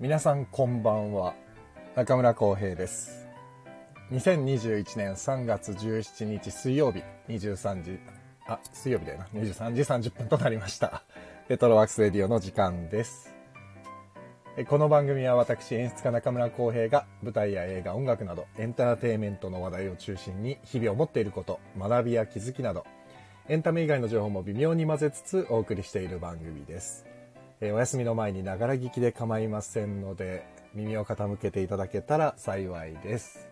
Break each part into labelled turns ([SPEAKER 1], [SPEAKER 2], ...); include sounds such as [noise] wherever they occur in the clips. [SPEAKER 1] 皆さんこんばんは中村浩平です2021年3月17日水曜日23時あ水曜日だよな23時30分となりましたレトロワークスレディオの時間ですえこの番組は私演出家中村浩平が舞台や映画音楽などエンターテインメントの話題を中心に日々思っていること学びや気づきなどエンタメ以外の情報も微妙に混ぜつつお送りしている番組ですえーお休みの前にながら聞きで構いませんので耳を傾けていただけたら幸いです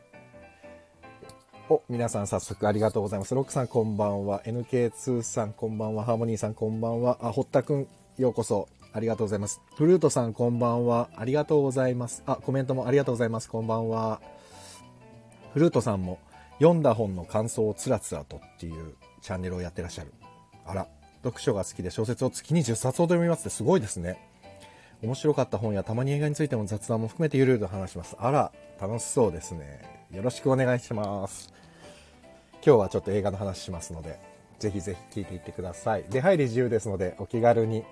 [SPEAKER 1] お皆さん早速ありがとうございますロックさんこんばんは NK2 さんこんばんはハーモニーさんこんばんはあ堀田くんようこそありがとうございますフルートさんこんばんはありがとうございますあコメントもありがとうございますこんばんはフルートさんも読んだ本の感想をつらつらとっていうチャンネルをやってらっしゃるあら読書が好きで小説を月に10冊ほど読みますってすごいですね面白かった本やたまに映画についても雑談も含めてゆるゆると話しますあら楽しそうですねよろしくお願いします今日はちょっと映画の話しますのでぜひぜひ聞いていってください出入り自由ですのでお気軽に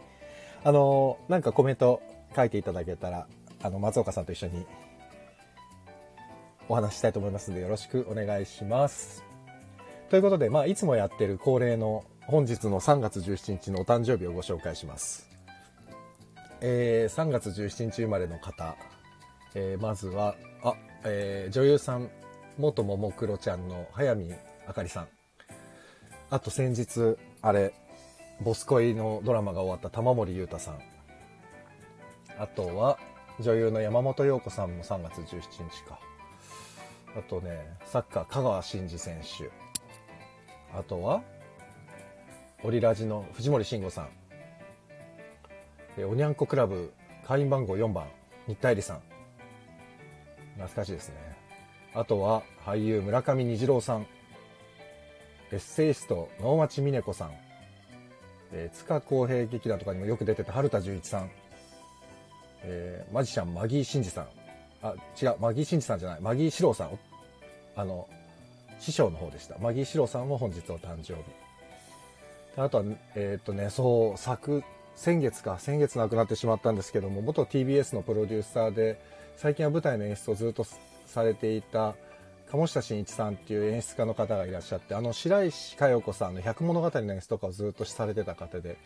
[SPEAKER 1] あのなんかコメント書いていただけたらあの松岡さんと一緒にお話ししたいと思いますのでよろしくお願いしますということで、まあ、いつもやってる恒例の本日の3月17日のお誕生日をご紹介します、えー3月17日生まれの方、えーまずはあ、えー女優さん元ももクロちゃんの早見あかりさんあと先日あれボス恋のドラマが終わった玉森裕太さんあとは女優の山本陽子さんも3月17日かあとねサッカー香川真司選手あとはオリラジの藤森慎吾さんえーおにゃんこクラブ会員番号4番新田絵里さん懐かしいですねあとは俳優村上虹郎さんエッセイスト能町みね子さん、えー塚公平劇団とかにもよく出てた春田純一さん、えーマジシャンマギー真司さんあ違うマギー真司さんじゃないマギー史郎さんあの師匠の方でしたマギー史郎さんも本日お誕生日あとは、えーっとね、そう、昨、先月か、先月亡くなってしまったんですけども、元 TBS のプロデューサーで、最近は舞台の演出をずっとされていた、鴨下慎一さんっていう演出家の方がいらっしゃって、あの、白石佳代子さんの百物語の演出とかをずっとされてた方で、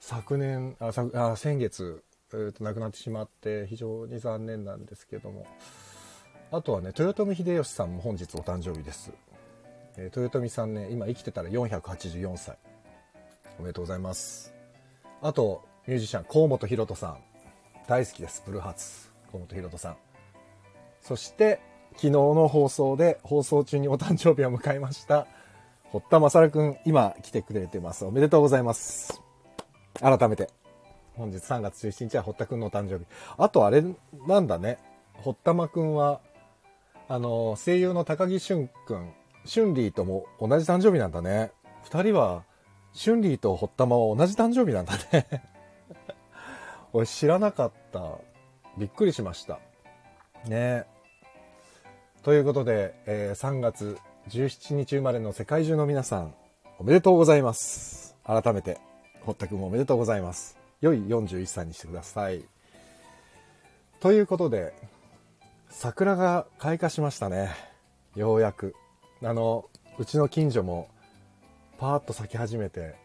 [SPEAKER 1] 昨年、あ、さあ先月、えーっと亡くなってしまって、非常に残念なんですけども、あとはね、豊臣秀吉さんも本日お誕生日です。えー豊臣さんね、今生きてたら484歳。おめでとうございます。あと、ミュージシャン、河本ロ人さん。大好きです、ブルーハーツ。河本ロ人さん。そして、昨日の放送で、放送中にお誕生日を迎えました、堀田勝くん、今来てくれてます。おめでとうございます。改めて。本日3月17日は堀田くんのお誕生日。あと、あれなんだね。堀田真くんは、あの、声優の高木俊くん、俊リーとも同じ誕生日なんだね。二人は、シュンリーとホッタマは同じ誕生日なんだね [laughs] 俺知らなかったびっくりしましたねえということで、えー3月17日生まれの世界中の皆さんおめでとうございます改めて堀田君もおめでとうございます良い41歳にしてくださいということで桜が開花しましたねようやくあのうちの近所もパーッと咲き始めて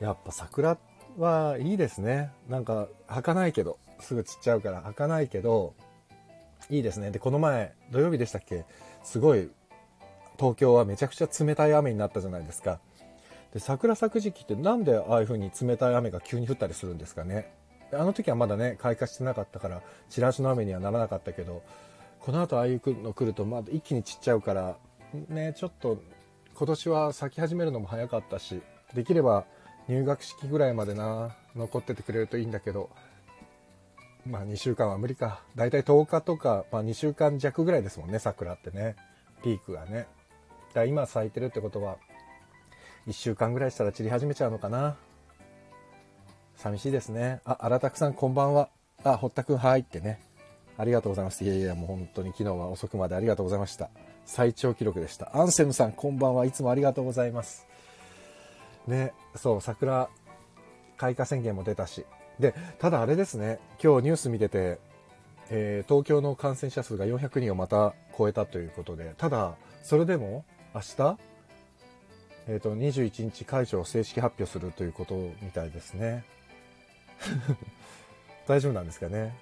[SPEAKER 1] やっぱ桜はいいですねなんか儚かないけどすぐ散っちゃうから儚かないけどいいですねでこの前土曜日でしたっけすごい東京はめちゃくちゃ冷たい雨になったじゃないですかで桜咲く時期ってなんでああいう風に冷たい雨が急に降ったりするんですかねであの時はまだね開花してなかったからチラシの雨にはならなかったけどこの後ああいうの来るとまだ一気に散っちゃうからねちょっと今年は咲き始めるのも早かったしできれば入学式ぐらいまでな残っててくれるといいんだけどまあ2週間は無理かだいたい10日とか、まあ、2週間弱ぐらいですもんね桜ってねピークがねだから今咲いてるってことは1週間ぐらいしたら散り始めちゃうのかな寂しいですねあ荒拓さんこんばんはあ堀田くんはいってねありがとうございます。いやいや、もう本当に昨日は遅くまでありがとうございました。最長記録でした。アンセムさん、こんばんはいつもありがとうございます。ね、そう、桜、開花宣言も出たし。で、ただあれですね、今日ニュース見てて、えー東京の感染者数が400人をまた超えたということでただそれでも明日、えー、と21日解除を正式発表するということみたいですね [laughs] 大丈夫なんですかね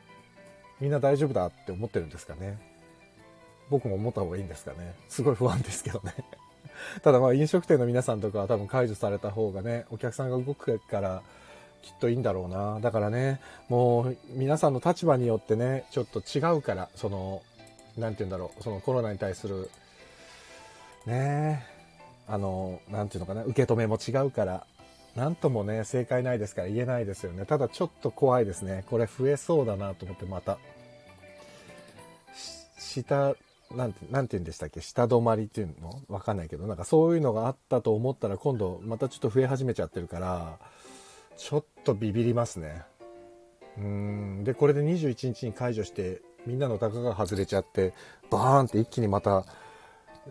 [SPEAKER 1] みんな大丈夫だって思ってるんですかね僕も思った方がいいんですかねすごい不安ですけどね [laughs] ただまあ飲食店の皆さんとかは多分解除された方がねお客さんが動くからきっといいんだろうなだからねもう皆さんの立場によってねちょっと違うからそのなんて言うんだろうそのコロナに対するねえあのなんていうのかな受け止めも違うからなんともね正解ないですから言えないですよねただちょっと怖いですねこれ増えそうだなと思ってまたし下なんてなんて言うんでしたっけ下止まりっていうのわかんないけどなんかそういうのがあったと思ったら今度またちょっと増え始めちゃってるからちょっとビビりますねうーんでこれで21日に解除してみんなのたかが外れちゃってバーンって一気にまた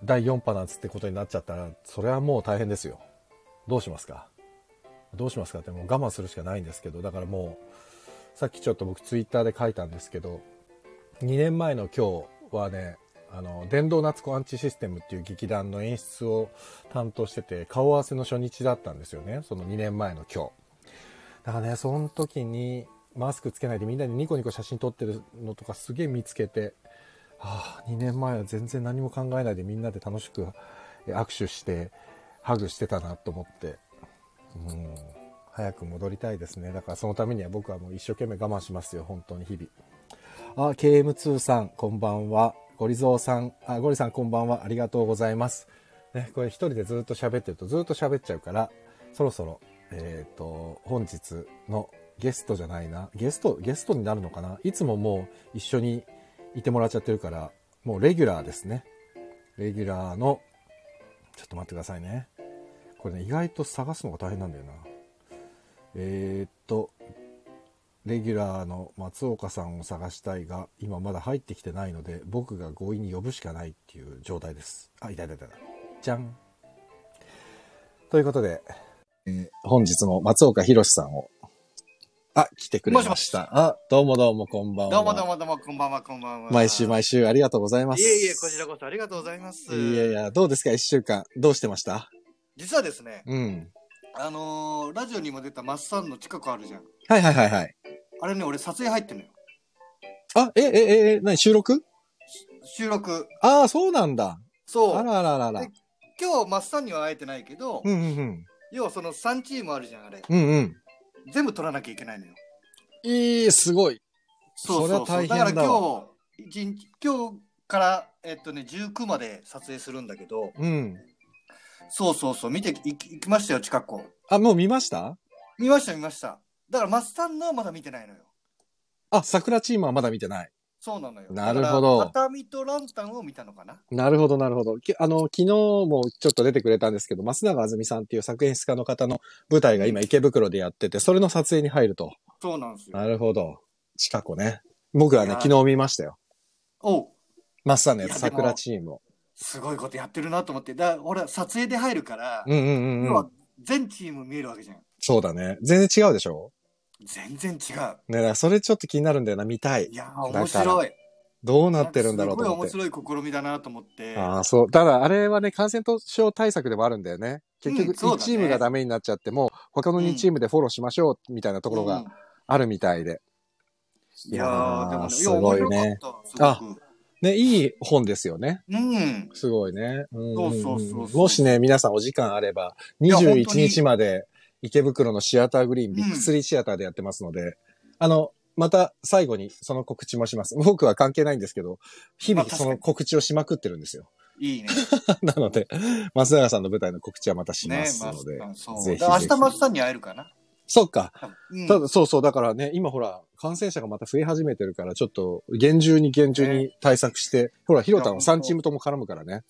[SPEAKER 1] 第4波なんつってことになっちゃったらそれはもう大変ですよどうしますかどうしますかってもう我慢するしかないんですけどだからもうさっきちょっと僕ツイッターで書いたんですけど2年前の今日はねあの電動夏子アンチシステムっていう劇団の演出を担当してて顔合わせの初日だったんですよねその2年前の今日だからねその時にマスクつけないでみんなでニコニコ写真撮ってるのとかすげえ見つけてああ2年前は全然何も考えないでみんなで楽しくえ握手してハグしてたなと思ってうん早く戻りたいですねだからそのためには僕はもう一生懸命我慢しますよ本当に日々あ、KM2 さん、こんばんは。ゴリゾウさん、あ、ゴリさん、こんばんは。ありがとうございます。ね、これ一人でずっと喋ってるとずっと喋っちゃうから、そろそろ、えっ、と、本日のゲストじゃないな。ゲスト、ゲストになるのかないつももう一緒にいてもらっちゃってるから、もうレギュラーですね。レギュラーの、ちょっと待ってくださいね。これね、意外と探すのが大変なんだよな。えっ、と、レギュラーの松岡さんを探したいが今まだ入ってきてないので僕が強引に呼ぶしかないっていう状態ですあいたいたいたじゃんということで、えー本日も松岡弘さんをあ来てくれました
[SPEAKER 2] もしもし
[SPEAKER 1] あどうもどうもこんばんは
[SPEAKER 2] どうもどうもどうも、こんばんは、こんばんは。
[SPEAKER 1] 毎週毎週ありがとうございます
[SPEAKER 2] いえいえ、こちらこそありがとうございます。
[SPEAKER 1] いやいやどうですか1週間どうしてました
[SPEAKER 2] 実はですね、
[SPEAKER 1] うん
[SPEAKER 2] あのー、ラジオにも出たマッサンの近くあるじゃん。
[SPEAKER 1] はいはいはいはい
[SPEAKER 2] あれね、俺撮影入ってんのよ。
[SPEAKER 1] あええええ何収録
[SPEAKER 2] 収録。
[SPEAKER 1] ああそうなんだ
[SPEAKER 2] そう。
[SPEAKER 1] あらあらあらあら
[SPEAKER 2] で今日、マッサンには会えてないけど、
[SPEAKER 1] うんうんうん
[SPEAKER 2] 要はその3チームあるじゃん、あれ。
[SPEAKER 1] うんうん
[SPEAKER 2] 全部撮らなきゃいけないのよ。
[SPEAKER 1] いい、すごい。
[SPEAKER 2] そうそ
[SPEAKER 1] そ
[SPEAKER 2] うそう。
[SPEAKER 1] りゃ大変だ
[SPEAKER 2] だか
[SPEAKER 1] わ
[SPEAKER 2] ら今日、一日、今日から、えっとね、19まで撮影するんだけど、
[SPEAKER 1] うん。
[SPEAKER 2] そうそうそう、見ていき行きましたよ、近くを。
[SPEAKER 1] あ、もう見ました
[SPEAKER 2] 見ました、見ました。だから、マッサンのはまだ見てないのよ。
[SPEAKER 1] あ、桜チームはまだ見てない。
[SPEAKER 2] そうなのよ。
[SPEAKER 1] なるほど
[SPEAKER 2] だから畳とランタンを見たのかな
[SPEAKER 1] なるほど、なるほど。きあの、昨日もちょっと出てくれたんですけど、増永あずみさんっていう作品出家の方の舞台が今池袋でやってて、それの撮影に入ると。
[SPEAKER 2] そうなんですよ。
[SPEAKER 1] なるほど。近くね。僕はね
[SPEAKER 2] い、や
[SPEAKER 1] 昨日見ましたよ。
[SPEAKER 2] おう
[SPEAKER 1] マッサンのや
[SPEAKER 2] い
[SPEAKER 1] つ、
[SPEAKER 2] やでも
[SPEAKER 1] 桜チームを。
[SPEAKER 2] すごいことやってるなと思って。だから俺は撮影で入るから、
[SPEAKER 1] うんうんうん
[SPEAKER 2] 要
[SPEAKER 1] うん
[SPEAKER 2] は。全チーム見えるわけじゃん。
[SPEAKER 1] そうだね。全然違うでしょ
[SPEAKER 2] 全然違う。
[SPEAKER 1] ね、だからそれちょっと気になるんだよな、見たい
[SPEAKER 2] い。
[SPEAKER 1] だ
[SPEAKER 2] や
[SPEAKER 1] から
[SPEAKER 2] ー、面白い。
[SPEAKER 1] どうなってるんだろうと思って。
[SPEAKER 2] すごい面白い試みだなと思って。
[SPEAKER 1] ああ、そう。ただ、あれはね、感染症対策でもあるんだよね。結
[SPEAKER 2] う
[SPEAKER 1] 局、
[SPEAKER 2] んそうだ
[SPEAKER 1] 1
[SPEAKER 2] ね
[SPEAKER 1] チームがダメになっちゃっても、他の2チームでフォローしましょう、みたいなところ
[SPEAKER 2] う
[SPEAKER 1] が
[SPEAKER 2] ん
[SPEAKER 1] あるみたいで。
[SPEAKER 2] いやー、でもね、
[SPEAKER 1] すごいね
[SPEAKER 2] や。面白かったすごく。
[SPEAKER 1] ね、いい本ですよね。
[SPEAKER 2] うん。
[SPEAKER 1] すごいね。うん
[SPEAKER 2] そうそうそうそう
[SPEAKER 1] もしね、皆さんお時間あれば、
[SPEAKER 2] や本当に
[SPEAKER 1] 21日まで池袋のシアターグリーン、ビッグスリーシアターでやってますので、あの、また最後にその告知もします。僕は関係ないんですけど、日
[SPEAKER 2] まあ
[SPEAKER 1] 々
[SPEAKER 2] 確
[SPEAKER 1] そ
[SPEAKER 2] かに
[SPEAKER 1] の告知をしまくってるんですよ。 [laughs]
[SPEAKER 2] いいね。
[SPEAKER 1] なので、松永さんの舞台の告知はまたしま
[SPEAKER 2] ね
[SPEAKER 1] す
[SPEAKER 2] マ
[SPEAKER 1] ので。
[SPEAKER 2] スタンそう。
[SPEAKER 1] ぜひぜ
[SPEAKER 2] だ
[SPEAKER 1] ひ
[SPEAKER 2] から明日マスタンに会えるかな。
[SPEAKER 1] そっか。
[SPEAKER 2] うん
[SPEAKER 1] ただ、そうそう。だからね、今ほら、感染者がまた増え始めてるから、ちょっと、厳重に厳重に対策して、ほら、ヒロタンは
[SPEAKER 2] 本当
[SPEAKER 1] 3チームとも絡むからね。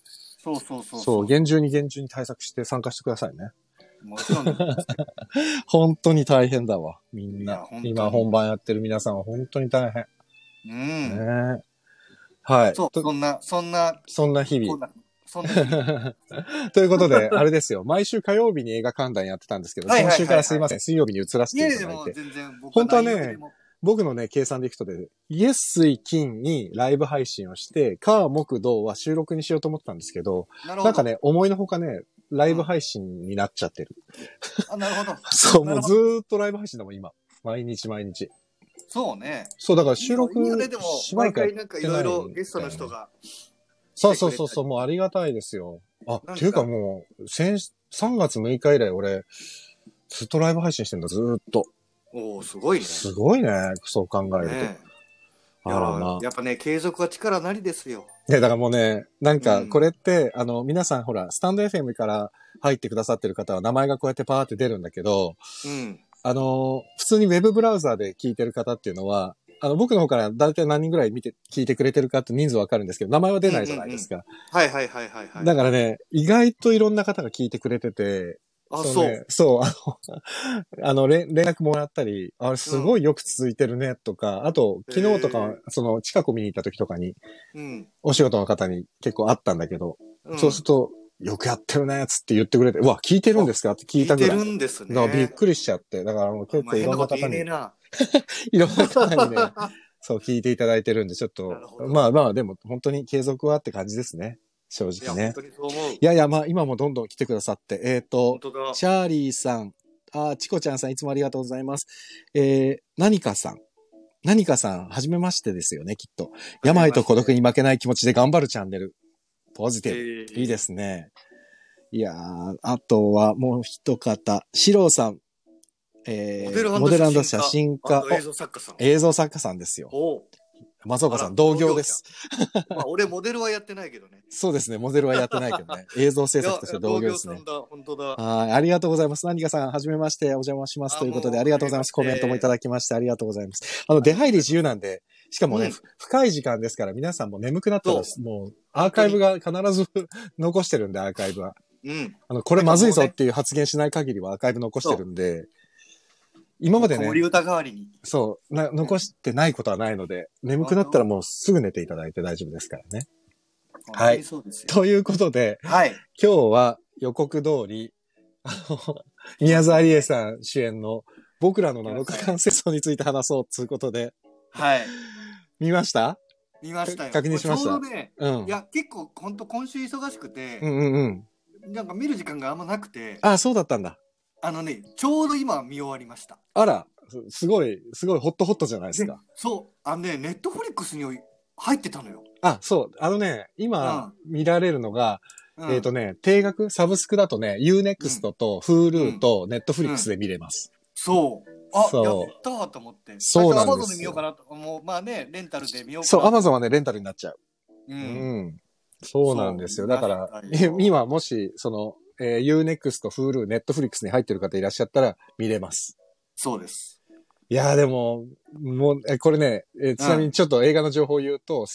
[SPEAKER 2] そうそ
[SPEAKER 1] そ
[SPEAKER 2] うそううそう。
[SPEAKER 1] 厳重に厳重に対策して参加してくださいね。
[SPEAKER 2] もちろん。
[SPEAKER 1] 本当に大変だわ、みん
[SPEAKER 2] いや
[SPEAKER 1] な
[SPEAKER 2] 本。当に
[SPEAKER 1] 今本番やってる皆さんは本当に大変。
[SPEAKER 2] うん。
[SPEAKER 1] ねはい。
[SPEAKER 2] そう、
[SPEAKER 1] と
[SPEAKER 2] そんな、そんな、
[SPEAKER 1] そんな日
[SPEAKER 2] こん
[SPEAKER 1] 々。
[SPEAKER 2] な、そんな、
[SPEAKER 1] [laughs] ということで、
[SPEAKER 2] [laughs]
[SPEAKER 1] あれですよ。毎週火曜日に映画観覧やってたんですけど、
[SPEAKER 2] はいはい
[SPEAKER 1] 今
[SPEAKER 2] はいは
[SPEAKER 1] 週
[SPEAKER 2] い
[SPEAKER 1] からすいません。水曜日に移らせ
[SPEAKER 2] いや
[SPEAKER 1] てい
[SPEAKER 2] い
[SPEAKER 1] た
[SPEAKER 2] や、
[SPEAKER 1] だい
[SPEAKER 2] も
[SPEAKER 1] て
[SPEAKER 2] う。全然僕
[SPEAKER 1] 本当はね
[SPEAKER 2] 内容でも
[SPEAKER 1] 僕のね、計算でいくとで、イエス、水、金にライブ配信をして、火、木、土は収録にしようと思ったんですけど、
[SPEAKER 2] なるほど。
[SPEAKER 1] なんかね、思いのほかね、ライブ配信になっちゃってる。
[SPEAKER 2] あ、なるほど。
[SPEAKER 1] そう、も
[SPEAKER 2] な
[SPEAKER 1] う
[SPEAKER 2] るほ
[SPEAKER 1] ずーっとライブ配信だもん、今。毎日毎日。
[SPEAKER 2] そうね。
[SPEAKER 1] そう、だから収録
[SPEAKER 2] いいよね、でも、
[SPEAKER 1] しばら
[SPEAKER 2] 毎
[SPEAKER 1] くやっ
[SPEAKER 2] 回なんかいろいろゲストの人が。
[SPEAKER 1] そうそうそうそう、もうありがたいですよ。あ、
[SPEAKER 2] か
[SPEAKER 1] っていうかもう、先、3月6日以来俺、ずっとライブ配信してんだ、ずーっと。
[SPEAKER 2] おおすごいね。
[SPEAKER 1] すごいね、そう考えると。
[SPEAKER 2] ねい
[SPEAKER 1] あ
[SPEAKER 2] や
[SPEAKER 1] らまあ。
[SPEAKER 2] やっぱね、継続は力なりですよ。
[SPEAKER 1] ね、だからもうね、なんか
[SPEAKER 2] うん
[SPEAKER 1] これって、あの、皆さんほら、スタンド FM から入ってくださってる方は名前がこうやってパーって出るんだけど、
[SPEAKER 2] うん。
[SPEAKER 1] あの、普通にウェブブラウザーで聞いてる方っていうのは、あの、僕の方から大体何人ぐらい見て、聞いてくれてるかって人数わかるんですけど、名前は出ないじゃないですか。
[SPEAKER 2] はいはいはいはいはい。
[SPEAKER 1] だからね、意外といろんな方が聞いてくれてて、
[SPEAKER 2] あ、
[SPEAKER 1] の
[SPEAKER 2] そう
[SPEAKER 1] ね。そう、あの、 [laughs] あのれ連絡もらったり、あれすごいよく続いてるねとか、あと、昨日と
[SPEAKER 2] へ
[SPEAKER 1] か
[SPEAKER 2] ー、
[SPEAKER 1] その、近く見に行った時とかに、
[SPEAKER 2] うん。
[SPEAKER 1] お仕事の方に結構あったんだけど、
[SPEAKER 2] ん
[SPEAKER 1] そうすると、よくやってるね、つって言ってくれて、うわ、聞いてるんですかって聞いたぐらい。
[SPEAKER 2] 聞てるんです
[SPEAKER 1] だ
[SPEAKER 2] ね。
[SPEAKER 1] からびっくりしちゃって、だからもう結
[SPEAKER 2] まあ
[SPEAKER 1] 構い
[SPEAKER 2] 変
[SPEAKER 1] ろ
[SPEAKER 2] なんこ
[SPEAKER 1] な
[SPEAKER 2] と
[SPEAKER 1] 方
[SPEAKER 2] 言えねえ
[SPEAKER 1] に、
[SPEAKER 2] な。
[SPEAKER 1] いろんな方にね、そう聞いていただいてるんで、ちょっと
[SPEAKER 2] なるほ、ど
[SPEAKER 1] まあまあ、でも本当に継続はって感じですね。正
[SPEAKER 2] [laughs] いや、
[SPEAKER 1] 直
[SPEAKER 2] 本
[SPEAKER 1] ね。
[SPEAKER 2] 当にそう思う
[SPEAKER 1] い。やいや、まあ今もどんどん来てくださって、えっ、と
[SPEAKER 2] 本、当だ。
[SPEAKER 1] チャーリーさん、あー、チコちゃんさん、いつもありがとうございます。えー、何かさん。何かさん、はじめましてですよね、きっと。病と孤独に負けない気持ちで頑張るチャンネル。ポジティブ。いい
[SPEAKER 2] す。
[SPEAKER 1] ですね。いやーあとはもう一方、シローさん、え
[SPEAKER 2] モデ
[SPEAKER 1] ー、
[SPEAKER 2] ル
[SPEAKER 1] モデル
[SPEAKER 2] 写
[SPEAKER 1] 写
[SPEAKER 2] 真
[SPEAKER 1] 真
[SPEAKER 2] 家
[SPEAKER 1] 家、
[SPEAKER 2] あ映像作家さん
[SPEAKER 1] お。映像作家さんですよ。
[SPEAKER 2] おう
[SPEAKER 1] 松岡さん、
[SPEAKER 2] あら
[SPEAKER 1] 同業です。
[SPEAKER 2] まあ、俺、モデルはやってないけどね。
[SPEAKER 1] そうですね、モデルはやってないけど
[SPEAKER 2] [laughs]
[SPEAKER 1] ね。映像制
[SPEAKER 2] いや
[SPEAKER 1] 作として同業です
[SPEAKER 2] 同
[SPEAKER 1] ね
[SPEAKER 2] 業。さんだ、本当 [laughs] だ。
[SPEAKER 1] はい、ありがとうございます。何かさん、はじめまして、お邪魔します。
[SPEAKER 2] あ
[SPEAKER 1] ということで、
[SPEAKER 2] もう
[SPEAKER 1] ありがとうございます。コ
[SPEAKER 2] はじ
[SPEAKER 1] メ
[SPEAKER 2] め
[SPEAKER 1] ン
[SPEAKER 2] まして
[SPEAKER 1] トもいただきまして、ありがとうございます。あの、出入り自由なんで、しかもね、
[SPEAKER 2] うん
[SPEAKER 1] ふ深い時間ですから、皆さんも眠くなったら
[SPEAKER 2] そ、
[SPEAKER 1] もう、アーカイブが必ず残してるんで、アーカイブは。
[SPEAKER 2] うん。
[SPEAKER 1] あの、これまずいぞっていう発言しない限りはアーカイブ残してるんで、今まで
[SPEAKER 2] 子守
[SPEAKER 1] ね、
[SPEAKER 2] 歌代わりに。
[SPEAKER 1] そうな、残してないことはないので、眠くなったらもうすぐ寝ていただいて大丈夫ですからね。はい
[SPEAKER 2] 本当にそうですよ。
[SPEAKER 1] ということで、
[SPEAKER 2] はい。
[SPEAKER 1] 今日は予告通り、あの、宮沢りえさん主演の僕らの7日間戦争について話そうということで、
[SPEAKER 2] はい。
[SPEAKER 1] 見ました
[SPEAKER 2] 見ましたよ。
[SPEAKER 1] 確認しました
[SPEAKER 2] ちょうどね、
[SPEAKER 1] うん。
[SPEAKER 2] いや、結構、本当今週忙しく
[SPEAKER 1] う
[SPEAKER 2] て、
[SPEAKER 1] んうんうん。
[SPEAKER 2] なんか見る時間があんまなくて、
[SPEAKER 1] あ、そうだったんだ。
[SPEAKER 2] あのね、ちょうど今見終わりました。
[SPEAKER 1] あら、すすごい、すごいホットホットじゃないですか。
[SPEAKER 2] そう、あのね、ネットフリックスに入ってたのよ。
[SPEAKER 1] あ、そう。あのね、今見られるのが、
[SPEAKER 2] うん
[SPEAKER 1] えっ、とね、定額、サブスクだとね、Unext と Hulu と Netflix で見れます。
[SPEAKER 2] そう。あ、
[SPEAKER 1] そう
[SPEAKER 2] やったーと思って。
[SPEAKER 1] そうなんですよ
[SPEAKER 2] 最初 Amazon で見ようかなと。もう、まあね、レンタルで見ようかな。
[SPEAKER 1] そう、Amazon はね、レンタルになっちゃう。
[SPEAKER 2] う。
[SPEAKER 1] うんん。そうなんですよ。
[SPEAKER 2] そう
[SPEAKER 1] だから
[SPEAKER 2] 確か、に
[SPEAKER 1] [laughs] 今もし、その、えー、Unext と Hulu、Netflix に入ってる方いらっしゃったら見れます。
[SPEAKER 2] そうです。
[SPEAKER 1] いやーでも、もう、えこれね、えーちなみにちょっと映画の情報を言うと、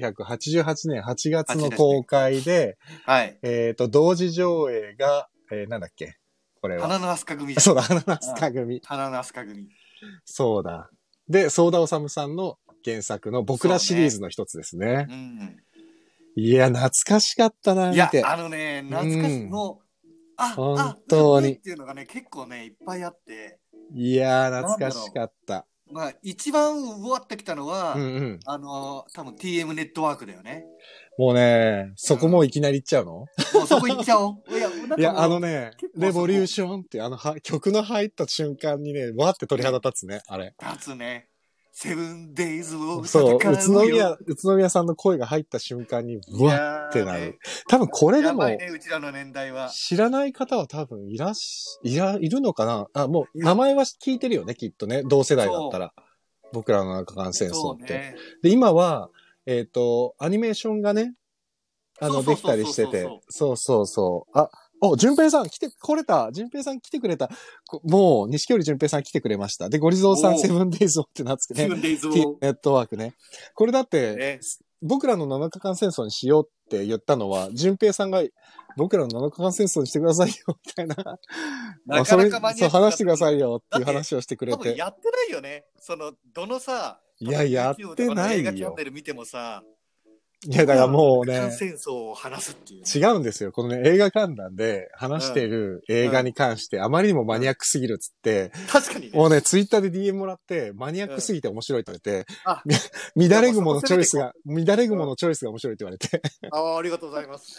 [SPEAKER 1] 1988年8月の公開で、
[SPEAKER 2] はい。
[SPEAKER 1] えっ、と、同時上映が、えーなんだっけこれは。
[SPEAKER 2] 花の飛鳥組。
[SPEAKER 1] そうだ、花ナスカ組。
[SPEAKER 2] 花の飛鳥組。
[SPEAKER 1] そうだ。で、ソーダオサムさんの原作の僕らシリーズの一つですね。
[SPEAKER 2] うん。
[SPEAKER 1] いや、懐かしかったな、
[SPEAKER 2] い
[SPEAKER 1] 見
[SPEAKER 2] や
[SPEAKER 1] て、。
[SPEAKER 2] あのね、懐かしい。
[SPEAKER 1] うん
[SPEAKER 2] もう、あ、
[SPEAKER 1] 本当に
[SPEAKER 2] あっていうのがね、結構ね、いっぱいあって。
[SPEAKER 1] いやー、懐かしかった。
[SPEAKER 2] まあ、一番うわってきたのは、
[SPEAKER 1] うんうん。
[SPEAKER 2] あのー、多分 TM ネットワークだよね。
[SPEAKER 1] もうね、そこもういきなり行っちゃうの、
[SPEAKER 2] もうそこ行っちゃお
[SPEAKER 1] [laughs]
[SPEAKER 2] う。いや、なんかもう
[SPEAKER 1] いや、あのね
[SPEAKER 2] 結、構そこ
[SPEAKER 1] レボリューションってあのは曲の入った瞬間にね、わーって鳥肌立つね、あれ。
[SPEAKER 2] 立つね。セブンデイズを
[SPEAKER 1] そう、宇
[SPEAKER 2] 戦よ
[SPEAKER 1] 都宮、宇都宮さんの声が入った瞬間に、うわってなる。多分こ
[SPEAKER 2] い
[SPEAKER 1] れで
[SPEAKER 2] やーねや
[SPEAKER 1] も
[SPEAKER 2] ばい、ね、うちらの年代は。
[SPEAKER 1] 知らない方は多分いらっし、いら、いるのかなあ、もう名前は聞いてるよね、きっとね。同世代だったら。僕らの中間戦争って。
[SPEAKER 2] そうね。
[SPEAKER 1] で、今は、えっ、と、アニメーションがね、あ
[SPEAKER 2] そ
[SPEAKER 1] の、
[SPEAKER 2] うそう
[SPEAKER 1] で
[SPEAKER 2] そう
[SPEAKER 1] き
[SPEAKER 2] そう
[SPEAKER 1] たりしてて。そうそうそう。あ、お、淳平さん来て、来れた淳平さん来てくれたこもう、西織淳平さん来てくれました。で、ゴリゾウさ
[SPEAKER 2] お
[SPEAKER 1] ん
[SPEAKER 2] う
[SPEAKER 1] セブンデイズをってなつく
[SPEAKER 2] セ
[SPEAKER 1] ね。
[SPEAKER 2] ブンデイズ
[SPEAKER 1] T
[SPEAKER 2] を。
[SPEAKER 1] ネットワークね。これだって、
[SPEAKER 2] ね
[SPEAKER 1] 僕らの7日間戦争にしようって言ったのは、淳平さんが、僕らの7日間戦争にしてくださいよ、みたいな。
[SPEAKER 2] なかなか
[SPEAKER 1] ま
[SPEAKER 2] 間
[SPEAKER 1] あ
[SPEAKER 2] に
[SPEAKER 1] そ
[SPEAKER 2] 合
[SPEAKER 1] れそう、話してくださ
[SPEAKER 2] い。
[SPEAKER 1] いよっていう話をしてくれ
[SPEAKER 2] 多分
[SPEAKER 1] て。
[SPEAKER 2] やってないよね。その、どのさ、
[SPEAKER 1] いややってないよ
[SPEAKER 2] YouTube とかの映画チャンネル見てもさ、
[SPEAKER 1] いや、だからもうね
[SPEAKER 2] 感、染層を話すっていう。
[SPEAKER 1] 違うんですよ。このね、映画観覧で話してる映画に関して、あまりにもマニアックすぎるっつって、
[SPEAKER 2] 確かにね。
[SPEAKER 1] もうね、ツイッターで DM もらって、マニアックすぎて面白いって言われて
[SPEAKER 2] あ、
[SPEAKER 1] [laughs] み乱れ雲のチョイスが、乱れ雲のチョイスが面白いって言われて。
[SPEAKER 2] ああ、ありがとうございます。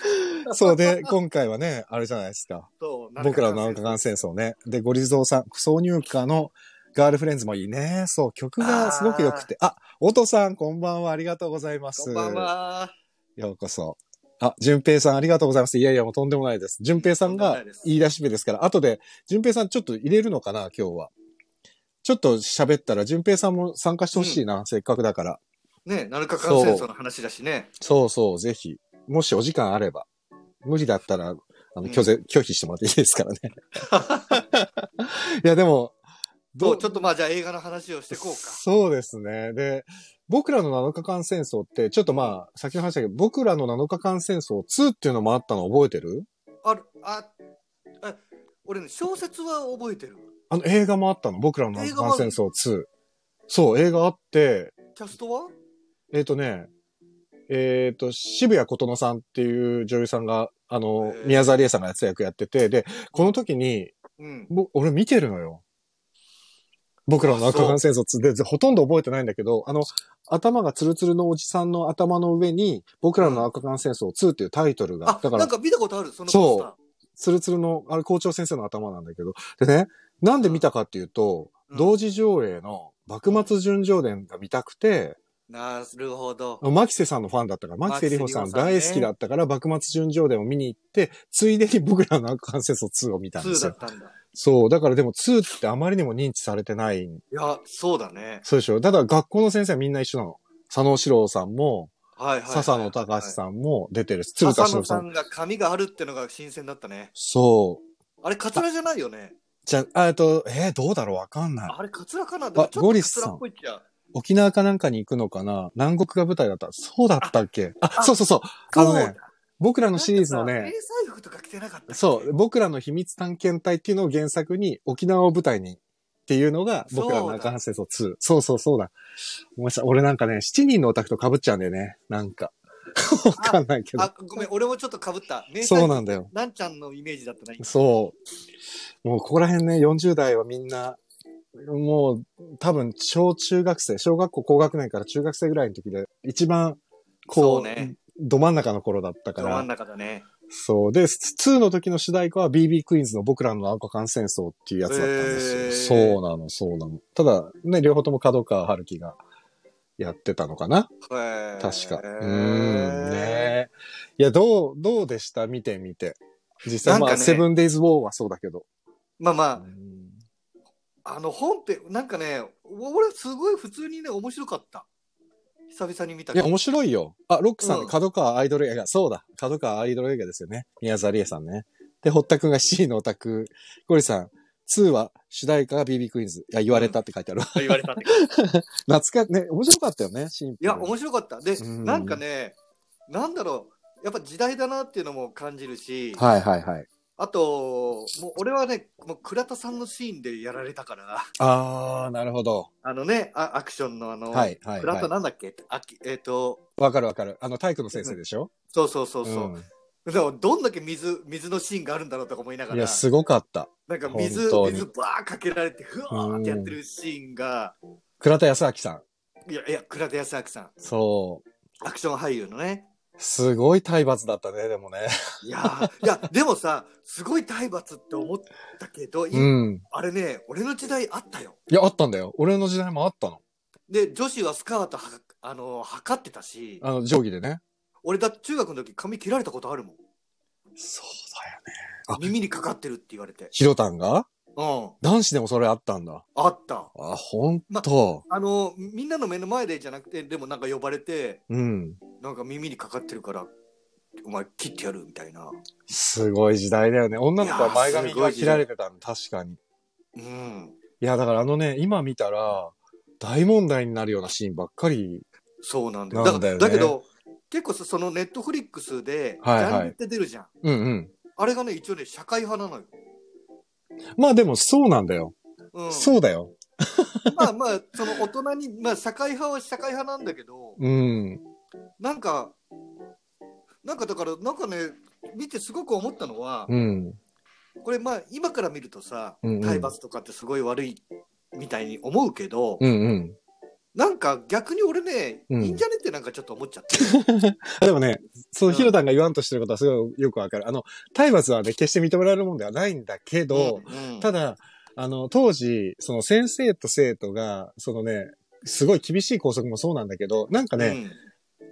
[SPEAKER 1] そうで、今回はね、あれじゃないですか。
[SPEAKER 2] そう
[SPEAKER 1] 僕らの7日間戦争ね。で、ゴリゾーさん、挿入歌のガールフレンズもいいね。そう、曲がすごく良くて。あ、おとさん、こんばんは。ありがとうございます。
[SPEAKER 2] こんばんは。
[SPEAKER 1] ようこそ。あ、淳平さん、ありがとうございます。いやいや、もうとんでもないです。淳平さん
[SPEAKER 2] とんでもな
[SPEAKER 1] が
[SPEAKER 2] いです
[SPEAKER 1] 言い出し目ですから、後で、淳平さんちょっと入れるのかな、今日は。ちょっと喋ったら、淳平さんも参加してほしいな、せっかくだから。
[SPEAKER 2] ね、7日間戦争の話だしね。
[SPEAKER 1] そうそう、ぜひ。もしお時間あれば。無理だったら、あの、拒絶、拒否してもらっていいですからね。いや、でも、
[SPEAKER 2] どうちょっとまあじゃあ映画の話をしていこうか。
[SPEAKER 1] そうですね。で、僕らの7日間戦争って、ちょっとまあ、先の話だけど、僕らの7日間戦争2っていうのもあったの覚えてる
[SPEAKER 2] ある、あ、あ俺ね、小説は覚えてる。
[SPEAKER 1] あの映画もあったの。僕らの7日間戦争2。そう、映画あって、
[SPEAKER 2] キャストは
[SPEAKER 1] えっ、とね、えっ、と、渋谷琴乃さんっていう女優さんが、あの
[SPEAKER 2] へ、ー
[SPEAKER 1] 宮沢りえさんがやってた役やってて、で、この時に、
[SPEAKER 2] うん。
[SPEAKER 1] ぼ俺見てるのよ。僕らの赤間戦争つで、ぜほとんど覚えてないんだけど、あの、頭がツルツルのおじさんの頭の上に、僕らの赤間戦争2っていうタイトルが、
[SPEAKER 2] あ、
[SPEAKER 1] だか
[SPEAKER 2] な
[SPEAKER 1] ら
[SPEAKER 2] ん、か見たことある、その
[SPEAKER 1] そう
[SPEAKER 2] ポスター
[SPEAKER 1] ツルツルの、あれ校長先生の頭なんだけど、でね、なんで見たかっていうと、
[SPEAKER 2] うん
[SPEAKER 1] 同時上映の幕末純情伝が見たくて、
[SPEAKER 2] なるほど。
[SPEAKER 1] 牧瀬さんのファンだったから、牧瀬里穂さん
[SPEAKER 2] 牧瀬里
[SPEAKER 1] 大
[SPEAKER 2] 穂さんね
[SPEAKER 1] 好きだったから、幕末純情伝を見に行って、ついでに僕らの赤間戦争2を見たんで
[SPEAKER 2] 2
[SPEAKER 1] す
[SPEAKER 2] だ
[SPEAKER 1] よ
[SPEAKER 2] っ。たんだ。
[SPEAKER 1] そう、だからでも2ってあまりにも認知されてない
[SPEAKER 2] いや、そうだね。
[SPEAKER 1] そうでしょ。ただ学校の先生はみんな一緒なの。佐野史郎さんも、
[SPEAKER 2] はいはいはいはい。
[SPEAKER 1] 笹野隆さんも出てるし、鶴田
[SPEAKER 2] 笹
[SPEAKER 1] 忍
[SPEAKER 2] 野
[SPEAKER 1] さ
[SPEAKER 2] さ
[SPEAKER 1] ん。
[SPEAKER 2] んが髪があるってのが新鮮だったね。
[SPEAKER 1] そう。
[SPEAKER 2] あれ、カツラじゃないよね。
[SPEAKER 1] じゃあ、えっと、えーどうだろうわかんない。
[SPEAKER 2] あれ、カツラかなでもちょっと
[SPEAKER 1] ゴリ
[SPEAKER 2] カ
[SPEAKER 1] ス
[SPEAKER 2] ツ
[SPEAKER 1] さん
[SPEAKER 2] ラっぽいっちゃ。
[SPEAKER 1] 沖縄かなんかに行くのかな南国が舞台だった。そうだったっけあ
[SPEAKER 2] あ
[SPEAKER 1] そうそうそう。あの
[SPEAKER 2] そう
[SPEAKER 1] ね
[SPEAKER 2] だ、
[SPEAKER 1] 僕らのシリーズのね、
[SPEAKER 2] 迷彩服とか着てなかったっけ
[SPEAKER 1] そう、僕らの秘密探検隊っていうのを原作に沖縄を舞台にっていうのが僕らの中半戦争2。そうそうそうだ。ごめんなさい。俺なんかね、7人のオタクと被っちゃうんだよね。なんか。 [laughs] わかんないけど。
[SPEAKER 2] あ、ごめん、俺もちょっと被った。迷彩服
[SPEAKER 1] そうなんだよ。
[SPEAKER 2] なんちゃんのイメージだったな、今
[SPEAKER 1] そう。もうここら辺ね、40代はみんな、もう多分小中学生、小学校高学年から中学生ぐらいの時で、一番、こう、
[SPEAKER 2] そうね
[SPEAKER 1] ど真ん中の頃だったか
[SPEAKER 2] ど真ん
[SPEAKER 1] ら。
[SPEAKER 2] 中だね。
[SPEAKER 1] そう。で、2の時の主題歌は BB クイーンズの僕らの赤間戦争っていうやつだったんですよ。
[SPEAKER 2] へー
[SPEAKER 1] そうなの、そうなの。ただ、ね、両方とも角川春樹がやってたのかな
[SPEAKER 2] へー
[SPEAKER 1] 確か。うーん、ねえいや、どう、どうでした見てみて。実際、
[SPEAKER 2] なんか
[SPEAKER 1] ま
[SPEAKER 2] ね
[SPEAKER 1] あ、セブンデイズ・ウォーはそうだけど。
[SPEAKER 2] まあま
[SPEAKER 1] う
[SPEAKER 2] あ、
[SPEAKER 1] ん
[SPEAKER 2] あの本編、なんかね、お俺すごい普通にね、面白かった。久々に見た
[SPEAKER 1] い
[SPEAKER 2] け
[SPEAKER 1] や、
[SPEAKER 2] ど。
[SPEAKER 1] 面白いよ。あ、ロックさん、ね
[SPEAKER 2] うん
[SPEAKER 1] 角川アイドル映画。そうだ。角川アイドル映画ですよね。宮沢りえさんね。で、堀田くんが C のオタク。ゴリさん、2は主題歌が BB クイーンズ。いや、言われたって書いてある。
[SPEAKER 2] 言われ
[SPEAKER 1] [laughs]
[SPEAKER 2] たって。い
[SPEAKER 1] 懐か、ね、面白かったよね、シンプルに。
[SPEAKER 2] や、面白かった。で、
[SPEAKER 1] うん
[SPEAKER 2] なんかね、なんだろう、やっぱ時代だなっていうのも感じるし、
[SPEAKER 1] はいはいはい。
[SPEAKER 2] あと、もう俺はね、もう倉田さんのシーンでやられたから、
[SPEAKER 1] あー、なるほど。
[SPEAKER 2] あのね、あアクションのあの、
[SPEAKER 1] はいはい
[SPEAKER 2] 倉田
[SPEAKER 1] は
[SPEAKER 2] なんだっけあきえっ、と、
[SPEAKER 1] い。わかるわかる。あの、体育の先生でしょ、
[SPEAKER 2] そうそうそううそう。
[SPEAKER 1] ん
[SPEAKER 2] でもどんだけ水水のシーンがあるんだろうとか思いなが
[SPEAKER 1] い
[SPEAKER 2] ら
[SPEAKER 1] や、すごかった。
[SPEAKER 2] なんか
[SPEAKER 1] 本
[SPEAKER 2] 水
[SPEAKER 1] 当に
[SPEAKER 2] 水バーかけられてふわーってやってるシーンが、
[SPEAKER 1] 倉田康明さん。
[SPEAKER 2] いやいや倉田康明さん
[SPEAKER 1] そう。
[SPEAKER 2] アクション俳優のね
[SPEAKER 1] すごい体罰だったね、でもね。
[SPEAKER 2] いやーいやでもさすごい体罰って思ったけど、い
[SPEAKER 1] うん。
[SPEAKER 2] あれね俺の時代あったよ
[SPEAKER 1] いや、あったんだよ。俺の時代もあったの。
[SPEAKER 2] で女子はスカートはかあのー測ってたし
[SPEAKER 1] あの、定規でね。
[SPEAKER 2] 俺だって中学の時髪切られたことあるもん
[SPEAKER 1] そうだよね。あ
[SPEAKER 2] 耳にかかってるって言われて
[SPEAKER 1] ヒロタンが
[SPEAKER 2] うん
[SPEAKER 1] 男子でもそれあったんだ。
[SPEAKER 2] あった
[SPEAKER 1] あ、ほんと。
[SPEAKER 2] あのーみんなの目の前でじゃなくてでもなんか呼ばれて
[SPEAKER 1] うん。
[SPEAKER 2] なんか耳にかかってるから、お前切ってやるみたいな。
[SPEAKER 1] すごい時代だよね。女の子は前髪
[SPEAKER 2] い
[SPEAKER 1] が
[SPEAKER 2] やーすごい
[SPEAKER 1] 切
[SPEAKER 2] 時代
[SPEAKER 1] られてたの、確かに。い
[SPEAKER 2] うん。
[SPEAKER 1] や、だからあのね、今見たら、大問題になるようなシーンばっかり。
[SPEAKER 2] そうなんだよ。
[SPEAKER 1] なんだよね
[SPEAKER 2] だだけど、結構さそのネットフリックスで、
[SPEAKER 1] はいはい
[SPEAKER 2] ジャンルって出るじゃん。
[SPEAKER 1] うんうん。
[SPEAKER 2] あれがね、一応ね、社会派なのよ。
[SPEAKER 1] まあでもそうなんだよ。
[SPEAKER 2] うん。
[SPEAKER 1] [laughs] そうだよ。
[SPEAKER 2] まあまあ、その大人に、まあ社会派は社会派なんだけど、
[SPEAKER 1] うん。
[SPEAKER 2] なんか、なんかだから、なんかね、見てすごく思ったのは、
[SPEAKER 1] うん。
[SPEAKER 2] これまあ今から見るとさ、
[SPEAKER 1] うんうん
[SPEAKER 2] 体罰とかってすごい悪いみたいに思うけど、
[SPEAKER 1] うんうん。
[SPEAKER 2] なんか逆に俺ね、
[SPEAKER 1] うん
[SPEAKER 2] いいんじゃねってなんかちょっと思っち
[SPEAKER 1] [laughs]
[SPEAKER 2] ゃって。
[SPEAKER 1] あでもね、その
[SPEAKER 2] うん
[SPEAKER 1] ヒロタンが言わんとしてることはすごいよくわかる。あの、体罰はね、決して認められるもんではないんだけど、
[SPEAKER 2] うんうん
[SPEAKER 1] ただ、あの、当時、その先生と生徒が、そのね、すごい厳しい校則もそうなんだけど、なんかね、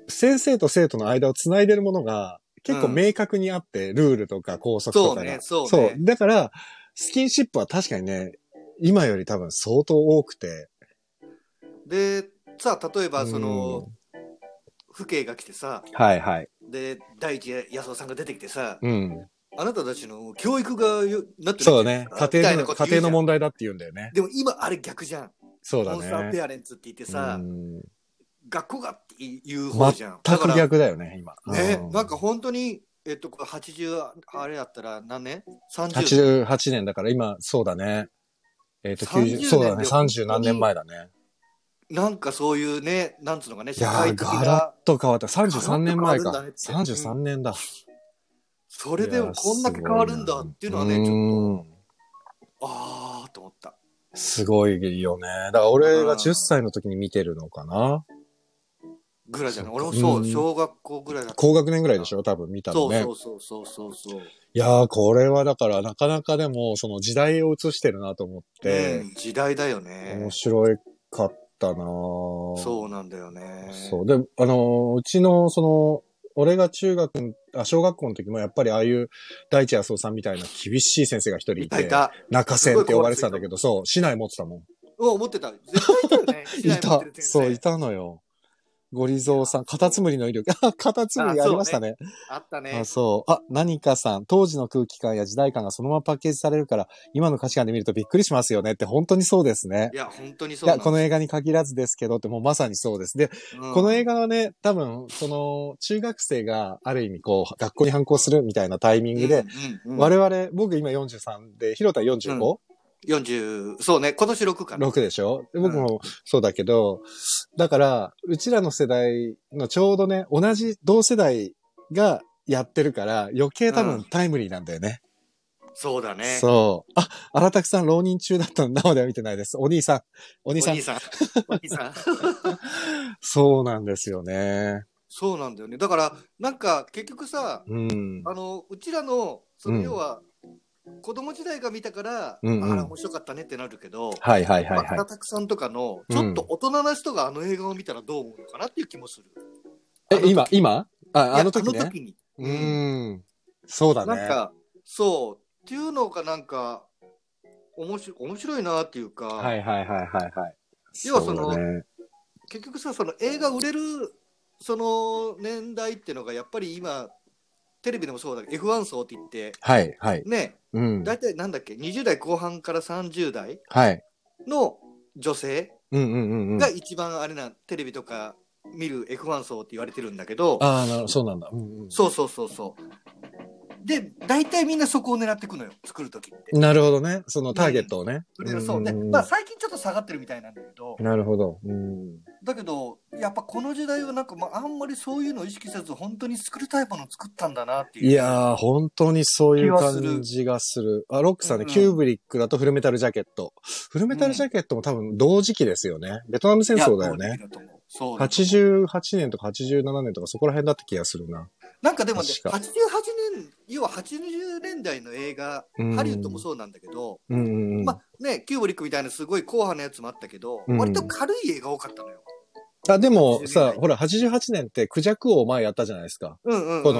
[SPEAKER 1] 先生と生徒の間を繋いでるものが、結構
[SPEAKER 2] うん
[SPEAKER 1] 明確にあって、ルールとか校則とかが。
[SPEAKER 2] そうねそうね
[SPEAKER 1] だから、スキンシップは確かにね、今より多分相当多くて。
[SPEAKER 2] うんで、さあ、例えばその
[SPEAKER 1] う、
[SPEAKER 2] 父兄が来てさ、
[SPEAKER 1] はいはい。
[SPEAKER 2] で、第一安夫さんが出てきてさ、
[SPEAKER 1] うん。あ
[SPEAKER 2] あなたたちの教育がよなってる
[SPEAKER 1] そうだね。
[SPEAKER 2] み
[SPEAKER 1] 家
[SPEAKER 2] たい
[SPEAKER 1] 庭
[SPEAKER 2] な
[SPEAKER 1] の、
[SPEAKER 2] こと
[SPEAKER 1] 家
[SPEAKER 2] 言うじゃ
[SPEAKER 1] 庭
[SPEAKER 2] ん
[SPEAKER 1] の問題だって言うんだよね。
[SPEAKER 2] でも今あれ逆じゃん。
[SPEAKER 1] そうだ
[SPEAKER 2] モンスターペ
[SPEAKER 1] ね。
[SPEAKER 2] アレンツって言ってさ、
[SPEAKER 1] うん
[SPEAKER 2] 学校がっていう方じゃん。
[SPEAKER 1] 全
[SPEAKER 2] だか
[SPEAKER 1] く
[SPEAKER 2] ら
[SPEAKER 1] 逆だよね、今。
[SPEAKER 2] ね
[SPEAKER 1] う、
[SPEAKER 2] なんか本当に、えっと、80、あれだったら何年 ?30
[SPEAKER 1] 88年だから今、そうだね。えっ、と、
[SPEAKER 2] 30
[SPEAKER 1] 90、そうだね。
[SPEAKER 2] 年で本当に
[SPEAKER 1] 30何年前だね。
[SPEAKER 2] なんかそういうね、なんつうのかね、
[SPEAKER 1] い
[SPEAKER 2] 社
[SPEAKER 1] やー、
[SPEAKER 2] 会的
[SPEAKER 1] ガ
[SPEAKER 2] な
[SPEAKER 1] ラ、ッと変わった。33年前か
[SPEAKER 2] ガラッと変わるんだねっ。て
[SPEAKER 1] 33年だ。
[SPEAKER 2] そ
[SPEAKER 1] こ
[SPEAKER 2] れでもこんだけ変わるんだっていうのはね、ち
[SPEAKER 1] ょ
[SPEAKER 2] ょっ
[SPEAKER 1] っと。
[SPEAKER 2] と、あーと思った。
[SPEAKER 1] すごいよね。だから俺が10歳の時に見てるのかな。
[SPEAKER 2] ぐらいじゃない
[SPEAKER 1] そうか
[SPEAKER 2] 俺もそう、
[SPEAKER 1] うん
[SPEAKER 2] 小学校ぐらいだった。
[SPEAKER 1] 高学年ぐらいでしょ多分見た
[SPEAKER 2] そ
[SPEAKER 1] の
[SPEAKER 2] う
[SPEAKER 1] ね。
[SPEAKER 2] そうそうそうそうそう。
[SPEAKER 1] いやー、これはだからなかなかでも、その時代を映してるなと思って、
[SPEAKER 2] うん時代だよね
[SPEAKER 1] 面。白かったなー
[SPEAKER 2] そうなんだよね。
[SPEAKER 1] そう。で、あのーうちの、その、俺が中学ん、あ、小学校の時もやっぱりああいう大地康夫さんみたいな厳しい先生が一人
[SPEAKER 2] い
[SPEAKER 1] い
[SPEAKER 2] たい
[SPEAKER 1] て、
[SPEAKER 2] た。
[SPEAKER 1] 中線って呼ばれてたんだけど、そう、市内持ってたもん。
[SPEAKER 2] うん、思ってた。絶対いた
[SPEAKER 1] [laughs]
[SPEAKER 2] よね。市
[SPEAKER 1] い
[SPEAKER 2] 内持ったてる、先生
[SPEAKER 1] そう、いたのよ。ゴリゾウさん、カタツムリの威力。あ、カタツムリありましたね。
[SPEAKER 2] あったね
[SPEAKER 1] あ、。そう。あ、何かさん、当時の空気感や時代感がそのままパッケージされるから、今の価値観で見るとびっくりしますよねって、本当にそうですね
[SPEAKER 2] い。や、本当にそ
[SPEAKER 1] いう
[SPEAKER 2] な
[SPEAKER 1] や、この映画に限らずですけどって、もうまさにそうです。で、この映
[SPEAKER 2] 画、
[SPEAKER 1] 画はね、多分、その、中学生がある意味こう、学校に反抗するみたいなタイミングで、
[SPEAKER 2] うん、うんうん
[SPEAKER 1] 我々、僕今43で、広田 45?、
[SPEAKER 2] 40、そうね、今年6かな。
[SPEAKER 1] 6でしょで僕もそうだけど、だから、うちらの世代のちょうどね、同じ同世代がやってるから、余計多
[SPEAKER 2] うん
[SPEAKER 1] 分タイムリーなんだよね。
[SPEAKER 2] そうだね。
[SPEAKER 1] そう。あ、荒拓さん浪人中だったの [laughs] 生では見てないです。お兄さん。お
[SPEAKER 2] お
[SPEAKER 1] 兄さん
[SPEAKER 2] 兄。さん。 [laughs] お兄さん。
[SPEAKER 1] そうなんですよね。
[SPEAKER 2] そうなんだよね。だから、なんか、結局さ、
[SPEAKER 1] うん。
[SPEAKER 2] あの、うちらの、その
[SPEAKER 1] うん
[SPEAKER 2] 要は、子供時代が見たから、
[SPEAKER 1] うんうん
[SPEAKER 2] あら、面白かったねってなるけど、
[SPEAKER 1] はいはいはい
[SPEAKER 2] ま
[SPEAKER 1] はい
[SPEAKER 2] あ、。たくさんとかの、ちょっと大人な人があの映画を見たらどう思うのかなっていう気もする。あの
[SPEAKER 1] え、今、今あ、あの
[SPEAKER 2] い
[SPEAKER 1] 時
[SPEAKER 2] やあの
[SPEAKER 1] ね。
[SPEAKER 2] 時に。
[SPEAKER 1] う
[SPEAKER 2] うん
[SPEAKER 1] ん。そうだ
[SPEAKER 2] なん
[SPEAKER 1] ね。
[SPEAKER 2] か、そう、っていうのがなんか、おもし面白いなっていうか、
[SPEAKER 1] はいはいはいはいはい。
[SPEAKER 2] 要はその
[SPEAKER 1] うだね
[SPEAKER 2] 結局さその映画売れるその年代っていうのがやっぱり今テレビでもそうだけど F1 層って言って
[SPEAKER 1] はいはい。
[SPEAKER 2] ね
[SPEAKER 1] うん。
[SPEAKER 2] 大体なんだっけ20代後半から30代
[SPEAKER 1] はい。
[SPEAKER 2] の女性
[SPEAKER 1] うんうんうんうん。
[SPEAKER 2] が一番あれなテレビとか見る F1 層って言われてるんだけど
[SPEAKER 1] ああ、なるほど、そうなんだ。うんうん
[SPEAKER 2] そうそうそうそうで大体みんなそこを狙っていくのよ作る時って。
[SPEAKER 1] なるほどね。そのターゲットをね。
[SPEAKER 2] それがそうで、
[SPEAKER 1] んんん
[SPEAKER 2] まあ、最近ちょっと下がってるみたいなんだけど
[SPEAKER 1] なるほど。うん。
[SPEAKER 2] だけどやっぱこの時代はなんか、まあ、あんまりそういうのを意識せず本当に作るタイプのを作ったんだなっていう。
[SPEAKER 1] いやー、本当にそういう
[SPEAKER 2] 気はする
[SPEAKER 1] 感じがする。あ、ロックさんね、
[SPEAKER 2] うん
[SPEAKER 1] キューブリックだとフルメタルジャケット。フルメタルジャケットも多分同時期ですよね。ベトナム戦争だよ
[SPEAKER 2] いや
[SPEAKER 1] ね。。
[SPEAKER 2] 同時期だと思うそうだと思
[SPEAKER 1] 88年とか87年とかそこら辺だった気がするな。
[SPEAKER 2] うなんかでもね、
[SPEAKER 1] 確か
[SPEAKER 2] 88年、要は80年代の映画、
[SPEAKER 1] うん
[SPEAKER 2] ハリウッドもそうなんだけど、
[SPEAKER 1] うんうんうん。
[SPEAKER 2] まあね、キューブリックみたいなすごい硬派なやつもあったけど、
[SPEAKER 1] うん
[SPEAKER 2] 割と軽い映画多かったのよ。
[SPEAKER 1] あ、でも
[SPEAKER 2] 80年
[SPEAKER 1] さ、
[SPEAKER 2] 代
[SPEAKER 1] ほら、88年ってクジャク王前やったじゃないですか。
[SPEAKER 2] うんうんうんうん、
[SPEAKER 1] こ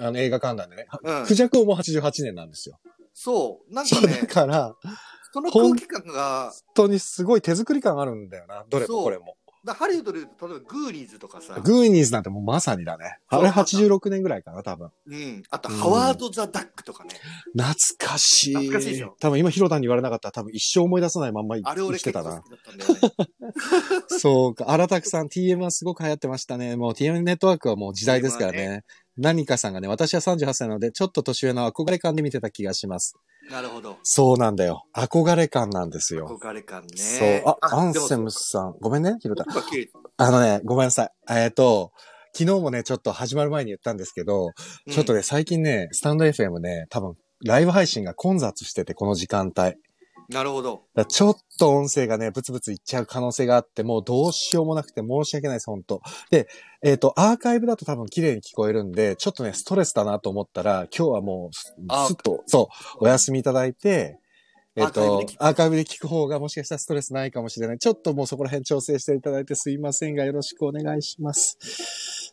[SPEAKER 1] の、あの映画観覧でね。
[SPEAKER 2] うん
[SPEAKER 1] クジャク王も88年なんですよ。
[SPEAKER 2] そう、なんか
[SPEAKER 1] [laughs] そうだ
[SPEAKER 2] ね、
[SPEAKER 1] から、
[SPEAKER 2] その空気感が、
[SPEAKER 1] 本当にすごい手作り感あるんだよな。どれ
[SPEAKER 2] そう
[SPEAKER 1] もこれも。
[SPEAKER 2] だハリウッドで言うと、例えばグーニーズとかさ、
[SPEAKER 1] グーニーズなんてもうまさにだね。あれ86年ぐらいかな、多分。
[SPEAKER 2] うん、あと
[SPEAKER 1] うん
[SPEAKER 2] ハワード・ザ・ダックとかね、
[SPEAKER 1] 懐かしい。
[SPEAKER 2] 懐かしいでしょ
[SPEAKER 1] 多分今、ヒロタンに言われなかったら多分一生思い出さないまんま
[SPEAKER 2] あれ
[SPEAKER 1] 生
[SPEAKER 2] 俺
[SPEAKER 1] きて
[SPEAKER 2] 結
[SPEAKER 1] た
[SPEAKER 2] 構
[SPEAKER 1] な
[SPEAKER 2] 好。きだったんだよね。
[SPEAKER 1] そうか。荒拓さん、TM はすごく流行ってましたね。もう TM ネットワークはもう時代ですから
[SPEAKER 2] TM
[SPEAKER 1] ね。何かさんがね、私は38歳なので、ちょっと年上の憧れ感で見てた気がします。
[SPEAKER 2] なるほど。
[SPEAKER 1] そうなんだよ。憧れ感なんですよ。
[SPEAKER 2] 憧れ感ね。
[SPEAKER 1] そう。あ、アンセ
[SPEAKER 2] でも
[SPEAKER 1] ムさん。ごめんね、ヒロタン。
[SPEAKER 2] そうか綺麗
[SPEAKER 1] あのね、ごめんなさい。えっ、と、昨日もね、ちょっと始まる前に言ったんですけど、
[SPEAKER 2] うん
[SPEAKER 1] ちょっとね、最近ね、スタンド FM ね、多分、ライブ配信が混雑してて、この時間帯。だか
[SPEAKER 2] なるほど。
[SPEAKER 1] らちょっと音声がね、ブツブツいっちゃう可能性があって、もうどうしようもなくて申し訳ないです、本当で、えっ、と、アーカイブだと多分綺麗に聞こえるんで、ちょっとね、ストレスだなと思ったら、今日はもうす、
[SPEAKER 2] あー
[SPEAKER 1] すっと、そう、お休みいただいて、えっ、と、
[SPEAKER 2] ア
[SPEAKER 1] アーカイブで聞く方がもしかしたらストレスないかもしれない。ちょっともうそこら辺調整していただいてすいませんが、よろしくお願いします。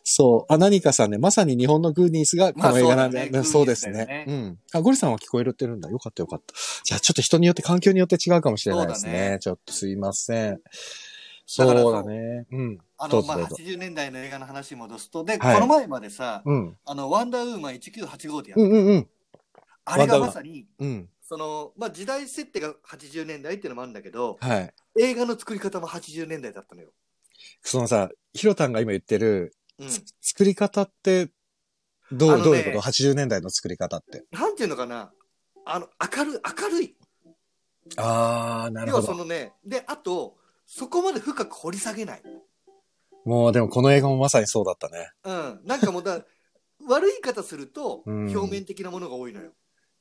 [SPEAKER 1] そう。あ、何かさんね、まさに日本のグーニースがこの映画なんだ、
[SPEAKER 2] まあ
[SPEAKER 1] ねそ
[SPEAKER 2] そうう
[SPEAKER 1] で
[SPEAKER 2] ですす
[SPEAKER 1] ね
[SPEAKER 2] ね
[SPEAKER 1] うん。あ、ゴリさんは聞こえるってるんだ。よかったよかった。じゃあちょっと人によって、環境によって違うかもしれないです
[SPEAKER 2] そう
[SPEAKER 1] ね。
[SPEAKER 2] だ
[SPEAKER 1] ちょっとすいません。そ
[SPEAKER 2] だから
[SPEAKER 1] うだね。うん。
[SPEAKER 2] あ
[SPEAKER 1] どう
[SPEAKER 2] の、
[SPEAKER 1] ぞ
[SPEAKER 2] まあ、
[SPEAKER 1] どうぞ
[SPEAKER 2] 80年代の映画の話に戻すと、で、
[SPEAKER 1] はい
[SPEAKER 2] この前までさ、
[SPEAKER 1] うん。
[SPEAKER 2] あの、ワンダーウーマン1985でやっ
[SPEAKER 1] う
[SPEAKER 2] た、
[SPEAKER 1] んうんうん。
[SPEAKER 2] あれ
[SPEAKER 1] ワンダー
[SPEAKER 2] が
[SPEAKER 1] ウーマン
[SPEAKER 2] まさに、
[SPEAKER 1] うん。
[SPEAKER 2] その、まあ、時代設定が80年代っていうのもあるんだけど、
[SPEAKER 1] はい。
[SPEAKER 2] 映画の作り方も80年代だったのよ。
[SPEAKER 1] そのさ、ヒロタンが今言ってる、
[SPEAKER 2] うん。
[SPEAKER 1] 作り方って、ど
[SPEAKER 2] あの
[SPEAKER 1] う、
[SPEAKER 2] ね
[SPEAKER 1] どういうこと ?80 年代の作り方って。
[SPEAKER 2] なんていうのかな、あの、明るい、明るい。
[SPEAKER 1] あー、なる
[SPEAKER 2] 要
[SPEAKER 1] ほ
[SPEAKER 2] は
[SPEAKER 1] ど
[SPEAKER 2] そ。のね、で、あと、そこまで深く掘り下げない。
[SPEAKER 1] もうでもこの映画もまさにそうだったね。
[SPEAKER 2] うん。なんかもうだ、 [laughs] 悪い言い方すると、
[SPEAKER 1] うん
[SPEAKER 2] 表面的なものが多いのよ。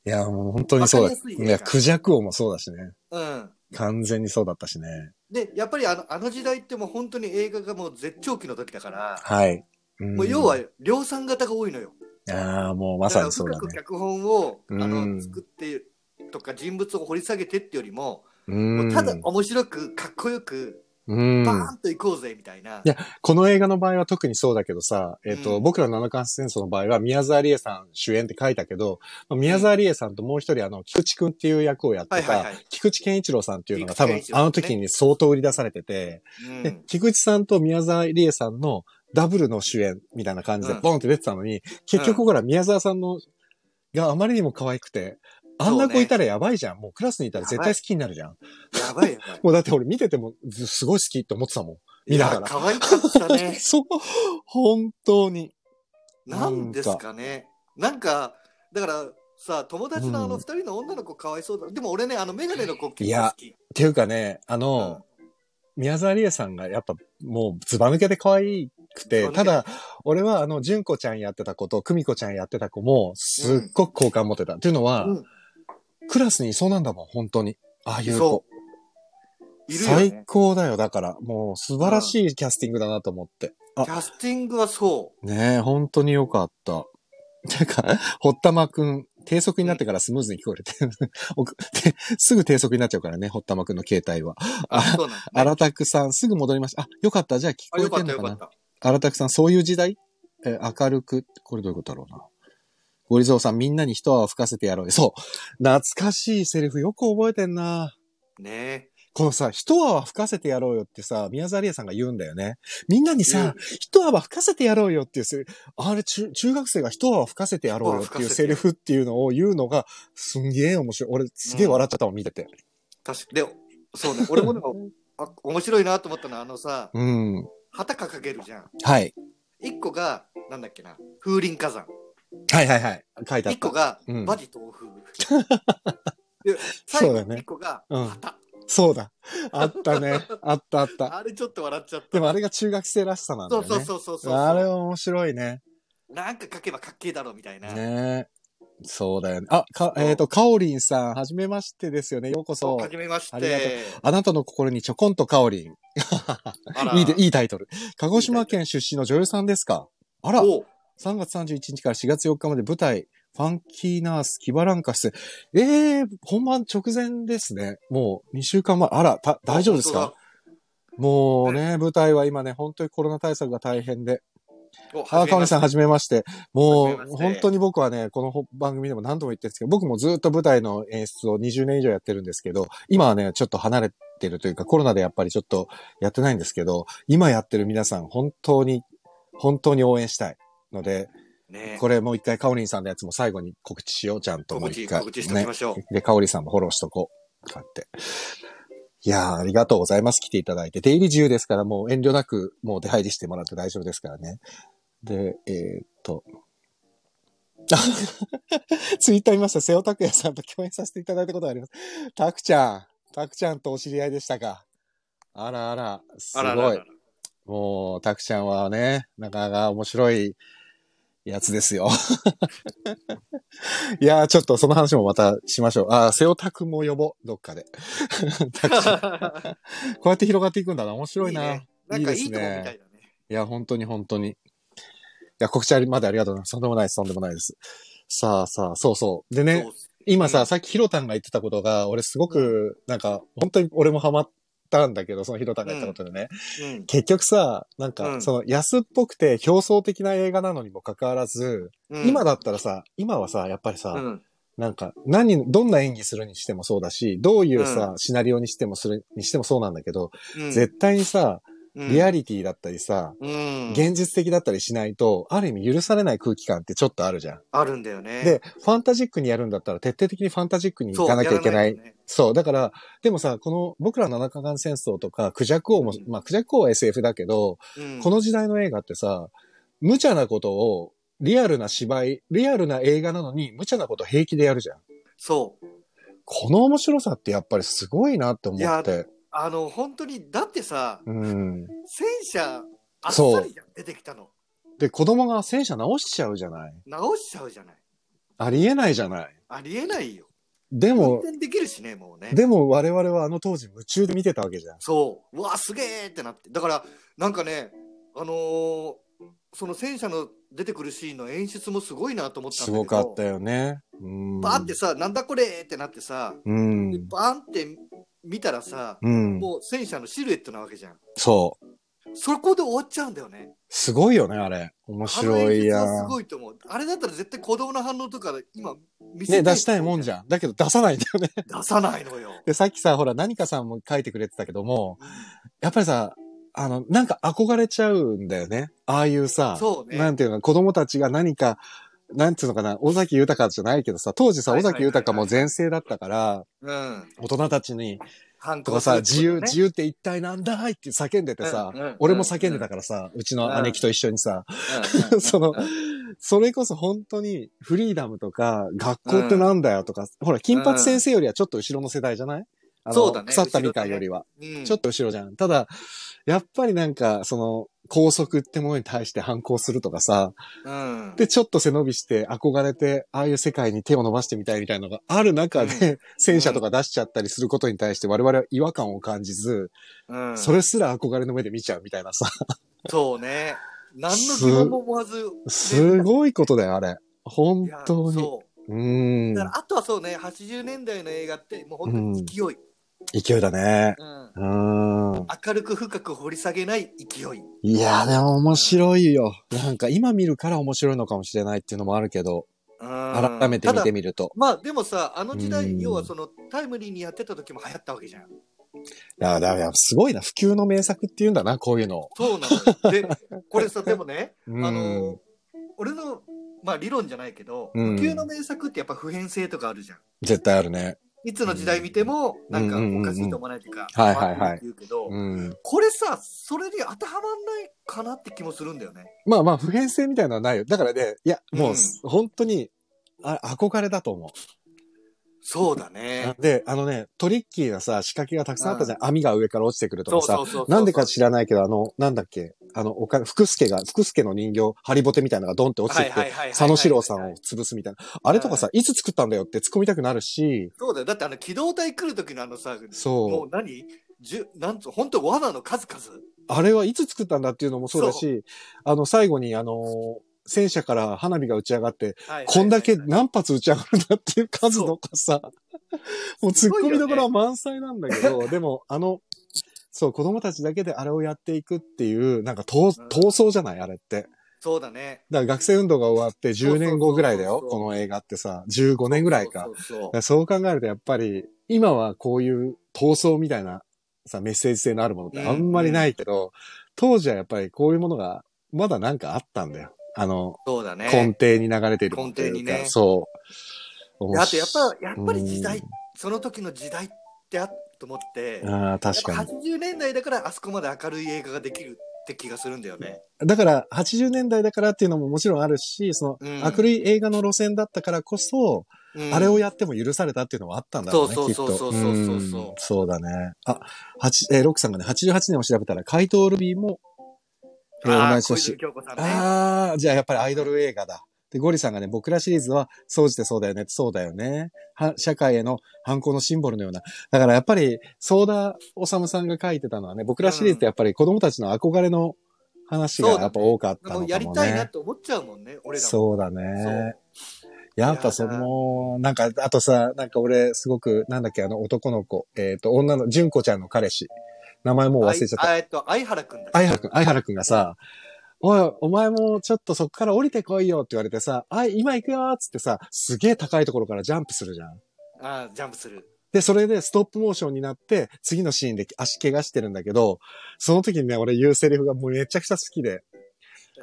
[SPEAKER 1] いや、もう本当にそうだ。
[SPEAKER 2] わかりやすい映画
[SPEAKER 1] や、クジャク王もそうだしね。
[SPEAKER 2] うん。
[SPEAKER 1] 完全にそうだったしね。
[SPEAKER 2] で、やっぱりあのあの時代ってもう本当に映画がもう絶頂期の時だから、
[SPEAKER 1] はい。ん
[SPEAKER 2] もう要は、量産型が多いのよ。
[SPEAKER 1] ああ、もうまさにそうだ
[SPEAKER 2] から深く
[SPEAKER 1] ね。
[SPEAKER 2] 脚本を、あ
[SPEAKER 1] うん
[SPEAKER 2] の作ってとか人物を掘り下げてってよりも、
[SPEAKER 1] う
[SPEAKER 2] も
[SPEAKER 1] ん
[SPEAKER 2] うただ面白くかっこよく
[SPEAKER 1] うん
[SPEAKER 2] バーンと行こうぜみたいな。
[SPEAKER 1] いやこの映画の場合は特にそうだけどさ、えっ、と、
[SPEAKER 2] うん
[SPEAKER 1] 僕らの七日間戦争の場合は宮沢りえさん主演って書いたけど、まあ宮沢りえさんともう一人あの、菊池くんっていう役をやってた、
[SPEAKER 2] はいはいはい
[SPEAKER 1] 菊池健一郎さんっていうのが多分
[SPEAKER 2] 菊池健一郎
[SPEAKER 1] あ
[SPEAKER 2] ね
[SPEAKER 1] の時に相当売り出されてて、
[SPEAKER 2] うん
[SPEAKER 1] で、菊池さんと宮沢りえさんのダブルの主演みたいな感じで
[SPEAKER 2] うん
[SPEAKER 1] ボンって出てたのに、結局ほら宮沢さんのがあまりにも可愛くて、あんな子いたらやばいじゃん。もうクラスにいたら絶対好きになるじゃん。
[SPEAKER 2] やばいやばい。
[SPEAKER 1] もうだって俺見ててもずすごい好きって思ってたもん。見なが
[SPEAKER 2] いや
[SPEAKER 1] ら。。
[SPEAKER 2] 可愛かったね
[SPEAKER 1] [laughs] そう、本当に。
[SPEAKER 2] なんですかね。なんか、だからさ、友達のあの二人の女の子かわいそうだ。でも俺ね、あのメガネの子結構好き。
[SPEAKER 1] っていうかね、あの、宮沢りえさんがやっぱもうズバ抜けて可愛くて、
[SPEAKER 2] そうね
[SPEAKER 1] ただ、俺はあの、純子ちゃんやってた子と、久美子ちゃんやってた子も、すっごく好感持ってた。っていうのは、
[SPEAKER 2] うん
[SPEAKER 1] クラスにいそうなんだもん、本当に。ああいう子。
[SPEAKER 2] そいるよ
[SPEAKER 1] 最
[SPEAKER 2] ね。
[SPEAKER 1] 高だよ、だから。もう素晴らしいキャスティングだなと思って。あ
[SPEAKER 2] キャスティングはそ
[SPEAKER 1] ねえ、本当によかった。なんか、ほったまくん、低速になってからスムーズに聞こえて、 [laughs] おくてすぐ低速になっちゃうからね、ほったまくんの携帯は。
[SPEAKER 2] う。
[SPEAKER 1] あ、
[SPEAKER 2] そうなんだ
[SPEAKER 1] あらたくさん、すぐ戻りました。あ、よかった、じゃあ聞
[SPEAKER 2] あ、
[SPEAKER 1] こえ
[SPEAKER 2] よか
[SPEAKER 1] て
[SPEAKER 2] っ
[SPEAKER 1] ん
[SPEAKER 2] た
[SPEAKER 1] の
[SPEAKER 2] よ
[SPEAKER 1] か
[SPEAKER 2] かっ
[SPEAKER 1] な。
[SPEAKER 2] た。
[SPEAKER 1] あらたくさん、そういう時代えー明るく、これどういうことだろうな。ゴリゾウさん、みんなに一泡吹かせてやろう。そう。懐かしいセリフよく覚えてんな。
[SPEAKER 2] ね
[SPEAKER 1] このさ、一泡吹かせてやろうよってさ、宮沢りえさんが言うんだよね。みんなにさ、一泡吹かせてやろうよっていうセリフ、あれ中、中学生が一泡吹かせてやろうよっていうセリフっていうのを言うのが、すんげえ面白い。俺、すげえ笑っちゃったもん、見てて。
[SPEAKER 2] 確かで、そうね。俺もでも、あ、面白いなと思ったのは、あのさ、
[SPEAKER 1] うん。
[SPEAKER 2] 旗掲げるじゃん。
[SPEAKER 1] はい。
[SPEAKER 2] 一個が、なんだっけな、風林火山。
[SPEAKER 1] はいはいはい。書いてあっ
[SPEAKER 2] 一個
[SPEAKER 1] た。
[SPEAKER 2] が、
[SPEAKER 1] うん
[SPEAKER 2] バジ豆腐。で、最
[SPEAKER 1] そうだ
[SPEAKER 2] 後
[SPEAKER 1] ね
[SPEAKER 2] 一個が、
[SPEAKER 1] うん
[SPEAKER 2] 旗。
[SPEAKER 1] そうだ。あったね。あったあった。
[SPEAKER 2] あれちょっと笑っちゃった。
[SPEAKER 1] でもあれが中学生らしさなんだよ
[SPEAKER 2] そう
[SPEAKER 1] ね。
[SPEAKER 2] そうそうそうそう。
[SPEAKER 1] あれは面白いね。
[SPEAKER 2] なんか書けばかっけえだろみたいな。
[SPEAKER 1] ねえそうだよね。あ、か、
[SPEAKER 2] そう
[SPEAKER 1] えっ、と、かおりんさん、はじめましてですよね。ようこそ。
[SPEAKER 2] はじめまし
[SPEAKER 1] ありがと
[SPEAKER 2] て。
[SPEAKER 1] あなたの心にちょこんとかおりん。
[SPEAKER 2] あら
[SPEAKER 1] いいで、いいタイトル。鹿児島県出身の女優さんですかあら、
[SPEAKER 2] おう
[SPEAKER 1] 3月31日から4月4日まで舞台、ファンキーナース、キバランカ出演。ええー、本番直前ですね。もう2週間前。あら、た大丈夫ですかもうね、舞台は今ね、本当にコロナ対策が大変で。
[SPEAKER 2] お
[SPEAKER 1] あ、かおりさん、は
[SPEAKER 2] じ
[SPEAKER 1] じめまして。も
[SPEAKER 2] はじめま
[SPEAKER 1] う、
[SPEAKER 2] して
[SPEAKER 1] 本当に僕はね、この番組でも何度も言ってるんですけど、僕もずっと舞台の演出を20年以上やってるんですけど、今はね、ちょっと離れてるというか、コロナでやっぱりちょっとやってないんですけど、今やってる皆さん、本当に、本当に応援したい。ので、
[SPEAKER 2] めね
[SPEAKER 1] これもう一回、かおりんさんのやつも最後に告知しよう、ちゃんと。もう
[SPEAKER 2] 告
[SPEAKER 1] 一
[SPEAKER 2] 知、
[SPEAKER 1] 回。
[SPEAKER 2] 告知しておきましょう。
[SPEAKER 1] で、かおりさんもフォローしとこう。買って。いやー、ありがとうございます。来ていただいて。出入り自由ですから、もう遠慮なく、もう出入りしてもらって大丈夫ですからね。で、えーっと。 [laughs] あツイッター見ました。瀬尾拓也さんと共演させていただいたことがあります。たくちゃん。たくちゃんとお知り合いでしたか。あらあら、すごい。
[SPEAKER 2] あらららら。
[SPEAKER 1] もう、たくちゃんはね、なかなか面白いやつです
[SPEAKER 2] [laughs]
[SPEAKER 1] よ。いやー、ちょっとその話もまたしましょう。あー、瀬尾拓も呼ぼう、どっかで。たくちゃんこうやって広がっていくんだな。面白いな。い
[SPEAKER 2] ね [laughs] なんかいいとこみたいだね。
[SPEAKER 1] や、本当に本当に。いや、告知ありまでありがとうございます。とんでもないです、とんでもないです。さあさあ、そうそう。でね
[SPEAKER 2] そう、っす
[SPEAKER 1] 今さ、
[SPEAKER 2] うん
[SPEAKER 1] さっきヒロタンが言ってたことが、俺すごく、なんか、本当に俺もハマったんだけど、そのヒロタンが言ったことでね。
[SPEAKER 2] うん。
[SPEAKER 1] 結局さ、なんか、
[SPEAKER 2] うん
[SPEAKER 1] その安っぽくて表層的な映画なのにもかかわらず、
[SPEAKER 2] うん
[SPEAKER 1] 今だったらさ、今はさ、やっぱりさ、
[SPEAKER 2] うん。
[SPEAKER 1] なんか、何、どんな演技するにしてもそうだし、どういうさ、シナリオにしてもする、にしてもそうなんだけど、
[SPEAKER 2] うん
[SPEAKER 1] 絶対にさ、リア
[SPEAKER 2] リ、
[SPEAKER 1] リティだったりさ、
[SPEAKER 2] うん。
[SPEAKER 1] 現実的だったりしないと、ある意味許されない空気感ってちょっとあるじゃん。
[SPEAKER 2] あるんだよね。
[SPEAKER 1] で、ファンタジックにやるんだったら徹底的にファンタジックに
[SPEAKER 2] そう、
[SPEAKER 1] 行かなきゃいけない
[SPEAKER 2] やらとね
[SPEAKER 1] そう。だから、でもさ、この僕らの七日間戦争とか、クジャク王も
[SPEAKER 2] う、ん
[SPEAKER 1] まあ、クジャク王は SF だけど、
[SPEAKER 2] うん
[SPEAKER 1] この時代の映画ってさ、無茶なことを、リアルな芝居、リアルな映画なのに、無茶なこと平気でやるじゃん。
[SPEAKER 2] そう。
[SPEAKER 1] この面白さってやっぱりすごいなって思
[SPEAKER 2] い
[SPEAKER 1] っ
[SPEAKER 2] や
[SPEAKER 1] て。
[SPEAKER 2] あの、本当に、だってさ、
[SPEAKER 1] うん。
[SPEAKER 2] 戦車、あっさ
[SPEAKER 1] そう
[SPEAKER 2] りじゃん出てきたの。
[SPEAKER 1] で、子供が戦車直しちゃうじゃない。
[SPEAKER 2] 直しちゃうじゃない。
[SPEAKER 1] ありえないじゃない。
[SPEAKER 2] ありえないよ。
[SPEAKER 1] で
[SPEAKER 2] 運
[SPEAKER 1] も、
[SPEAKER 2] 転できるしね、もうね。
[SPEAKER 1] でも我々はあの当時夢中で見てたわけじゃん。
[SPEAKER 2] そう。うわ、すげえってなって。だから、なんかね、あのーその戦車の出てくるシーンの演出もすごいなと思ったん
[SPEAKER 1] す
[SPEAKER 2] だけど。
[SPEAKER 1] ごかったよね。うん。
[SPEAKER 2] バーンってさ、なんだこれってなってさ、
[SPEAKER 1] うん
[SPEAKER 2] で。バーンって見たらさ、
[SPEAKER 1] うん。
[SPEAKER 2] もう戦車のシルエットなわけじゃん。
[SPEAKER 1] そう。
[SPEAKER 2] そこで終わっちゃうんだよね。
[SPEAKER 1] すごいよね、あれ。面白いや
[SPEAKER 2] あの演出はす
[SPEAKER 1] ん。
[SPEAKER 2] ごいと思う。あれだったら絶対子供の反応とか今見せ
[SPEAKER 1] ね、出したいもんじ
[SPEAKER 2] ゃ
[SPEAKER 1] ゃん。だけど出さないんだよね。
[SPEAKER 2] ん。出さないの
[SPEAKER 1] [laughs]
[SPEAKER 2] よ。
[SPEAKER 1] で、さっきさ、ほら、何かさんも書いてくれてたけども、やっぱりさ、あの、なんか憧れちゃうんだよね。ああいうさ、
[SPEAKER 2] そうね
[SPEAKER 1] なんていうの、子供たちが何か、なんていうのかな、尾崎豊じゃないけどさ、当時さ、
[SPEAKER 2] は
[SPEAKER 1] 尾
[SPEAKER 2] いはいはい
[SPEAKER 1] 崎
[SPEAKER 2] はい
[SPEAKER 1] 豊も全盛だったから、
[SPEAKER 2] うん。
[SPEAKER 1] 大人たちに、
[SPEAKER 2] 反
[SPEAKER 1] と
[SPEAKER 2] 抗
[SPEAKER 1] かさ、自由、
[SPEAKER 2] す
[SPEAKER 1] 自
[SPEAKER 2] る
[SPEAKER 1] 由って一体なんだいって叫んでてさ
[SPEAKER 2] うんうんうん、
[SPEAKER 1] 俺も叫んでたからさ、うちの姉貴と一緒にさ、
[SPEAKER 2] ってこと
[SPEAKER 1] [laughs]
[SPEAKER 2] ね。
[SPEAKER 1] その
[SPEAKER 2] うんうんうん、
[SPEAKER 1] それこそ本当にフリーダムとか、学校ってなんだよとか、ほら、金髪先生よりはちょっと後ろの世代じゃないあの
[SPEAKER 2] そうだね
[SPEAKER 1] 腐ったみかんよりは。 [laughs]
[SPEAKER 2] うん
[SPEAKER 1] ちょっと後ろじゃん。ただ、やっぱりなんか、その、拘束ってものに対して反抗するとかさ、
[SPEAKER 2] うん。
[SPEAKER 1] で、ちょっと背伸びして憧れて、ああいう世界に手を伸ばしてみたいみたいなのがある中で、戦車とか出しちゃったりすることに対して我々は違和感を感じず、
[SPEAKER 2] うん
[SPEAKER 1] それすら憧れの目で見ちゃうみたいなさ、
[SPEAKER 2] そうね。何の疑問も思わず。
[SPEAKER 1] すごいことだよ、あれ。本
[SPEAKER 2] いや
[SPEAKER 1] 当に。
[SPEAKER 2] そうう。
[SPEAKER 1] ん
[SPEAKER 2] だ。からあとはそうね、80年代の映画って、もう本当に勢い。
[SPEAKER 1] 勢いだね。
[SPEAKER 2] うん
[SPEAKER 1] うん。
[SPEAKER 2] 明るく深く掘り下げない勢い。
[SPEAKER 1] いや、でも面白いよ。なんか今見るから面白いのかもしれないっていうのもあるけど、改
[SPEAKER 2] 改
[SPEAKER 1] めて見てみると。
[SPEAKER 2] まあでもさ、あの時
[SPEAKER 1] う
[SPEAKER 2] 代、
[SPEAKER 1] ん
[SPEAKER 2] 要はそのタイムリーにやってた時も流行ったわけじゃん。
[SPEAKER 1] いや、だからすごいな。普及の名作っていうんだな、こういうの。
[SPEAKER 2] そうな
[SPEAKER 1] [laughs]
[SPEAKER 2] のよ。で、これさ、でもね、
[SPEAKER 1] あ
[SPEAKER 2] あの、、俺の、まあ理論じゃないけど、
[SPEAKER 1] うん
[SPEAKER 2] 普及の名作ってやっぱ普遍性とかあるじゃん。
[SPEAKER 1] 絶対あるね。
[SPEAKER 2] いつの時代見ても、なんかおかしいと思わないというか、
[SPEAKER 1] うんうんうんはいはいはい
[SPEAKER 2] あるって言うけど
[SPEAKER 1] う、ん。
[SPEAKER 2] これさ、それに当てはまんないかなって気もするんだよね。
[SPEAKER 1] まあまあ、普遍性みたいなのはないよ。だからね、いや、もう、
[SPEAKER 2] うん
[SPEAKER 1] 本当に、あ憧れだと思
[SPEAKER 2] そうだ
[SPEAKER 1] う、
[SPEAKER 2] ね。
[SPEAKER 1] で、あのね、トリッキーなさ、仕掛けがたくさんあったじゃん。網が上から落ちてくると
[SPEAKER 2] そ
[SPEAKER 1] かさ。
[SPEAKER 2] うそうそうそう。
[SPEAKER 1] なんでか知らないけど、あの、なんだっけ、あの、おか、福助が、福助の人形、ハリボテみたいなのがドンって落ちてき
[SPEAKER 2] はいは
[SPEAKER 1] て、
[SPEAKER 2] いはいはいはい
[SPEAKER 1] 佐野史郎さんを潰すみたいな。あれとかさ、いつ作ったんだよって突っ込みたくなるし、
[SPEAKER 2] そうだよ。だってあの、機動隊来る時のあのさ、も
[SPEAKER 1] そうう。
[SPEAKER 2] 何じゅなんつう、本当罠の数々。
[SPEAKER 1] あれはいつ作ったんだっていうのもそうだし、あの、最後に、あの、戦車から花火が打ち上がって、
[SPEAKER 2] はいはいはいはい
[SPEAKER 1] こんだけ何発打ち上がるんだっていう数のかさ、もう突
[SPEAKER 2] す
[SPEAKER 1] っ
[SPEAKER 2] ごいよ
[SPEAKER 1] 込
[SPEAKER 2] ね
[SPEAKER 1] みどころは満載なんだけど、でも、あの、そう、子供たちだけであれをやっていくっていう、なんか闘
[SPEAKER 2] うん
[SPEAKER 1] 闘争じゃないあれって。
[SPEAKER 2] そうだね。
[SPEAKER 1] だから学生運動が終わって10年後ぐらいだよ、
[SPEAKER 2] そうそう
[SPEAKER 1] こ
[SPEAKER 2] そうそう
[SPEAKER 1] の映画ってさ、15年ぐらいか。
[SPEAKER 2] そうそうそう
[SPEAKER 1] だからそう考えるとやっぱり、今はこういう闘争みたいなさ、メッセージ性のあるものってあんまりないけど、当時はやっぱりこういうものがまだなんかあったんだよ。あの、
[SPEAKER 2] そうだ
[SPEAKER 1] 根
[SPEAKER 2] ね。
[SPEAKER 1] 底に流れているっていうか
[SPEAKER 2] 根底にね
[SPEAKER 1] そう。
[SPEAKER 2] あとやっぱ、やっぱり時代
[SPEAKER 1] うん、
[SPEAKER 2] その時の時代ってあっと思って、やっ
[SPEAKER 1] ああ、確
[SPEAKER 2] ぱ
[SPEAKER 1] かに。
[SPEAKER 2] 80年代だからあそこまで明るい映画ができるって気がするんだよね。
[SPEAKER 1] だから、80年代だからっていうのももちろんあるし、その、
[SPEAKER 2] うん
[SPEAKER 1] 明るい映画の路線だったからこそ、
[SPEAKER 2] うん
[SPEAKER 1] あれをやっても許されたっていうのはあったんだろうね、
[SPEAKER 2] そう
[SPEAKER 1] きっ
[SPEAKER 2] そう
[SPEAKER 1] と。
[SPEAKER 2] そうそうそうそうん
[SPEAKER 1] そうだね。あ、八えー、ロックさんがね、88年を調べたら、怪盗ルビーも
[SPEAKER 2] えー、
[SPEAKER 1] 同じ年
[SPEAKER 2] 同じ年。小泉京子さんね
[SPEAKER 1] ああ、じゃあやっぱりアイドル映画だ。で、ゴリさんがね、僕らシリーズは、総じてそうだよね、そうだよね。は社会への反抗のシンボルのような。だからやっぱり、ソーダ治さんが書いてたのはね、僕らシリーズってやっぱり子供たちの憧れの話がやっぱ多かったのか
[SPEAKER 2] も
[SPEAKER 1] も
[SPEAKER 2] う
[SPEAKER 1] ね。
[SPEAKER 2] やりたいなって思っちゃうもんね、俺らも。
[SPEAKER 1] そうだ
[SPEAKER 2] そ
[SPEAKER 1] ね
[SPEAKER 2] う。
[SPEAKER 1] やっぱその、なんか、あとさ、なんか俺、すごく、なんだっけ、あの、男の子、えっ、と、女の、純子ちゃんの彼氏。名前もう忘れちゃった。
[SPEAKER 2] あえっと、相原くんだっけ
[SPEAKER 1] 相原くん、相原くんがさ、おい、お前もちょっとそこから降りてこいよって言われてさ、あい、今行くよーっつってさ、すげえ高いところからジャンプするじゃん。
[SPEAKER 2] あージャンプする。
[SPEAKER 1] で、それでストップモーションになって、次のシーンで足怪我してるんだけど、その時にね、俺言うセリフがもうめちゃくちゃ好きで、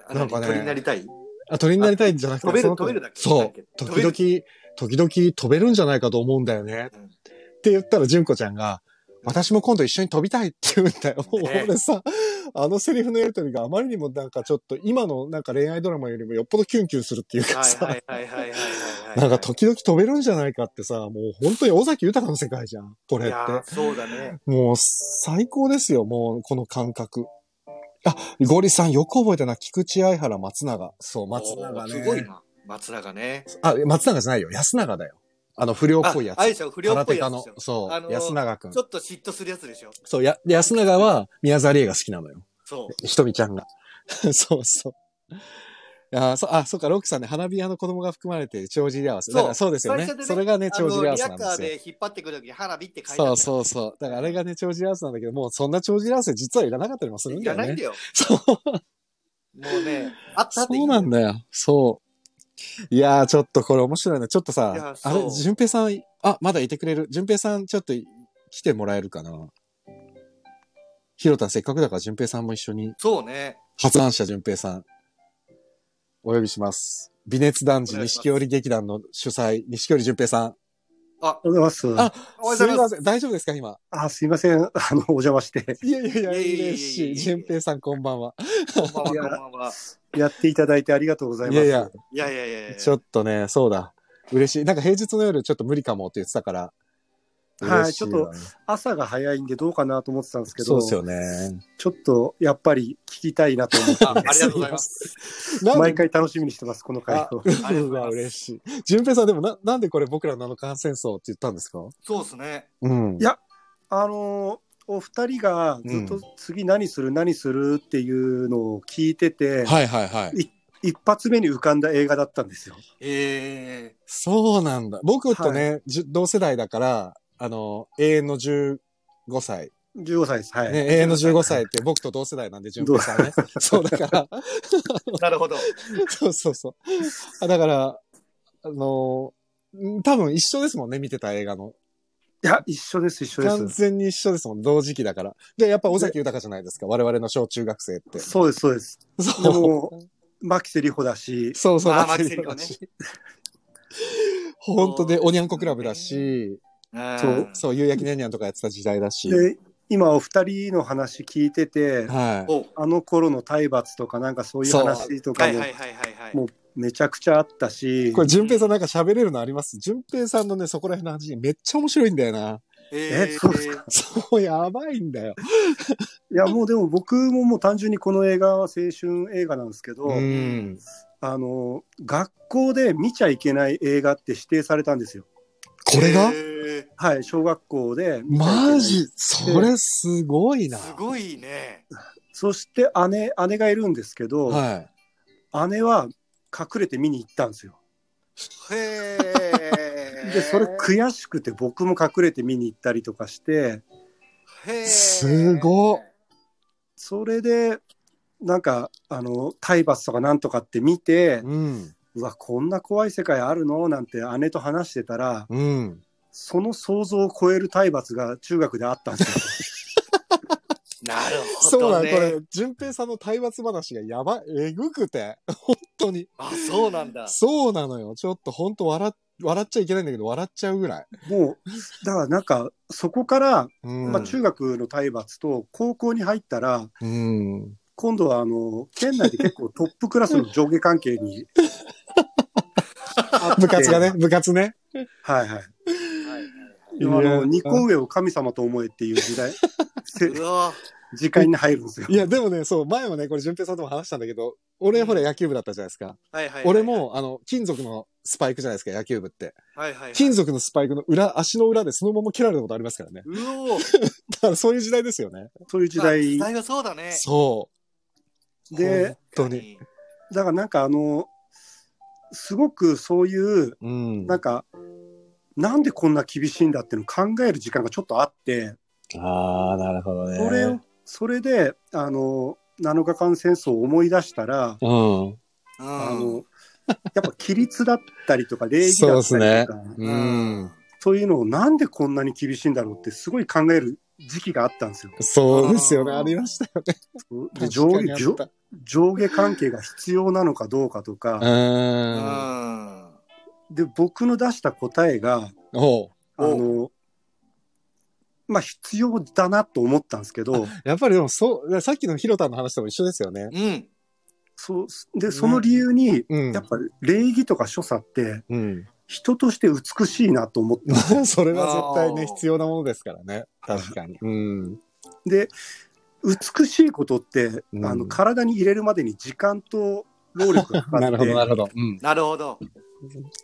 [SPEAKER 2] あ
[SPEAKER 1] なんかね
[SPEAKER 2] 鳥になりたい。
[SPEAKER 1] あ、鳥になりたいんじゃなくて、
[SPEAKER 2] 飛べる
[SPEAKER 1] その時
[SPEAKER 2] 飛べるだっけ
[SPEAKER 1] そう。
[SPEAKER 2] 飛
[SPEAKER 1] 時
[SPEAKER 2] べる
[SPEAKER 1] 々、時々飛べるんじゃないかと思うんだよね。
[SPEAKER 2] うん
[SPEAKER 1] って言ったら、純子ちゃんが、私も今度一緒に飛びたいって言うんだよ。もう
[SPEAKER 2] ね
[SPEAKER 1] 俺さ、あのセリフのやりとりがあまりにもなんかちょっと今のなんか恋愛ドラマよりもよっぽどキュンキュンするっていうかさ、
[SPEAKER 2] はいはいはいはいはいはいはい。
[SPEAKER 1] なんか時々飛べるんじゃないかってさ、もう本当に尾崎豊の世界じゃん、これ
[SPEAKER 2] い
[SPEAKER 1] って
[SPEAKER 2] や。ーそうだね。
[SPEAKER 1] もう最高ですよ、もうこの感覚。あ、ゴリさんよく覚えたな、菊池愛原松永。そう、松永ね。
[SPEAKER 2] すごいな。松永ね。
[SPEAKER 1] あ、松永じゃないよ、安永だよ。あの不良っぽいやつ
[SPEAKER 2] あ。あれでしょ、不良っぽいやつ
[SPEAKER 1] 空手家
[SPEAKER 2] でしょ
[SPEAKER 1] の、。そう、
[SPEAKER 2] あの
[SPEAKER 1] 安永くん
[SPEAKER 2] ち。ょっと嫉妬するやつでしょ。
[SPEAKER 1] そう、や、で安永は宮沢りえが好きなのよ。
[SPEAKER 2] そう。
[SPEAKER 1] ひとみちゃんが。 [laughs] そうそう。あーそあ、そうか、ロックさんね、花火屋の子供が含まれている帳尻合わせ。だからそうですよね。
[SPEAKER 2] 最
[SPEAKER 1] そ
[SPEAKER 2] 初で
[SPEAKER 1] れがね、
[SPEAKER 2] あ
[SPEAKER 1] 帳
[SPEAKER 2] の
[SPEAKER 1] 尻合わせなん
[SPEAKER 2] リ
[SPEAKER 1] で
[SPEAKER 2] ヤカー
[SPEAKER 1] すよ。
[SPEAKER 2] で引っ張ってくるときに花火って書いて
[SPEAKER 1] そ
[SPEAKER 2] ある
[SPEAKER 1] うそうそう。だからあれがね、帳尻合わせなんだけど、もうそんな帳尻合わせ実はいらなかったりもするん
[SPEAKER 2] い
[SPEAKER 1] だよ
[SPEAKER 2] らないん
[SPEAKER 1] ね。
[SPEAKER 2] だよ。
[SPEAKER 1] そう、
[SPEAKER 2] もうね、あったっていい
[SPEAKER 1] そうなんだよ。そう。いやー、ちょっとこれ面白いな。ちょっと
[SPEAKER 2] いや
[SPEAKER 1] さ、あ
[SPEAKER 2] そう
[SPEAKER 1] れ、淳平さん、あ、まだいてくれる。淳平さん、ちょっと来てもらえるかな。ひろたん、せっかくだから淳平さんも一緒に
[SPEAKER 2] そうね。
[SPEAKER 1] 発案者淳平さん。お呼びします。微熱男児
[SPEAKER 2] お願いします
[SPEAKER 1] 錦織劇団の主催、錦織淳平さん。
[SPEAKER 3] おはようございます。
[SPEAKER 1] あ
[SPEAKER 3] あ、
[SPEAKER 2] おはよう
[SPEAKER 1] す
[SPEAKER 2] ござ
[SPEAKER 1] み
[SPEAKER 2] いま。
[SPEAKER 1] ますせん。大丈夫ですか今。
[SPEAKER 3] すいません。あ [laughs] の、お邪魔して。 [laughs]
[SPEAKER 1] いやいやいや、
[SPEAKER 2] いやいやいやいや
[SPEAKER 1] 嬉しい。淳平さんこんばんは。
[SPEAKER 2] こんばんは、こんばんは。
[SPEAKER 3] やっていただいてありがとうございま
[SPEAKER 1] いや
[SPEAKER 3] す。
[SPEAKER 1] いや、
[SPEAKER 2] いやいやいやいや。
[SPEAKER 1] ちょっとね、そうだ。嬉しい。なんか平日の夜ちょっと無理かもって言ってたから。
[SPEAKER 3] はい
[SPEAKER 1] 嬉しわね
[SPEAKER 3] 朝が早いんでどうかなと思ってたんですけ
[SPEAKER 1] そう
[SPEAKER 3] ど、
[SPEAKER 1] ですよね。
[SPEAKER 3] ちょっとやっぱり聞きたいなと思
[SPEAKER 2] ああ
[SPEAKER 3] っ
[SPEAKER 2] り
[SPEAKER 3] て、
[SPEAKER 2] がとうございます。
[SPEAKER 1] なん
[SPEAKER 3] 毎回楽しみにしてます、この回
[SPEAKER 1] あ
[SPEAKER 3] を。
[SPEAKER 2] ありがとうございます
[SPEAKER 1] 嬉しい。淳平さん、でもな、なんでこれ僕らの感染争って言ったんですか
[SPEAKER 2] そうですね。
[SPEAKER 1] うん。
[SPEAKER 3] いや [laughs] あの、お二人がずっ
[SPEAKER 1] う
[SPEAKER 3] と次何する何するっていうのを聞いてて、
[SPEAKER 1] はいはいはい。
[SPEAKER 3] 一発目に浮かんだ映画だったんですよ。
[SPEAKER 2] ええ
[SPEAKER 1] そうなんだ。僕とね、じゅ同世代だから、あの、永遠の15歳。
[SPEAKER 3] 15歳です。はい。
[SPEAKER 1] ね、永遠の15歳って僕と同世代なんで、純平
[SPEAKER 2] [laughs]
[SPEAKER 1] さんね。そうだから、
[SPEAKER 2] なるほど。
[SPEAKER 1] [laughs] そうそうそう。あだから、あのん多分一緒ですもんね、見てた映画の。
[SPEAKER 3] いや、一緒です、一緒
[SPEAKER 1] 完
[SPEAKER 3] です。
[SPEAKER 1] 全に一緒ですもん、同時期だから。で、やっぱ尾崎豊じゃないですか、我々の小中学生って。
[SPEAKER 3] そうです、そうです。で
[SPEAKER 1] そ
[SPEAKER 3] も
[SPEAKER 1] う。
[SPEAKER 3] 牧瀬里穂だし、
[SPEAKER 1] そうそう、
[SPEAKER 2] まあ
[SPEAKER 1] 松井
[SPEAKER 2] 松井
[SPEAKER 1] 豊だ
[SPEAKER 2] 豊ね
[SPEAKER 1] し。 [laughs] 本当で、おにゃんこクラブだし、
[SPEAKER 3] そう
[SPEAKER 1] そう、夕焼けにゃんにゃんとかやってた時代だし。
[SPEAKER 3] で今お二人の話聞いてて、
[SPEAKER 1] はい。
[SPEAKER 2] お
[SPEAKER 3] あの頃の体罰とかなんかそういう
[SPEAKER 1] そう
[SPEAKER 3] 話とか
[SPEAKER 2] はい
[SPEAKER 3] も
[SPEAKER 2] はいはいはいはい。
[SPEAKER 3] もうめちゃくちゃあったし、
[SPEAKER 1] これ、淳平さんなんか喋れるのあります淳平さんのね、そこら辺の話、めっちゃ面白いんだよな。
[SPEAKER 2] ええ
[SPEAKER 3] えそうですか
[SPEAKER 1] そう、やばいんだよ。
[SPEAKER 3] いやもうでも僕ももう単純にこの映画は青春映画なんですけど、
[SPEAKER 1] うん。
[SPEAKER 3] あの学校で見ちゃいけない映画って指定されたんですよ。
[SPEAKER 1] これが
[SPEAKER 2] ええ
[SPEAKER 3] はい、小学校で見ちゃいけない
[SPEAKER 1] マジ、それすごいな。
[SPEAKER 2] すごいね。
[SPEAKER 3] そして姉姉がいるんですけど、
[SPEAKER 1] は
[SPEAKER 3] 姉は隠れて見に行ったんですよ。
[SPEAKER 1] [laughs]
[SPEAKER 2] へえ。
[SPEAKER 3] でそれ悔しくて僕も隠れて見に行ったりとかして。
[SPEAKER 2] へえ。
[SPEAKER 1] すごっ
[SPEAKER 3] それで、なんか、あの、体罰とかなんとかって見て
[SPEAKER 1] い。、うん。
[SPEAKER 3] うわ、こんな怖い世界あるのなんて姉と話してたら、
[SPEAKER 1] うん。
[SPEAKER 3] その想像を超える体罰が中学であった
[SPEAKER 1] [laughs]
[SPEAKER 3] んです
[SPEAKER 2] なるほ
[SPEAKER 1] そうな
[SPEAKER 2] ど、
[SPEAKER 1] ん、
[SPEAKER 2] ね。
[SPEAKER 1] これ、淳平さんの体罰話がやばい、えぐくて。 [laughs] 本当に。
[SPEAKER 2] あ、そうなんだ。
[SPEAKER 1] そうなのよ。ちょっと本当笑っ、笑っちゃいけないんだけど、笑っちゃうぐらい。
[SPEAKER 3] よ。もう、だからなんか、そこから、
[SPEAKER 1] うん。
[SPEAKER 3] まあ、中学の体罰と高校に入ったら、
[SPEAKER 1] うん。
[SPEAKER 3] 今度は、あの、県内で結
[SPEAKER 1] [laughs]
[SPEAKER 3] 構トップクラスの上下関係に。
[SPEAKER 1] 部活がね、部活ね。
[SPEAKER 3] はいはい。
[SPEAKER 2] はい
[SPEAKER 3] でもあ
[SPEAKER 1] いや
[SPEAKER 3] の、二個上を神様と思えっていう時代。せ
[SPEAKER 2] うわ
[SPEAKER 3] 時間に入るんですよ。
[SPEAKER 1] いや、でもね、そう、前もね、これ、淳平さんとも話したんだけど、俺、ほら、野球部だったじゃないですか。
[SPEAKER 2] はいはい。
[SPEAKER 1] 俺、も、あの、金属のスパイクじゃないですか、野球部って。
[SPEAKER 2] はいはいはい。
[SPEAKER 1] 金属のスパイクの裏、足の裏でそのまま蹴られたことありますからね。
[SPEAKER 2] うおー
[SPEAKER 1] だから、そういう時代ですよね。
[SPEAKER 3] そういう時代
[SPEAKER 2] 時。代はそうだね。
[SPEAKER 1] そ
[SPEAKER 3] で、
[SPEAKER 1] 本当に。
[SPEAKER 3] だからなんかあの、すごくそういう、
[SPEAKER 1] う。うん。
[SPEAKER 3] なんか、なんでこんな厳しいんだっていうのを考える時間がちょっとあって、
[SPEAKER 1] ああ、なるほどね。
[SPEAKER 3] それを、それで、あの、7日間戦争を思い出したら、
[SPEAKER 1] うん。
[SPEAKER 2] う
[SPEAKER 3] あ
[SPEAKER 2] ん。
[SPEAKER 3] の、やっぱ規律だったりとか礼儀だったりとか、
[SPEAKER 1] う
[SPEAKER 2] うん
[SPEAKER 1] ん。
[SPEAKER 3] そういうのをなんでこんなに厳しいんだろうってすごい考える時期があったんですよ。
[SPEAKER 1] そうですよね。
[SPEAKER 2] あー
[SPEAKER 1] ありましたよね。確
[SPEAKER 3] で上
[SPEAKER 1] か
[SPEAKER 3] 下
[SPEAKER 1] にあっ
[SPEAKER 3] 上
[SPEAKER 1] た
[SPEAKER 3] 上下関係が必要なのかどうかと
[SPEAKER 1] う
[SPEAKER 3] か、
[SPEAKER 1] ーん。
[SPEAKER 2] うん。
[SPEAKER 3] で、僕の出した答えが、
[SPEAKER 1] おう
[SPEAKER 3] あの、まあ必要だなと思ったんですけど、
[SPEAKER 1] やっぱりでもそう、さっきのヒロタンの話とも一緒ですよね。
[SPEAKER 2] うん。
[SPEAKER 3] そう、で、その理由に、
[SPEAKER 1] うん
[SPEAKER 3] やっ。ぱ礼儀とか所作って
[SPEAKER 1] うん。
[SPEAKER 3] 人として美しいなと思った。
[SPEAKER 1] [laughs] それは絶対
[SPEAKER 2] あー
[SPEAKER 1] ね、必要なものですからね。確かに。うん。
[SPEAKER 3] で、美しいことって、
[SPEAKER 1] うん
[SPEAKER 3] あの、体に入れるまでに時間と労力がか
[SPEAKER 1] [laughs]
[SPEAKER 3] か
[SPEAKER 1] な
[SPEAKER 3] っ
[SPEAKER 1] るほ
[SPEAKER 3] て
[SPEAKER 1] ど、、なるほど。うん。
[SPEAKER 2] なるほど。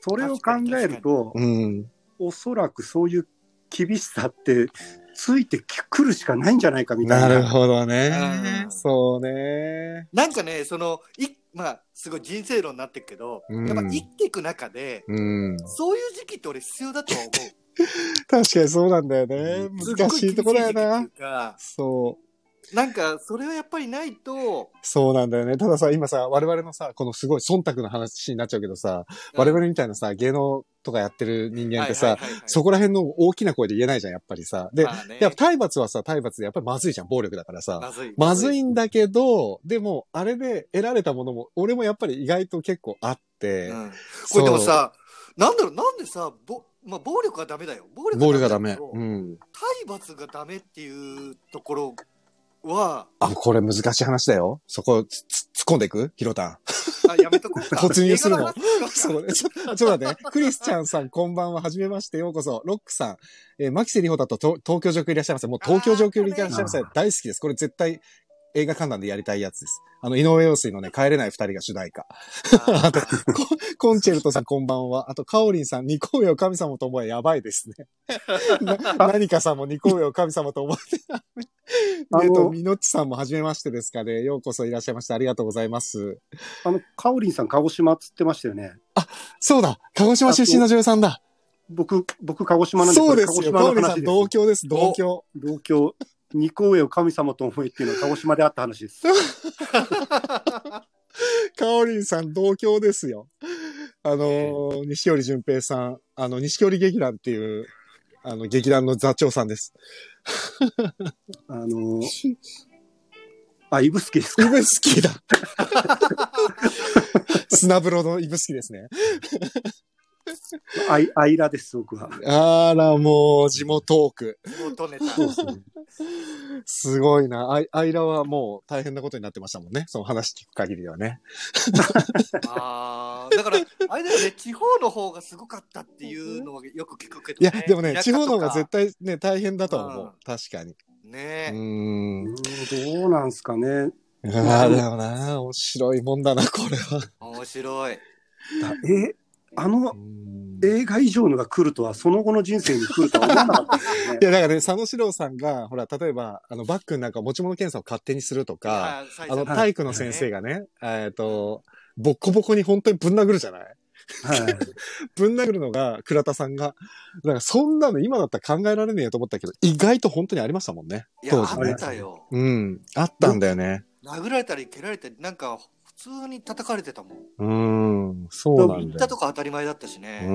[SPEAKER 3] それを考えると、
[SPEAKER 1] うん。
[SPEAKER 3] おそらくそういう厳しさって、ついてくるしかないんじゃないかみた
[SPEAKER 1] ない
[SPEAKER 3] な。
[SPEAKER 1] るほどね
[SPEAKER 2] う。ん
[SPEAKER 1] そうね。
[SPEAKER 2] なんかね、その、い、まあ、すごい人生論になってるけど、
[SPEAKER 1] うん
[SPEAKER 2] やっぱ生きていく中で、
[SPEAKER 1] うん。
[SPEAKER 2] そういう時期って俺必要だとは
[SPEAKER 1] [laughs]
[SPEAKER 2] 思
[SPEAKER 1] 確
[SPEAKER 2] う。
[SPEAKER 1] かにそうなんだよね。難しいとこだよ
[SPEAKER 2] すっごい厳しい時期っ
[SPEAKER 1] な
[SPEAKER 2] て。いうか。
[SPEAKER 1] そう。
[SPEAKER 2] なんか、それはやっぱりないと、
[SPEAKER 1] そうなんだよね。たださ、今さ、我々のさ、このすごい忖度の話になっちゃうけどさ、我々みたいなさ、芸能とかやってる人間ってさ、そ
[SPEAKER 2] こ
[SPEAKER 1] こら辺の大きな声で言えないじゃん、やっぱりさ。で、
[SPEAKER 2] まあね
[SPEAKER 1] やっぱ体罰はさ、体罰でやっぱりまずいじゃん、暴力だからさ。
[SPEAKER 2] まずい。
[SPEAKER 1] まずいんだけど、でも、あれで得られたものも、俺もやっぱり意外と結構あって、
[SPEAKER 2] うんこ
[SPEAKER 1] そ
[SPEAKER 2] れ
[SPEAKER 1] う
[SPEAKER 2] でもさ、なんだろう、なんでさ、ぼまあ、暴力はダメだよ。暴力
[SPEAKER 1] 暴
[SPEAKER 2] は
[SPEAKER 1] 力が
[SPEAKER 2] ダ
[SPEAKER 1] ダ
[SPEAKER 2] メだ
[SPEAKER 1] メ。
[SPEAKER 2] け
[SPEAKER 1] う
[SPEAKER 2] ど。
[SPEAKER 1] ん。
[SPEAKER 2] 体罰がダメっていうところは、
[SPEAKER 1] あ、これ難しい話だよ。そこ、つつ突っ込んでいくヒロ
[SPEAKER 2] [laughs]
[SPEAKER 1] タン。
[SPEAKER 2] あ、やめと
[SPEAKER 1] [laughs]
[SPEAKER 2] こうか。
[SPEAKER 1] 突入するの
[SPEAKER 2] 映画話しよ
[SPEAKER 1] そう [laughs] ね。ちょちょっと待ってね。クリスチ
[SPEAKER 2] [laughs]
[SPEAKER 1] ャンさん、こんばんは。はじめまして。ようこそ。ロックさん。えー、牧瀬里穂だとと東京上級いらっしゃいませ。もう東京上級いらっしゃいませ
[SPEAKER 3] あー。
[SPEAKER 1] 大好きです。これ絶対映画観覧でやりたいやつです。あの、井上陽水のね、帰れない二人が主題歌。
[SPEAKER 2] うかあー
[SPEAKER 1] コンチェルトさん、こんばんは。あと、カオリンさん、ニコウヨ神様と思え、やばいですね。な何かさんもニコウヨ神様と思えて。
[SPEAKER 3] あの
[SPEAKER 1] えっと、みのっちさんもはじめましてですかね。ようこそいらっしゃいました。ありがとうございます。
[SPEAKER 3] あの、かおりんさん、鹿児島っつってましたよね。
[SPEAKER 1] そうだ鹿児島出身の女優さんだ
[SPEAKER 3] 僕、僕、鹿児島なんで、
[SPEAKER 1] そうで
[SPEAKER 3] こ
[SPEAKER 1] す
[SPEAKER 3] れ
[SPEAKER 1] よ。
[SPEAKER 3] 鹿
[SPEAKER 1] カ
[SPEAKER 3] 児
[SPEAKER 1] オ
[SPEAKER 3] 島
[SPEAKER 1] リ
[SPEAKER 3] の
[SPEAKER 1] ンさ
[SPEAKER 3] 話
[SPEAKER 1] ん、
[SPEAKER 3] で
[SPEAKER 1] 同
[SPEAKER 3] す。
[SPEAKER 1] 郷です、同郷。
[SPEAKER 3] 同郷、二校へを神様と思いっていうのは鹿児島であった話
[SPEAKER 1] [laughs]
[SPEAKER 3] です。
[SPEAKER 1] カオリンさん同郷ですよ。あのー、西織淳平さん、あの、西織劇団っていう、あの、劇団の座長さん
[SPEAKER 2] [laughs]
[SPEAKER 1] です。
[SPEAKER 3] あの、あ、指宿です [laughs]
[SPEAKER 1] イ
[SPEAKER 3] か。
[SPEAKER 1] ブスキーだ。 [laughs] 砂風呂のイブスキーですね。
[SPEAKER 3] あい、あいらです、僕は。
[SPEAKER 1] あら、もう、地元トーク。
[SPEAKER 2] 元ネ
[SPEAKER 3] そうですね。
[SPEAKER 1] すごいな。あい、あいらはもう大変なことになってましたもんね。その話聞く限りではね。
[SPEAKER 2] タあーだから、あれだよね、地方の方がすごかったっていうのはよく聞くけど、
[SPEAKER 1] いや
[SPEAKER 2] ね。、
[SPEAKER 1] でもね、
[SPEAKER 2] 田
[SPEAKER 1] 地
[SPEAKER 2] 舎とか
[SPEAKER 1] 方の方が絶対ね、大変だとは思
[SPEAKER 2] うん
[SPEAKER 1] う。確かに。う
[SPEAKER 2] ね
[SPEAKER 1] ーん
[SPEAKER 3] う。んどうなんすかね。
[SPEAKER 1] ああ、でもな、面白いもんだな、これは。
[SPEAKER 2] 面白い。
[SPEAKER 3] だえ、あの
[SPEAKER 1] え
[SPEAKER 3] 映画以上のが来るとは、その後の人生に来るとは思わなかったですよ
[SPEAKER 1] い
[SPEAKER 3] ね。
[SPEAKER 1] や、だからね、佐野史郎さんが、ほら、例えば、あの、バッグなんか持ち物検査を勝手にするとか、
[SPEAKER 2] あ
[SPEAKER 1] あの、
[SPEAKER 3] はい
[SPEAKER 1] 体育の先生がね、えっと、ボッコボコに本当にぶん殴るじゃない
[SPEAKER 3] [laughs] はい。
[SPEAKER 1] ぶん殴るのが倉田さんが。だからそんなの今だったら考えられねえよと思ったけど、意外と本当にありましたもんね。
[SPEAKER 2] いや、
[SPEAKER 1] 当
[SPEAKER 2] あ
[SPEAKER 1] 時
[SPEAKER 2] っ
[SPEAKER 1] ね。
[SPEAKER 2] たよ。
[SPEAKER 1] うん。あったんだよね。
[SPEAKER 2] 殴られたり蹴られたり、なんか、普通に叩かれてたもん。
[SPEAKER 1] うん。そうなん
[SPEAKER 2] 行っ
[SPEAKER 1] だ
[SPEAKER 2] た
[SPEAKER 1] よ。
[SPEAKER 2] とこ当たり前だったし
[SPEAKER 1] う
[SPEAKER 2] ね。
[SPEAKER 1] ん。う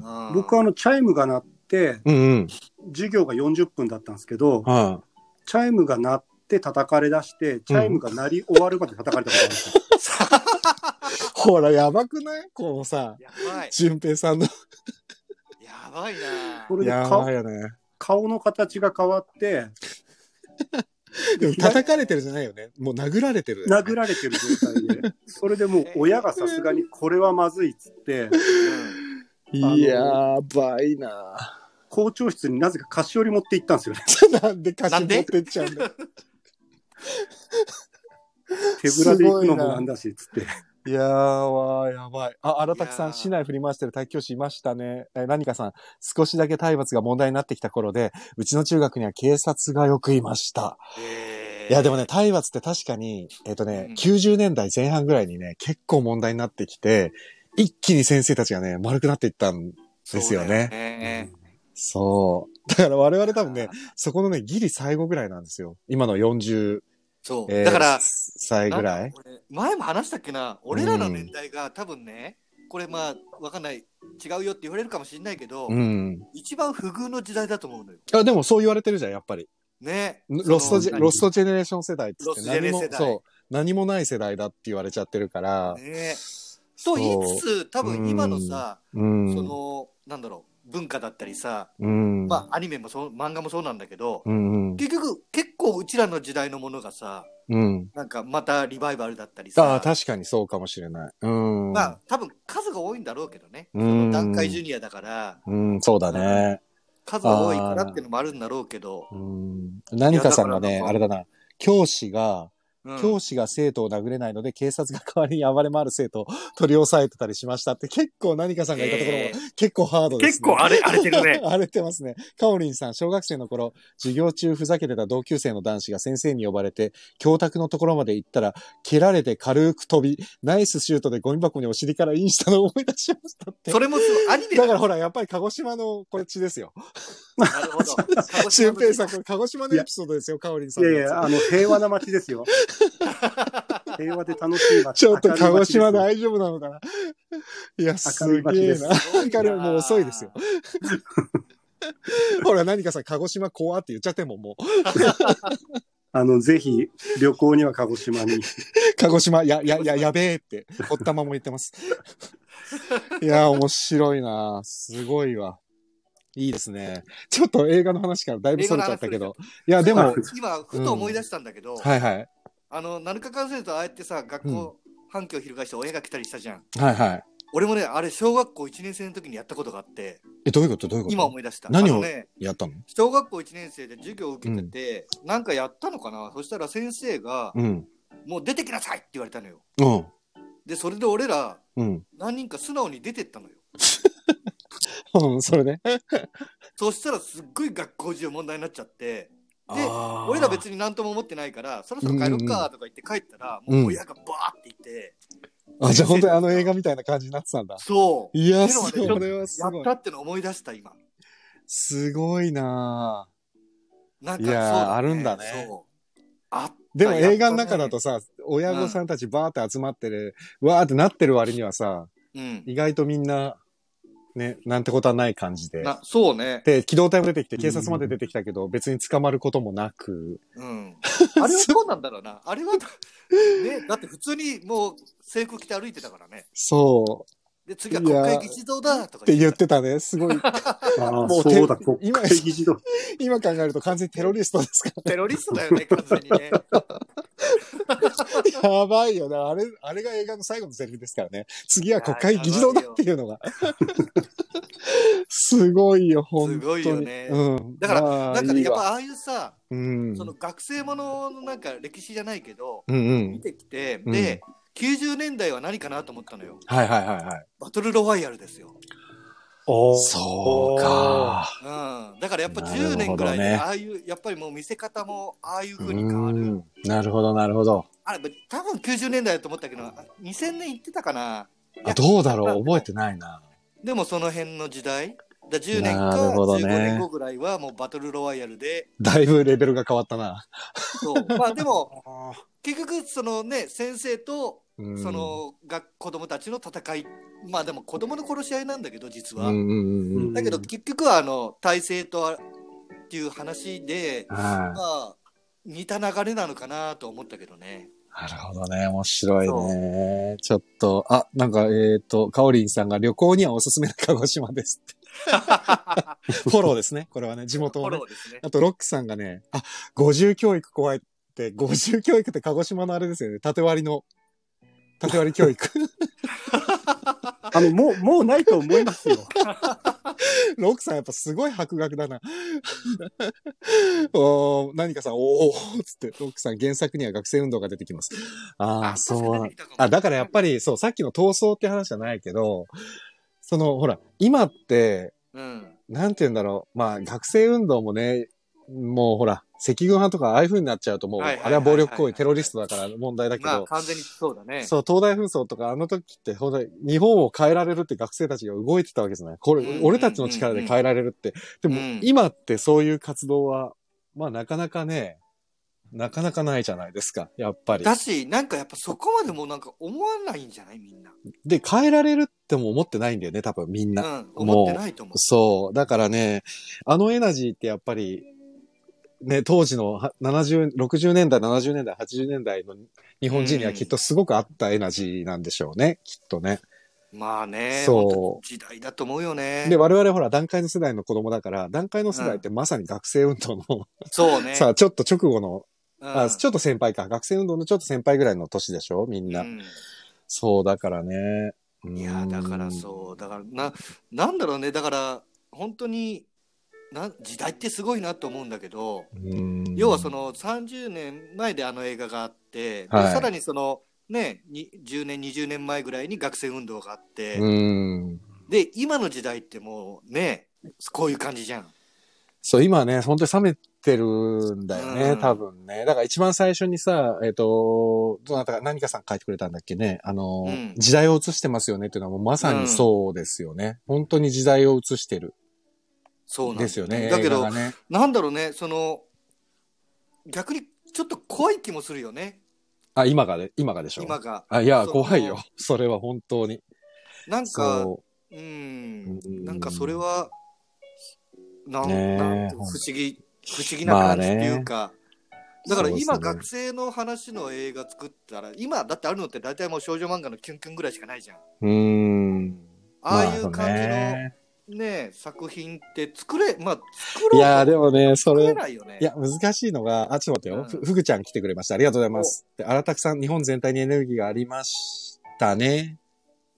[SPEAKER 1] ん
[SPEAKER 2] うん
[SPEAKER 3] 僕あのチャイムが鳴って
[SPEAKER 1] うん。
[SPEAKER 3] 授業が40分だったんですけど
[SPEAKER 1] は
[SPEAKER 3] チャイムが鳴って叩かれ出してチャイムが鳴り終わるまで叩かれたことあるんですよ、
[SPEAKER 1] い。ほら、やばくないこのさ、
[SPEAKER 2] やばい。
[SPEAKER 1] 淳平さんの。
[SPEAKER 2] やばいな。
[SPEAKER 3] これで
[SPEAKER 1] や
[SPEAKER 3] 顔
[SPEAKER 1] ばいよね。
[SPEAKER 3] 顔の形が変わ [laughs] って
[SPEAKER 1] でも叩かれてるじゃないよね。もう殴られてる、
[SPEAKER 3] 殴られてる状態でそれでもう親がさすがにこれはまずいっつって
[SPEAKER 2] うん
[SPEAKER 1] いやー、ばいな [laughs]
[SPEAKER 3] 校長室になぜか菓子折り持って行ったんですよね
[SPEAKER 1] ーなんで歌詞持ってっちゃうんだ
[SPEAKER 3] 手ぶらで行くのもなんだし、つって。
[SPEAKER 1] [laughs] いやーわー、やばい。あ、荒滝さ
[SPEAKER 2] いや
[SPEAKER 1] ん、
[SPEAKER 2] ー
[SPEAKER 1] 市内振り回してる大教師いましたね。え、何かさん、少しだけ体罰が問題になってきた頃で、うちの中学には警察がよくいました。
[SPEAKER 2] えー
[SPEAKER 1] いや、でもね、体罰って確かに、えっ、とね、
[SPEAKER 2] うん
[SPEAKER 1] 90年代前半ぐらいにね、結構問題になってきて、一気に先生たちがね、丸くなっていったんですよね
[SPEAKER 2] そうだよね
[SPEAKER 1] そう。だから我々多分ね、そこのね、ギリ最後ぐらいなんですよ。今の40、
[SPEAKER 2] そう。
[SPEAKER 1] えー
[SPEAKER 2] だから、
[SPEAKER 1] 歳ぐらい
[SPEAKER 2] なんか俺前も話したっけな、俺らの年代が多分ね、これまあ、わかんない、違うよって言われるかもしれないけど、
[SPEAKER 1] うん。
[SPEAKER 2] 一番不遇の時代だと思うのよ。
[SPEAKER 1] あ、でもそう言われてるじゃん、やっぱり。
[SPEAKER 2] ね。
[SPEAKER 1] ロストジ
[SPEAKER 2] そ
[SPEAKER 1] ェ、
[SPEAKER 2] の
[SPEAKER 1] ロストジェネレーション世代っつっ
[SPEAKER 2] ロ
[SPEAKER 1] て
[SPEAKER 2] ストジェネ
[SPEAKER 1] 何も
[SPEAKER 2] 世、代
[SPEAKER 1] そう、何もない世代だって言われちゃってるから。
[SPEAKER 2] ね。
[SPEAKER 1] そ
[SPEAKER 2] と
[SPEAKER 1] う
[SPEAKER 2] 言いつつ、多分今のさ、
[SPEAKER 1] うん。
[SPEAKER 2] その、なんだろう、文化だったりさ、
[SPEAKER 1] うん。
[SPEAKER 2] まあ、アニメもそう、漫画もそうなんだけど、
[SPEAKER 1] うんうん。
[SPEAKER 2] 結局、結構うちらの時代のものがさ、
[SPEAKER 1] うん。
[SPEAKER 2] なんかまたリバイバルだったり
[SPEAKER 1] ああ、
[SPEAKER 2] さ、
[SPEAKER 1] 確かにそうかもしれない。うん。
[SPEAKER 2] まあ、多分数が多いんだろうけどね。
[SPEAKER 1] うん
[SPEAKER 2] その段階ジュニアだから、
[SPEAKER 1] うん、そうだね。
[SPEAKER 2] 数が多いからっていうのもあるんだろうけど、
[SPEAKER 1] うん。何かさんが
[SPEAKER 2] いや
[SPEAKER 1] ね、
[SPEAKER 2] だから
[SPEAKER 1] あれだな。教師が、
[SPEAKER 2] うん
[SPEAKER 1] 教師が生徒を殴れないので、警察が代わりに暴れ回る生徒を取り押さえてたりしましたって、結構何かさんがいたところも
[SPEAKER 2] え
[SPEAKER 1] 結構ハード
[SPEAKER 2] ー
[SPEAKER 1] ですね。
[SPEAKER 2] 結構荒れ荒れてるね。
[SPEAKER 1] [laughs] 荒れてますね。カオリンさん、小学生の頃、授業中ふざけてた同級生の男子が先生に呼ばれて、教卓のところまで行ったら、蹴られて軽く飛び、ナイスシュートでゴミ箱にお尻からインしたのを思い出し
[SPEAKER 3] [laughs]
[SPEAKER 1] ましたって。
[SPEAKER 2] [laughs] それもすごいアニメ
[SPEAKER 1] だからほら、やっぱり鹿児島のこっちですよ。
[SPEAKER 2] なるほど。
[SPEAKER 1] 俊平さん、これ鹿児島のエピソードですよ、カオリンさ
[SPEAKER 3] い
[SPEAKER 1] んの
[SPEAKER 3] や
[SPEAKER 1] や
[SPEAKER 3] い
[SPEAKER 1] つ。
[SPEAKER 3] や、あの、平和な街で
[SPEAKER 1] [laughs]
[SPEAKER 3] すよ。平和で楽しい街。
[SPEAKER 1] ちょっと鹿児島
[SPEAKER 3] い。
[SPEAKER 1] 大丈夫なのかないや、す
[SPEAKER 3] 明るい街
[SPEAKER 1] げえ
[SPEAKER 3] です
[SPEAKER 1] な。
[SPEAKER 2] ん
[SPEAKER 1] 明るいもう遅いですよ。 [laughs] ほら、何かさ、鹿児島怖って言っちゃってんもん、もう。
[SPEAKER 3] あの、ぜひ、旅行には鹿児島に。
[SPEAKER 1] 鹿児島、や、や、や、やべえって、ほったまも言ってます。いや、面白いなすごいわ。いいですね。ちょっと映画の話からだいぶそれちゃったけど。いや、でも、
[SPEAKER 2] 今、ふと思い出したんだけど、
[SPEAKER 1] はいはい。
[SPEAKER 2] あの、7日間生とああやってさ、学校、反響を翻して親が来たりしたじゃん。
[SPEAKER 1] はいはい。
[SPEAKER 2] 俺もね、あれ、小学校1年生の時にやったことがあって、
[SPEAKER 1] え、どういうことどういうこと
[SPEAKER 2] 今思い出した。
[SPEAKER 1] 何を
[SPEAKER 2] あのね、
[SPEAKER 1] やったの
[SPEAKER 2] 小学校1年生で授業を受けてて、なんかやったのかなそしたら先生が、
[SPEAKER 1] うん。
[SPEAKER 2] もう出てきなさいって言われたのよ。
[SPEAKER 1] うん。
[SPEAKER 2] で、それで俺ら、
[SPEAKER 1] うん。
[SPEAKER 2] 何人か素直に出てったのよ。
[SPEAKER 1] うん、それで。
[SPEAKER 2] そしたらすっごい学校中問題になっちゃって、
[SPEAKER 1] 俺
[SPEAKER 2] 俺ら別に何とも思ってないから、そろそろ帰ろっかとか言って帰ったら、
[SPEAKER 1] うんうん
[SPEAKER 2] もう親がバーっていて、
[SPEAKER 1] あ、じゃあ本当にあの映画みたいな感じになってたんだ。
[SPEAKER 2] そう、
[SPEAKER 1] いや、
[SPEAKER 2] でも
[SPEAKER 1] そ
[SPEAKER 2] ね
[SPEAKER 1] れはす
[SPEAKER 2] や
[SPEAKER 1] ご
[SPEAKER 2] っ
[SPEAKER 1] い
[SPEAKER 2] た。ってのを思い出した今。
[SPEAKER 1] すごいなぁ
[SPEAKER 2] なんか
[SPEAKER 1] いやー
[SPEAKER 2] そう
[SPEAKER 1] あるんだね
[SPEAKER 2] そう。あった
[SPEAKER 1] でも
[SPEAKER 2] やっと
[SPEAKER 1] 映画の中だとさ、親御さんたちバーって集まってる、わーってなってる割にはさ、
[SPEAKER 2] ね、
[SPEAKER 1] 意外とみんな、ね、なんてことはない感じ
[SPEAKER 2] う
[SPEAKER 1] で
[SPEAKER 2] ん。。な、そうね。
[SPEAKER 1] で、機動隊も出てきて、警察まで出てきたけど、別に捕まることもなく、
[SPEAKER 2] うん。あれはそうなんだろうな。あれは、ね、だって普通にもう制服着て歩いてたからね。
[SPEAKER 1] そ
[SPEAKER 2] で、次は国会議事堂
[SPEAKER 1] う、
[SPEAKER 2] だと
[SPEAKER 1] っ
[SPEAKER 2] か
[SPEAKER 1] て言
[SPEAKER 2] 言
[SPEAKER 1] っ
[SPEAKER 2] って
[SPEAKER 1] たね。す
[SPEAKER 2] [laughs]
[SPEAKER 1] ごい。
[SPEAKER 3] ああ、
[SPEAKER 1] もう
[SPEAKER 3] そうだ、
[SPEAKER 1] て
[SPEAKER 3] 国
[SPEAKER 1] 今
[SPEAKER 3] 会議事堂。
[SPEAKER 1] 今考えると完全にテロリストですか
[SPEAKER 2] た。テロリストだよね、完全にね。
[SPEAKER 1] ら。やばいよね。あれ、あれが映画の最後のセリフですからね。次は国会議事堂だっていうのが。すごいよ、本当に。
[SPEAKER 2] すごいよね
[SPEAKER 1] うん。
[SPEAKER 2] だから
[SPEAKER 1] まあ
[SPEAKER 2] なんかね、
[SPEAKER 1] いい
[SPEAKER 2] やっぱ
[SPEAKER 1] わ
[SPEAKER 2] ああいうさ、
[SPEAKER 1] うん。
[SPEAKER 2] その学生もののなんか歴史じゃないけど、
[SPEAKER 1] うんうん
[SPEAKER 2] 見。てきて、
[SPEAKER 1] うん
[SPEAKER 2] で、90年代は何かなと思ったのよ。
[SPEAKER 1] はいはいはいはい。
[SPEAKER 2] バトルロワイヤルですよ。
[SPEAKER 3] おー
[SPEAKER 1] そうか。
[SPEAKER 2] うん。だからやっぱ
[SPEAKER 1] なるほど
[SPEAKER 2] 10
[SPEAKER 1] ね
[SPEAKER 2] 年ぐらいで、ああいう、やっぱりもう見せ方もああいう風に変わ
[SPEAKER 1] う
[SPEAKER 2] る。
[SPEAKER 1] んなるほどなるほど。
[SPEAKER 2] あれ、多分90年代だと思ったけど、あ2000年行ってたかな。い
[SPEAKER 1] あ
[SPEAKER 2] や
[SPEAKER 1] どうだろう覚えてないな。
[SPEAKER 2] でもその辺の時代。だ10年か
[SPEAKER 1] なるほど
[SPEAKER 2] 15
[SPEAKER 1] ね
[SPEAKER 2] 年後ぐらいはもうバトルロワイヤルで、
[SPEAKER 1] だいぶレベルが変わったな。
[SPEAKER 2] そう。
[SPEAKER 1] [laughs]
[SPEAKER 2] まあでも、結局そのね、先生と
[SPEAKER 1] うん
[SPEAKER 2] そ、のが子供たちの戦い、まあでも子供の殺し合いなんだけど、実
[SPEAKER 1] うん
[SPEAKER 2] は。
[SPEAKER 1] うんうんうん。
[SPEAKER 2] だけど結局はあの体制とあっていう話で、
[SPEAKER 1] はい
[SPEAKER 2] まあ、似た流れなのかなと思ったけどね。
[SPEAKER 1] なるほどね。面白いね。ちょっと、あ、なんか、えっ、と、かおりんさんが旅行にはおすすめな鹿児島です
[SPEAKER 2] [laughs]
[SPEAKER 1] って。フォローですね。これはね、地元
[SPEAKER 2] フォ
[SPEAKER 1] をね
[SPEAKER 2] ロ。ーですね。
[SPEAKER 1] あと、ロックさんがね、あ、五重教育怖いって、五重教育って鹿児島のあれですよね。縦割りの、縦割り教育。 [laughs]
[SPEAKER 3] あの、もう、もうないと思いますよ。
[SPEAKER 1] ロックさんやっぱすごい博学だな。 [laughs] おー何かさん、おーつって、ロックさん原作には学生運動が出てきます。ああ、そうなんあ、だからやっぱり、そう、さっきの闘争って話じゃないけど、その、ほら、今って、
[SPEAKER 2] り。うん。
[SPEAKER 1] なんて言うんだろう。まあ、学生運動もね、もうほら、赤軍派とかああいう風になっちゃうともう、
[SPEAKER 2] はいはいはい
[SPEAKER 1] あ
[SPEAKER 2] はい
[SPEAKER 1] れは暴力行為、テロリストだから問題だけ
[SPEAKER 2] まあ
[SPEAKER 1] ど、
[SPEAKER 2] 完全にそうだね。
[SPEAKER 1] そう、東大紛争とかあの時って、ほんとに日本を変えられるって学生たちが動いてたわけじゃない。これ、
[SPEAKER 2] うんうんうんうん
[SPEAKER 1] 俺たちの力で変えられるって。でも、
[SPEAKER 2] うん
[SPEAKER 1] 今ってそういう活動は、まあなかなかね、なかなかないじゃないですか、やっぱり。
[SPEAKER 2] だし、なんかやっぱそこまでもなんか思わないんじゃないみんな。
[SPEAKER 1] で、変えられるっても思ってないんだよね、多分みんな。
[SPEAKER 2] うん。思ってないと思う。
[SPEAKER 1] そう。だからね、あのエナジーってやっぱり、ね、当時のは70、60年代、70年代、80年代の日本人にはきっとすごくあったエナジーなんでしょうね、きっとね。
[SPEAKER 2] まあね。
[SPEAKER 1] そう
[SPEAKER 2] 本当時代だと思うよね。
[SPEAKER 1] で、我々ほら、団塊の世代の子供だから、団塊の世代ってまさに学生運動の、
[SPEAKER 2] そうね。
[SPEAKER 1] さあ、ちょっと直後の、
[SPEAKER 2] うん
[SPEAKER 1] あ、ちょっと先輩か、学生運動のちょっと先輩ぐらいの年でしょ、みんな。
[SPEAKER 2] うん
[SPEAKER 1] そう、だからね。うん
[SPEAKER 2] いやだからそうだからななんだろうねだから本当にな時代ってすごいなと思うんだけど、
[SPEAKER 1] うん。
[SPEAKER 2] 要はその30年前であの映画があって、で
[SPEAKER 1] はい
[SPEAKER 2] さらにそのねに10年20年前ぐらいに学生運動があって、
[SPEAKER 1] うん。
[SPEAKER 2] で今の時代ってもうねこういう感じじゃん。
[SPEAKER 1] そう、今ね、本当に冷めてるんだよね、
[SPEAKER 2] うん
[SPEAKER 1] 多分ね。だから一番最初にさ、えっ、と、どなたか、何かさん書いてくれたんだっけね。あの、
[SPEAKER 2] うん
[SPEAKER 1] 時代を映してますよねっていうのはもうまさにそうですよね。本当に時代を映してる。
[SPEAKER 2] そうなんだ
[SPEAKER 1] ですよね。
[SPEAKER 2] だけ
[SPEAKER 1] 映
[SPEAKER 2] ど
[SPEAKER 1] 画がね。
[SPEAKER 2] なんだろうねその逆にちょっと怖い気もするよね
[SPEAKER 1] あ、今がで、今がでしょ。
[SPEAKER 2] 今が。
[SPEAKER 1] あ、いや、
[SPEAKER 2] そう
[SPEAKER 1] 怖いよ。それは本当に。
[SPEAKER 2] なんか
[SPEAKER 1] そううん
[SPEAKER 2] ん、なんかそれは、なん
[SPEAKER 1] ねえ
[SPEAKER 2] なんて不思議、不思議な感じっていうか、だから
[SPEAKER 1] そう
[SPEAKER 2] 今、
[SPEAKER 1] ですね
[SPEAKER 2] 学生の話の映画作ったら、今、だってあるのって大体もう少女漫画のキュンキュンぐらいしかないじゃん。
[SPEAKER 1] う。うん。
[SPEAKER 2] ああいう感じの
[SPEAKER 1] まあ
[SPEAKER 2] ね,、
[SPEAKER 1] ね
[SPEAKER 2] 作品って作れ、まあ、作
[SPEAKER 1] い
[SPEAKER 2] ろう
[SPEAKER 1] や、でもね、そ
[SPEAKER 2] 作れ
[SPEAKER 1] れ、
[SPEAKER 2] ないよね。
[SPEAKER 1] いや、難しいのが、あ、ちょっと待ってよ。
[SPEAKER 2] うん
[SPEAKER 1] ふふぐちゃん来てくれました。ありがとうございます。で、荒拓さん、日本全体にエネルギーがありましたね。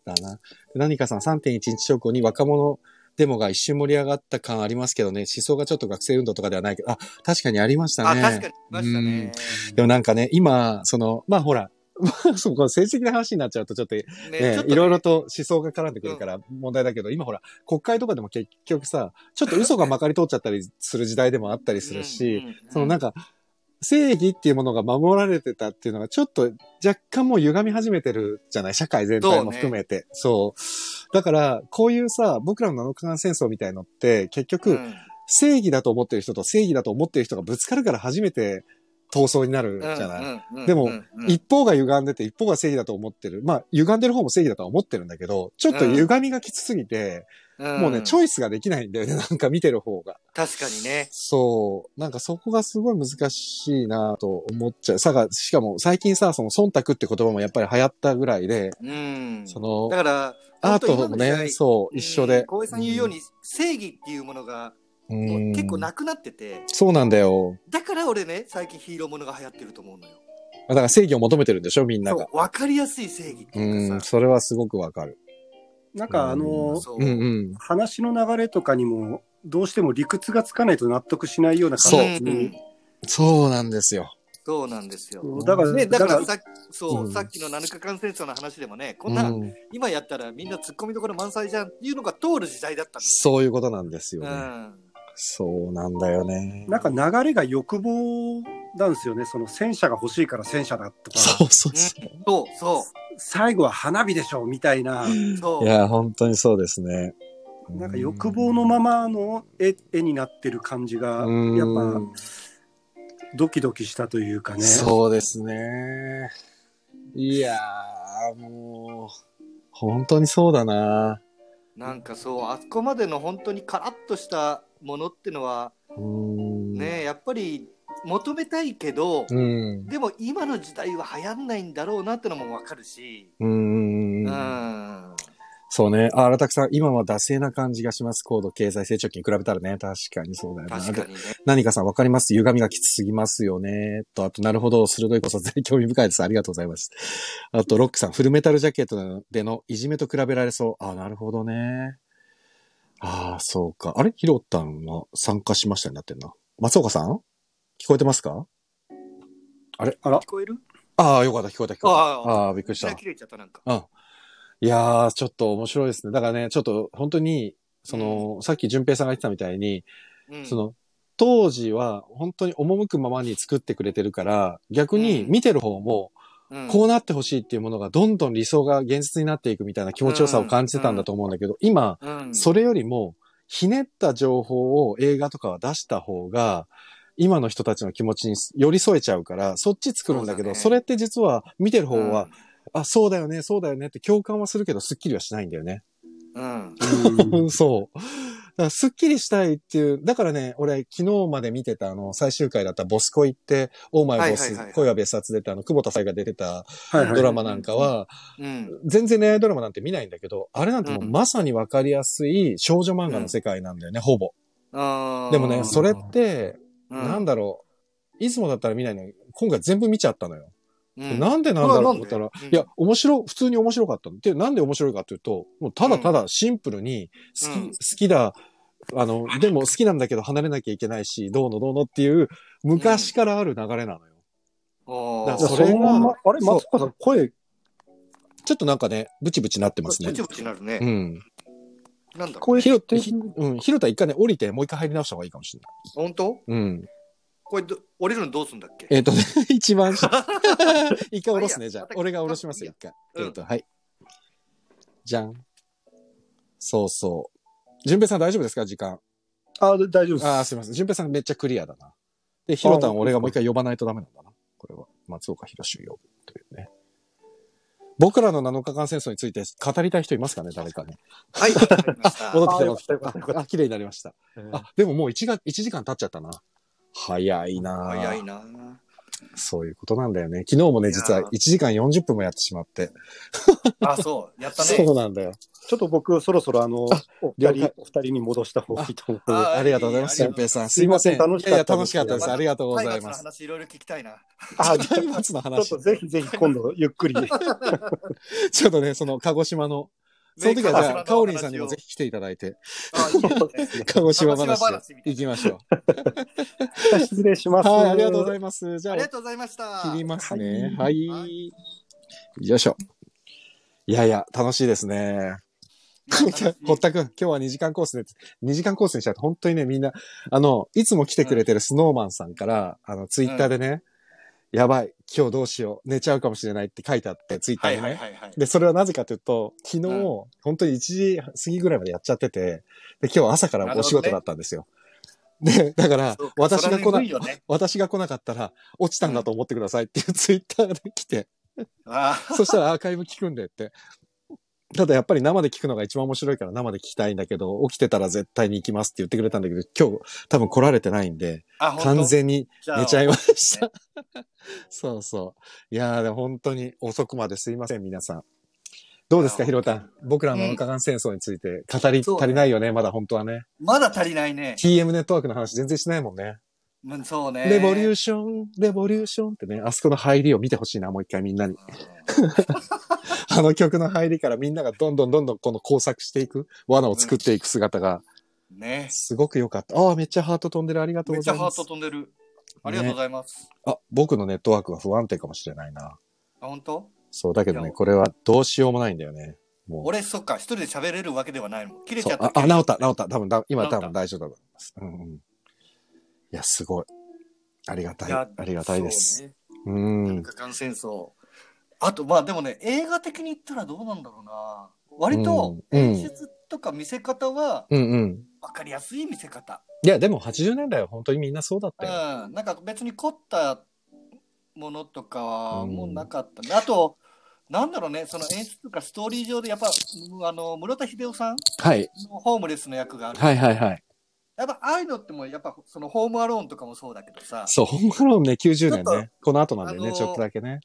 [SPEAKER 1] だな。で何かさん、3.11直後に若者デモが一瞬盛り上がった感ありますけどね。思想がちょっと学生運動とかではないけど、あ、確かにありました
[SPEAKER 2] あ、
[SPEAKER 1] ね。
[SPEAKER 2] 確かにいましたね。
[SPEAKER 1] でもなんかね、今、その、まあほら、 [laughs] そうこの政治的な話になっちゃうとちょっと
[SPEAKER 2] ね
[SPEAKER 1] ね
[SPEAKER 2] ちょっとね
[SPEAKER 1] いろいろと思想が絡んでくるから問題だけど、今ほら、国会とかでも結局さ、ちょっと嘘がまかり通っちゃったりする時代でもあったりするし、
[SPEAKER 2] うんうんうん
[SPEAKER 1] そのなんか、正義っていうものが守られてたっていうのが、ちょっと若干もう歪み始めてるじゃない社会全体も含めて。そう,、だから、こういうさ、僕らの七日間戦争みたいのって、結局、
[SPEAKER 2] うん
[SPEAKER 1] 正義だと思ってる人と正義だと思ってる人がぶつかるから初めて闘争になるじゃない。
[SPEAKER 2] うんうん
[SPEAKER 1] でも
[SPEAKER 2] うんうん
[SPEAKER 1] 一方が歪んでて、一方が正義だと思ってる。まあ、歪んでる方も正義だとは思ってるんだけど、ちょっと歪みがきつすぎて、もうね、
[SPEAKER 2] ん
[SPEAKER 1] チョイスができないんだよね、 [laughs] なんか見てる方が。
[SPEAKER 2] 確かにね。
[SPEAKER 1] そう。なんかそこがすごい難しいなと思っちゃう。さが、しかも最近さ、その忖度って言葉もやっぱり流行ったぐらいで、
[SPEAKER 2] うん。
[SPEAKER 1] その
[SPEAKER 2] だ、から、
[SPEAKER 1] アー
[SPEAKER 2] 本当
[SPEAKER 1] ト
[SPEAKER 2] に今
[SPEAKER 1] も
[SPEAKER 2] の時代
[SPEAKER 1] ね、そう、一緒
[SPEAKER 2] う
[SPEAKER 1] で
[SPEAKER 2] ん。浩平さん言うように、正義っていうものが、
[SPEAKER 1] うん、
[SPEAKER 2] もう結構
[SPEAKER 1] うん
[SPEAKER 2] なくなってて、
[SPEAKER 1] そうなんだよ。
[SPEAKER 2] だから俺ね、最近ヒーローものが流行ってると思うのよ。
[SPEAKER 1] だから正義を求めてるんでしょ、みんな
[SPEAKER 2] そ
[SPEAKER 1] が。、
[SPEAKER 2] う、わかりやすい正義っていううんかさ、
[SPEAKER 1] それはすごくわかる。
[SPEAKER 3] なんかあの、
[SPEAKER 2] そう
[SPEAKER 1] うんうん。
[SPEAKER 3] 話の流れとかにも、どうしても理屈がつかないと納得しないような
[SPEAKER 1] そう
[SPEAKER 3] 感じ
[SPEAKER 2] うん
[SPEAKER 3] に。
[SPEAKER 1] そうなんですよ。
[SPEAKER 2] そうなんですよ。
[SPEAKER 3] だから、
[SPEAKER 2] ね、だか
[SPEAKER 3] だからら
[SPEAKER 2] さそう、
[SPEAKER 1] うん
[SPEAKER 2] さっきの7日間戦争の話でもね、こんな、
[SPEAKER 1] うん
[SPEAKER 2] 今やったらみんな突っ込みどころ満載じゃんっていうのが通る時代だったんです
[SPEAKER 1] そういうことなんですよ
[SPEAKER 2] よ。
[SPEAKER 1] ね。
[SPEAKER 2] うん。
[SPEAKER 1] そうなんだよね。
[SPEAKER 3] なんか流れが欲望なんですよね。その戦車が欲しいから戦車だとか、
[SPEAKER 1] そうそうそ。
[SPEAKER 2] そう、そ
[SPEAKER 3] 最後は花火でしょみたいな、
[SPEAKER 2] う、そうう
[SPEAKER 1] い。や、本当にそうですね。
[SPEAKER 3] なんか欲望のままの絵絵になってる感じが、
[SPEAKER 1] うん
[SPEAKER 3] やっぱドキドキしたというかね。
[SPEAKER 1] そうですね。いやー、もう、本当にそうだな。
[SPEAKER 2] なんかそう、あそこまでの本当にカラッとしたものってのは、
[SPEAKER 1] うーん。
[SPEAKER 2] ね、やっぱり求めたいけど、
[SPEAKER 1] うん。
[SPEAKER 2] でも今の時代は流行んないんだろうなってのもわかるし、
[SPEAKER 1] うん。
[SPEAKER 2] うん、
[SPEAKER 1] そうね。あ、荒拓さん、今は惰性な感じがします。高度経済成長期に比べたらね。確かにそうだよな。
[SPEAKER 2] 確かにね。
[SPEAKER 1] 何かさん、わかります歪みがきつすぎますよね。と、あと、なるほど、鋭い考察で興味深いです。ありがとうございます。あと、ロックさん、フルメタルジャケットでのいじめと比べられそう。あ、なるほどね。ああ、そうか。あれヒロタンは参加しましたになってんな。松岡さん聞こえてますか
[SPEAKER 3] あら
[SPEAKER 2] 聞、こえる
[SPEAKER 1] ああ、よかった、聞こえた、聞こえた。
[SPEAKER 2] ああ
[SPEAKER 1] ああー、びっくりし
[SPEAKER 2] キラ
[SPEAKER 1] た。
[SPEAKER 2] 切れちゃったなんか。
[SPEAKER 1] いやー、ちょっと面白いですね。だからね、ちょっと本当に、その、さっき淳平さんが言ってたみたいに、
[SPEAKER 2] うん
[SPEAKER 1] その、当時は本当に赴くままに作ってくれてるから、逆に見てる方も、
[SPEAKER 2] うん
[SPEAKER 1] こうなってほしいっていうものがどんどん理想が現実になっていくみたいな気持ちよさを感じてたんだと思うんだけど、今、
[SPEAKER 2] うん
[SPEAKER 1] それよりも、ひねった情報を映画とかは出した方が、今の人たちの気持ちに寄り添えちゃうから、そっち作るんだけど、そ,、
[SPEAKER 2] そうだね
[SPEAKER 1] れって実は見てる方は、、あ、そうだよね、そうだよねって共感はするけど、スッキリはしないんだよね。
[SPEAKER 2] うん。
[SPEAKER 3] うん
[SPEAKER 1] うん、そう。 [laughs] だからスッキリしたいっていう、だからね、俺、昨日まで見てた、あの、最終回だったボス恋って、オーマイボ
[SPEAKER 2] はい
[SPEAKER 1] ス
[SPEAKER 2] はいはいはい、
[SPEAKER 1] 恋は別冊でって、あの、久保田彩が出てた
[SPEAKER 3] はいはい。
[SPEAKER 1] ドラマなんかは、
[SPEAKER 2] うん。
[SPEAKER 1] 全然恋愛ドラマなんて見ないんだけど、あれなんてもう
[SPEAKER 2] うん
[SPEAKER 1] まさにわかりやすい少女漫画の世界なんだよね、ほぼ。
[SPEAKER 2] あー
[SPEAKER 1] でもね、それって、
[SPEAKER 2] う
[SPEAKER 1] なんだろう、いつもだったら見ないのに、今回全部見ちゃったのよ。
[SPEAKER 2] うん
[SPEAKER 1] なんでなんだろうと
[SPEAKER 2] う
[SPEAKER 1] 思
[SPEAKER 2] わ
[SPEAKER 1] ったら、
[SPEAKER 2] なんでう
[SPEAKER 1] い
[SPEAKER 2] ん
[SPEAKER 1] や、面白、普通に面白かったの。で、なんで面白いかというと、もうただただシンプルに、好き、
[SPEAKER 2] うん
[SPEAKER 1] 好きだ、あの、でも好きなんだけど離れなきゃいけないし、どうのどうのっていう、昔からある流れなのよ。
[SPEAKER 2] あー
[SPEAKER 3] じゃあ
[SPEAKER 1] そ
[SPEAKER 3] そ
[SPEAKER 1] れが
[SPEAKER 3] のまんま、あれ、
[SPEAKER 1] そう
[SPEAKER 3] 松岡さん、声、
[SPEAKER 1] ちょっとなんかね、ブチブチなってますね
[SPEAKER 2] ブチ。ブチなるね
[SPEAKER 1] う。ん。
[SPEAKER 2] なんだろう
[SPEAKER 3] 声
[SPEAKER 1] ひろ、
[SPEAKER 3] って、
[SPEAKER 1] ひうん、ひろた一回ね、降りて、もう一回入り直した方がいいかもしれな
[SPEAKER 2] 本当
[SPEAKER 1] い。うん。
[SPEAKER 2] これど、降りるのどうすんだっけ
[SPEAKER 1] えっ、とね、 [laughs] 一番下、一回下ろすね、じゃあ
[SPEAKER 2] また。
[SPEAKER 1] 俺が下ろしますよ、一回。
[SPEAKER 2] いい
[SPEAKER 1] え
[SPEAKER 2] や
[SPEAKER 1] っ、と、はい。じゃん。そうそう。淳平さん大丈夫ですか時間。
[SPEAKER 3] あ、で大丈夫です。
[SPEAKER 1] ああ、すみません。淳平さんめっちゃクリアだな。で、ひろたん俺がもう一回呼ばないとダメなんだな。これは。松岡博士呼ぶというね。僕らの7日間戦争について語りたい人いますかね誰かね。
[SPEAKER 2] はい、わかりまし
[SPEAKER 1] [laughs]
[SPEAKER 2] た。
[SPEAKER 1] 戻って
[SPEAKER 3] あーよか
[SPEAKER 1] き
[SPEAKER 3] った
[SPEAKER 1] て
[SPEAKER 3] よか
[SPEAKER 1] ま
[SPEAKER 3] ったよ
[SPEAKER 1] す。あ、あ綺麗になりました。
[SPEAKER 3] あ
[SPEAKER 1] あ、でももう 1, が1時間経っちゃったな。早いなぁ
[SPEAKER 2] 早いな。
[SPEAKER 1] そういうことなんだよね。昨日もね、実は1時間40分もやってしまって。
[SPEAKER 2] あ、そう、やったね。
[SPEAKER 1] [laughs] そうなんだよ。
[SPEAKER 3] ちょっと僕、そろそろ、あの、お二
[SPEAKER 1] 了
[SPEAKER 3] 人
[SPEAKER 1] 解、
[SPEAKER 3] お二人に戻した方がいいと思う。
[SPEAKER 2] あ
[SPEAKER 1] ありがとうございます、
[SPEAKER 2] あ
[SPEAKER 1] 俊
[SPEAKER 2] りがと
[SPEAKER 1] 平
[SPEAKER 2] うござ
[SPEAKER 1] さ
[SPEAKER 2] い
[SPEAKER 1] ん。
[SPEAKER 2] ます
[SPEAKER 1] いません。
[SPEAKER 3] すいません
[SPEAKER 1] いやいや、楽しかったです。
[SPEAKER 2] 楽
[SPEAKER 1] ありがとうご
[SPEAKER 2] 体
[SPEAKER 1] ざい
[SPEAKER 2] 罰の
[SPEAKER 1] ます。
[SPEAKER 2] 話いろいろ聞きたいな。
[SPEAKER 3] あ、じゃあ
[SPEAKER 1] 大罰の話。
[SPEAKER 3] ちょっとぜひぜひ今度ゆっ
[SPEAKER 1] [laughs]
[SPEAKER 3] くり。
[SPEAKER 1] ちょっとね、その、鹿児島の、その時はじゃあ、カオリンさんにもぜ
[SPEAKER 2] ひ。
[SPEAKER 1] ひ来ていただいて、
[SPEAKER 2] あいい
[SPEAKER 1] 鹿児
[SPEAKER 2] ね
[SPEAKER 1] 島
[SPEAKER 2] 鹿児島
[SPEAKER 1] 話
[SPEAKER 2] 話みたい
[SPEAKER 1] 行きましょ
[SPEAKER 3] 失礼しま
[SPEAKER 1] う。
[SPEAKER 3] す。
[SPEAKER 1] はい、ありがとうござ
[SPEAKER 3] い
[SPEAKER 1] います。じゃ
[SPEAKER 2] あ
[SPEAKER 1] あ、
[SPEAKER 2] りが
[SPEAKER 1] 切
[SPEAKER 2] とうございました。
[SPEAKER 1] ります
[SPEAKER 3] は
[SPEAKER 1] ね
[SPEAKER 3] い。
[SPEAKER 1] はい。
[SPEAKER 2] は
[SPEAKER 1] よいしょ。いやいや、楽しいですね。 [laughs] 堀田くん、今日は2時間コースで、2時間コースにしたら本当にね、みんな、あの、いつも来てくれてるスノーマンさんから、あの、ツイッターでね、やばい、今日どうしよう、寝ちゃうかもしれないって書いてあって、ツイッタ
[SPEAKER 2] は
[SPEAKER 1] ー
[SPEAKER 2] い
[SPEAKER 1] に
[SPEAKER 2] はい
[SPEAKER 1] ね。
[SPEAKER 2] はいはい。
[SPEAKER 1] で、それはなぜかというと、昨日、
[SPEAKER 2] う
[SPEAKER 1] 本当に1時過ぎぐらいまでやっちゃってて、で、今日朝からお仕事だったんですよ。で、だから
[SPEAKER 2] そうか、
[SPEAKER 1] 私が来
[SPEAKER 2] そ
[SPEAKER 1] な
[SPEAKER 2] れは眠いよね
[SPEAKER 1] 私が来なかったら、落ちたんだと思ってくださいっていうツイッターで来て、
[SPEAKER 2] あ
[SPEAKER 1] [laughs]
[SPEAKER 2] ー
[SPEAKER 1] そしたらアーカイブ聞くんでって。ただやっぱり生で聞くのが一番面白いから生で聞きたいんだけど、起きてたら絶対に行きますって言ってくれたんだけど、今日多分来られてないんで、
[SPEAKER 2] あ、本当
[SPEAKER 1] 完全に寝ちゃいまし
[SPEAKER 2] じゃ
[SPEAKER 1] た。 [laughs] そうそう。いやー、でも本当に遅くまですいません、皆さん。どうですか、
[SPEAKER 2] いや
[SPEAKER 1] ひろたん。僕らの日韓戦争について語り、
[SPEAKER 2] そうね
[SPEAKER 1] 足りないよね、まだ本当はね。
[SPEAKER 2] まだ足りないね。
[SPEAKER 1] TM ネットワークの話全然しないもんね。
[SPEAKER 2] うんそうね。
[SPEAKER 1] レボリュー
[SPEAKER 2] シ
[SPEAKER 1] ション、レボリューションってね、あそこの入りを見てほしいな、もう一回みんなに。あの曲の入りからみんながどんどんどんどんこの工作していく、罠を作っていく姿が、
[SPEAKER 2] ン。ね。
[SPEAKER 1] すごく良かった。ああ、めっちゃハート飛んでる。ありがとう
[SPEAKER 2] めっ
[SPEAKER 1] ご
[SPEAKER 2] ち
[SPEAKER 1] ざ
[SPEAKER 2] ゃ
[SPEAKER 1] い
[SPEAKER 2] ハ
[SPEAKER 1] ま
[SPEAKER 2] ー
[SPEAKER 1] す
[SPEAKER 2] ト。飛んでる。ありがとうございます。
[SPEAKER 1] あ、僕のネットワークが不安定かもしれないな。
[SPEAKER 2] あ、本当？
[SPEAKER 1] そう、だけど
[SPEAKER 2] い
[SPEAKER 1] ね、
[SPEAKER 2] や
[SPEAKER 1] これはどうしようもないんだよね。もう。
[SPEAKER 2] 俺、そっか、一人で喋れるわけではないもん。切れち
[SPEAKER 1] そ
[SPEAKER 2] ゃ
[SPEAKER 1] う
[SPEAKER 2] った
[SPEAKER 1] あ、
[SPEAKER 2] けど。
[SPEAKER 1] あ治った、治った。多分だ、今
[SPEAKER 2] 治った
[SPEAKER 1] 多分大丈夫だと思います。うんうん。いや、すごい。ありがた
[SPEAKER 2] い
[SPEAKER 1] い。
[SPEAKER 2] や
[SPEAKER 1] ありがたいです。。う
[SPEAKER 2] そうね
[SPEAKER 1] ん
[SPEAKER 2] 日。韓戦争。あと、まあでもね、映画的に言ったらどうなんだろうな。割と、
[SPEAKER 1] うんうん
[SPEAKER 2] 演出とか見せ方は、
[SPEAKER 1] うんうん。
[SPEAKER 2] わかりやすい見せ方。
[SPEAKER 1] いや、でも80年代は本当にみんなそうだっ
[SPEAKER 2] う
[SPEAKER 1] た
[SPEAKER 2] ん
[SPEAKER 1] よ。。
[SPEAKER 2] なんか別に凝ったものとかはもうなかったね、あと、なんだろうね、その演出とかストーリー上で、やっぱ、うんあの、室田秀夫さん
[SPEAKER 1] はい。
[SPEAKER 2] のホームレスの役がある。
[SPEAKER 1] はいはいはい。
[SPEAKER 2] やっぱ、ああいうのっても、やっぱ、その、ホームアローンとかもそうだけどさ、
[SPEAKER 1] そう、ホームアローンね、90年
[SPEAKER 2] ちょっ
[SPEAKER 1] ね。この後なんだよね、
[SPEAKER 2] あのー
[SPEAKER 1] ちょっとだけね。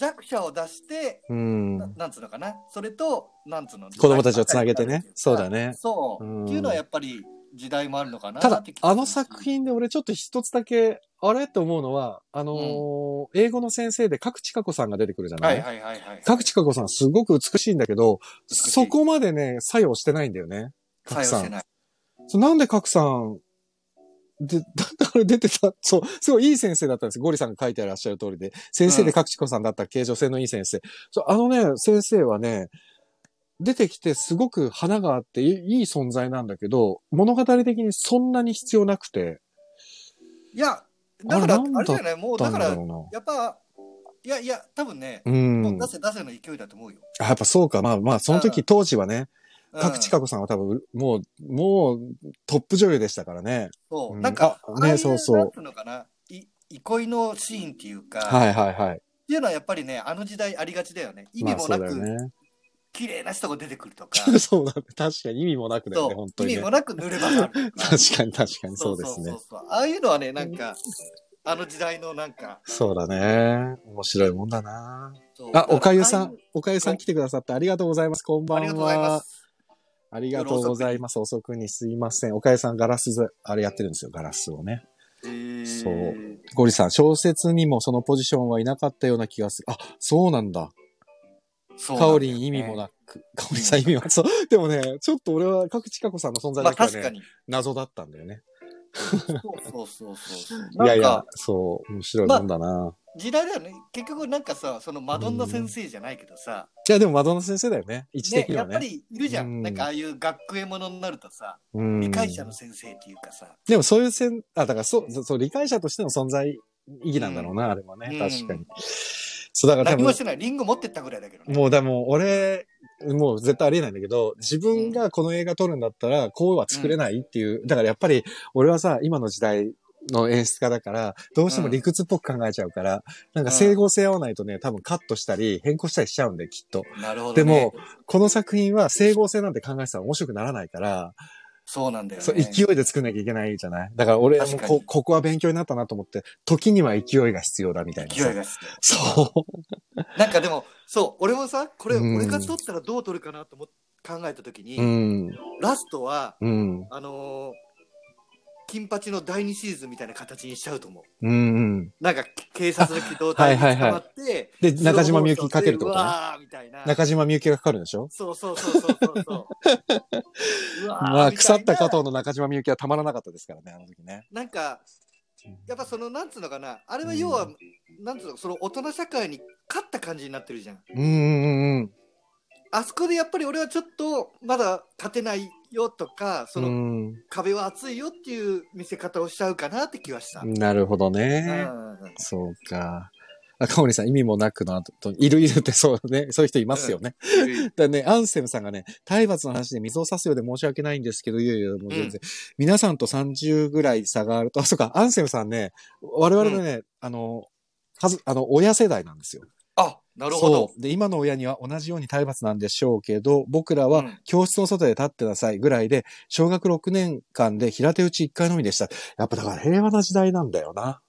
[SPEAKER 2] 弱者を出して、
[SPEAKER 1] うん。
[SPEAKER 2] ななんつうのかなそれと、なんつうの
[SPEAKER 1] 子供たちをつなげてねそうだね
[SPEAKER 2] そう、
[SPEAKER 1] うん
[SPEAKER 2] っていうのはやっぱり時代もあるのかな
[SPEAKER 1] ただ
[SPEAKER 2] って気、が
[SPEAKER 1] あの作品で俺ちょっと一つだけ、あれと思うのは、あのー英語の先生で角地佳子さんが出てくるじゃな
[SPEAKER 2] はいいはいはいはい。
[SPEAKER 1] 角地佳子さんすごく美しいんだけど、
[SPEAKER 2] 美しい
[SPEAKER 1] そこまでね、作用してないんだよね。
[SPEAKER 2] 作
[SPEAKER 1] 角
[SPEAKER 2] 用
[SPEAKER 1] さ
[SPEAKER 2] して
[SPEAKER 1] ん。
[SPEAKER 2] ない。
[SPEAKER 1] そうなんで角さん、で、 [laughs] だから出てた、そう、すごいいい先生だったんです。ゴリさんが書いてらっしゃる通りで。先生
[SPEAKER 2] う
[SPEAKER 1] で
[SPEAKER 2] ん
[SPEAKER 1] 角地子さんだった形状性のいい先生。そう、あのね、先生はね、出てきてすごく花があっていいいい存在なんだけど、物語的にそんなに必要なくて。
[SPEAKER 2] いや、だ
[SPEAKER 1] あれ
[SPEAKER 2] から、
[SPEAKER 1] なんだ
[SPEAKER 2] あれじゃない、もうだ
[SPEAKER 1] な
[SPEAKER 2] から
[SPEAKER 1] んだ、ろ
[SPEAKER 2] やっぱ、いやいや、多分ね
[SPEAKER 1] う、
[SPEAKER 2] も
[SPEAKER 1] な。う
[SPEAKER 2] うん出。せ出せの勢いだと思うよ。
[SPEAKER 1] あやっぱそうか。まあまあ、その
[SPEAKER 2] う
[SPEAKER 1] 時、
[SPEAKER 2] ん
[SPEAKER 1] 当時はね、
[SPEAKER 2] うん
[SPEAKER 1] 角地か子さんは多分、もう、もう、トップ女優でしたからね。
[SPEAKER 2] そうう、
[SPEAKER 1] ん
[SPEAKER 2] なんか、
[SPEAKER 1] あ
[SPEAKER 2] あ
[SPEAKER 1] ね
[SPEAKER 2] あい
[SPEAKER 1] そうそう
[SPEAKER 2] なんつうのかな、い憩いのシーンっていうか、
[SPEAKER 1] はい
[SPEAKER 2] っ
[SPEAKER 1] はいはい。
[SPEAKER 2] ていうのはやっぱりね、あの時代ありがちだよね。意
[SPEAKER 1] まあ
[SPEAKER 2] 味も
[SPEAKER 1] そ
[SPEAKER 2] な
[SPEAKER 1] うだよ
[SPEAKER 2] く、
[SPEAKER 1] ね。
[SPEAKER 2] 綺麗な人が出てくるとか、 [laughs]
[SPEAKER 1] そうだね。確かに意味もなくだよね、
[SPEAKER 2] そ
[SPEAKER 1] 本
[SPEAKER 2] う、
[SPEAKER 1] 当に
[SPEAKER 2] 意味
[SPEAKER 1] ね。
[SPEAKER 2] もなく濡れ場があるとか。
[SPEAKER 1] 確かに確かに [laughs] そうですね
[SPEAKER 2] そう。そうそうああいうのはね、なんか、あの時代のなんか、
[SPEAKER 1] そうだね。面白いもんだな。
[SPEAKER 2] そう
[SPEAKER 1] あ、おかゆさ
[SPEAKER 2] ああ
[SPEAKER 1] ん、おかゆさん来てくださってありがとうございます。こんばんは。
[SPEAKER 2] ありがとうございます。
[SPEAKER 1] ありがとうございます。遅くにすいません。おかゆさんガラスず、あれやってるんですよ、ガラスをね。
[SPEAKER 2] えー
[SPEAKER 1] そうゴリさん、小説にもそのポジションはいなかったような気がする。あ、そうなんだ。
[SPEAKER 2] そう
[SPEAKER 1] かおりん意味もなく。かおりんさん意
[SPEAKER 2] [laughs]
[SPEAKER 1] 味は、そう。でもね、ちょっと俺は、各ちかこさんの存在だ
[SPEAKER 2] まあ
[SPEAKER 1] けは
[SPEAKER 2] 確か
[SPEAKER 1] ね、
[SPEAKER 2] に。
[SPEAKER 1] 謎だったんだよね。
[SPEAKER 2] そうそうそうそう。
[SPEAKER 1] [laughs] い
[SPEAKER 2] な
[SPEAKER 1] やい
[SPEAKER 2] ん
[SPEAKER 1] や
[SPEAKER 2] か、、
[SPEAKER 1] そう、面白いもんだな。
[SPEAKER 2] 時代だよね。結局なんかさ、そのマドンナ先生じゃないけどさ、
[SPEAKER 1] いや、でもマドンナ先生だよね。位置
[SPEAKER 2] ね
[SPEAKER 1] 的、に
[SPEAKER 2] や
[SPEAKER 1] は
[SPEAKER 2] っ
[SPEAKER 1] ね。
[SPEAKER 2] ぱりいるじゃ
[SPEAKER 1] うん
[SPEAKER 2] ん。なんかああいう学園ものになるとさ、
[SPEAKER 1] うん
[SPEAKER 2] 理解者の先生っていうかさ、
[SPEAKER 1] でもそういうせん、あ、だからそう、そうそう、理解者としての存在意義なんだろうな、あれもね
[SPEAKER 2] う。ん
[SPEAKER 1] 確かに。そう、だから多
[SPEAKER 2] 何も
[SPEAKER 1] 分
[SPEAKER 2] し、てない。リンゴ持ってったぐらいだけどね。
[SPEAKER 1] もうでも俺、もう絶対ありえないんだけど、自分がこの映画撮るんだったら、こうは作れないっていう、だからやっぱり、俺はさ、今の時代の演出家だから、どうしても理屈っぽく考えちゃうから、なんか整合性合わないとね、多分カットしたり、変更したりしちゃうんで、きっと。
[SPEAKER 2] なるほど、ね。
[SPEAKER 1] でも、、この作品は整合性なんて考えてたら面白くならないから、
[SPEAKER 2] そうなんだよね。
[SPEAKER 1] そう、勢いで作んなきゃいけないじゃないだから俺も
[SPEAKER 2] 確か
[SPEAKER 1] こ
[SPEAKER 2] に、
[SPEAKER 1] ここは勉強になったなと思って、時には勢いが必要だみたいなさ。
[SPEAKER 2] 勢いがして。
[SPEAKER 1] そ
[SPEAKER 2] [laughs] なんかでも、そう、俺もさ、これ、
[SPEAKER 1] うん
[SPEAKER 2] 俺が撮ったらどう撮るかなと思っ考えたときに、
[SPEAKER 1] う。うん。
[SPEAKER 2] ラストは、
[SPEAKER 1] うん。
[SPEAKER 2] あのー金八の第二シーズンみたいな形にしちゃうと思う。
[SPEAKER 1] うんうん。
[SPEAKER 2] なんか、警察の機動隊に捕
[SPEAKER 1] はいはいは
[SPEAKER 2] まって、
[SPEAKER 1] で、中島みゆきかけるってこと
[SPEAKER 2] ね。う
[SPEAKER 1] ね。
[SPEAKER 2] わーみたいな。
[SPEAKER 1] 中島みゆきがかかるんでしょ
[SPEAKER 2] そうそうそうそうそ
[SPEAKER 1] [laughs]
[SPEAKER 2] うそう。うわー
[SPEAKER 1] まあ、腐った加。
[SPEAKER 2] みい
[SPEAKER 1] 藤の中島みゆきはたまらなかったですからね、あの時ね。
[SPEAKER 2] ななんか、やっぱその、なんつうのかな、あれは要は、なんつうの、その大人社会に勝った感じになってるじゃん。
[SPEAKER 1] うんうんうん
[SPEAKER 2] あそこでやっぱり俺はちょっとまだ勝てないよとか、その
[SPEAKER 1] うん。
[SPEAKER 2] 壁は厚いよっていう見せ方をしちゃうかなって気はした。
[SPEAKER 1] うん。なるほどね。
[SPEAKER 2] う
[SPEAKER 1] そうか。赤森さん意味もなくなと、いるいるってそうね、そういう人いますよね。
[SPEAKER 2] ん
[SPEAKER 1] だね、アンセムさんがね、体罰の話で水を差すようで申し訳ないんですけど、いやいや、もう全然、
[SPEAKER 2] うん
[SPEAKER 1] 皆さんと30ぐらい差があると、あ、 [laughs] そうか、アンセムさんね、我々のね、あの、はず、あの、親世代なんですよ。
[SPEAKER 2] あ、なるほど
[SPEAKER 1] そ。う。で、今の親には同じように体罰なんでしょうけど、僕ら
[SPEAKER 2] う
[SPEAKER 1] は
[SPEAKER 2] ん
[SPEAKER 1] 教室の外で立ってなさいぐらいで、小学6年間で平手打ち1回のみでした。やっぱだから平和な時代なんだよな。だか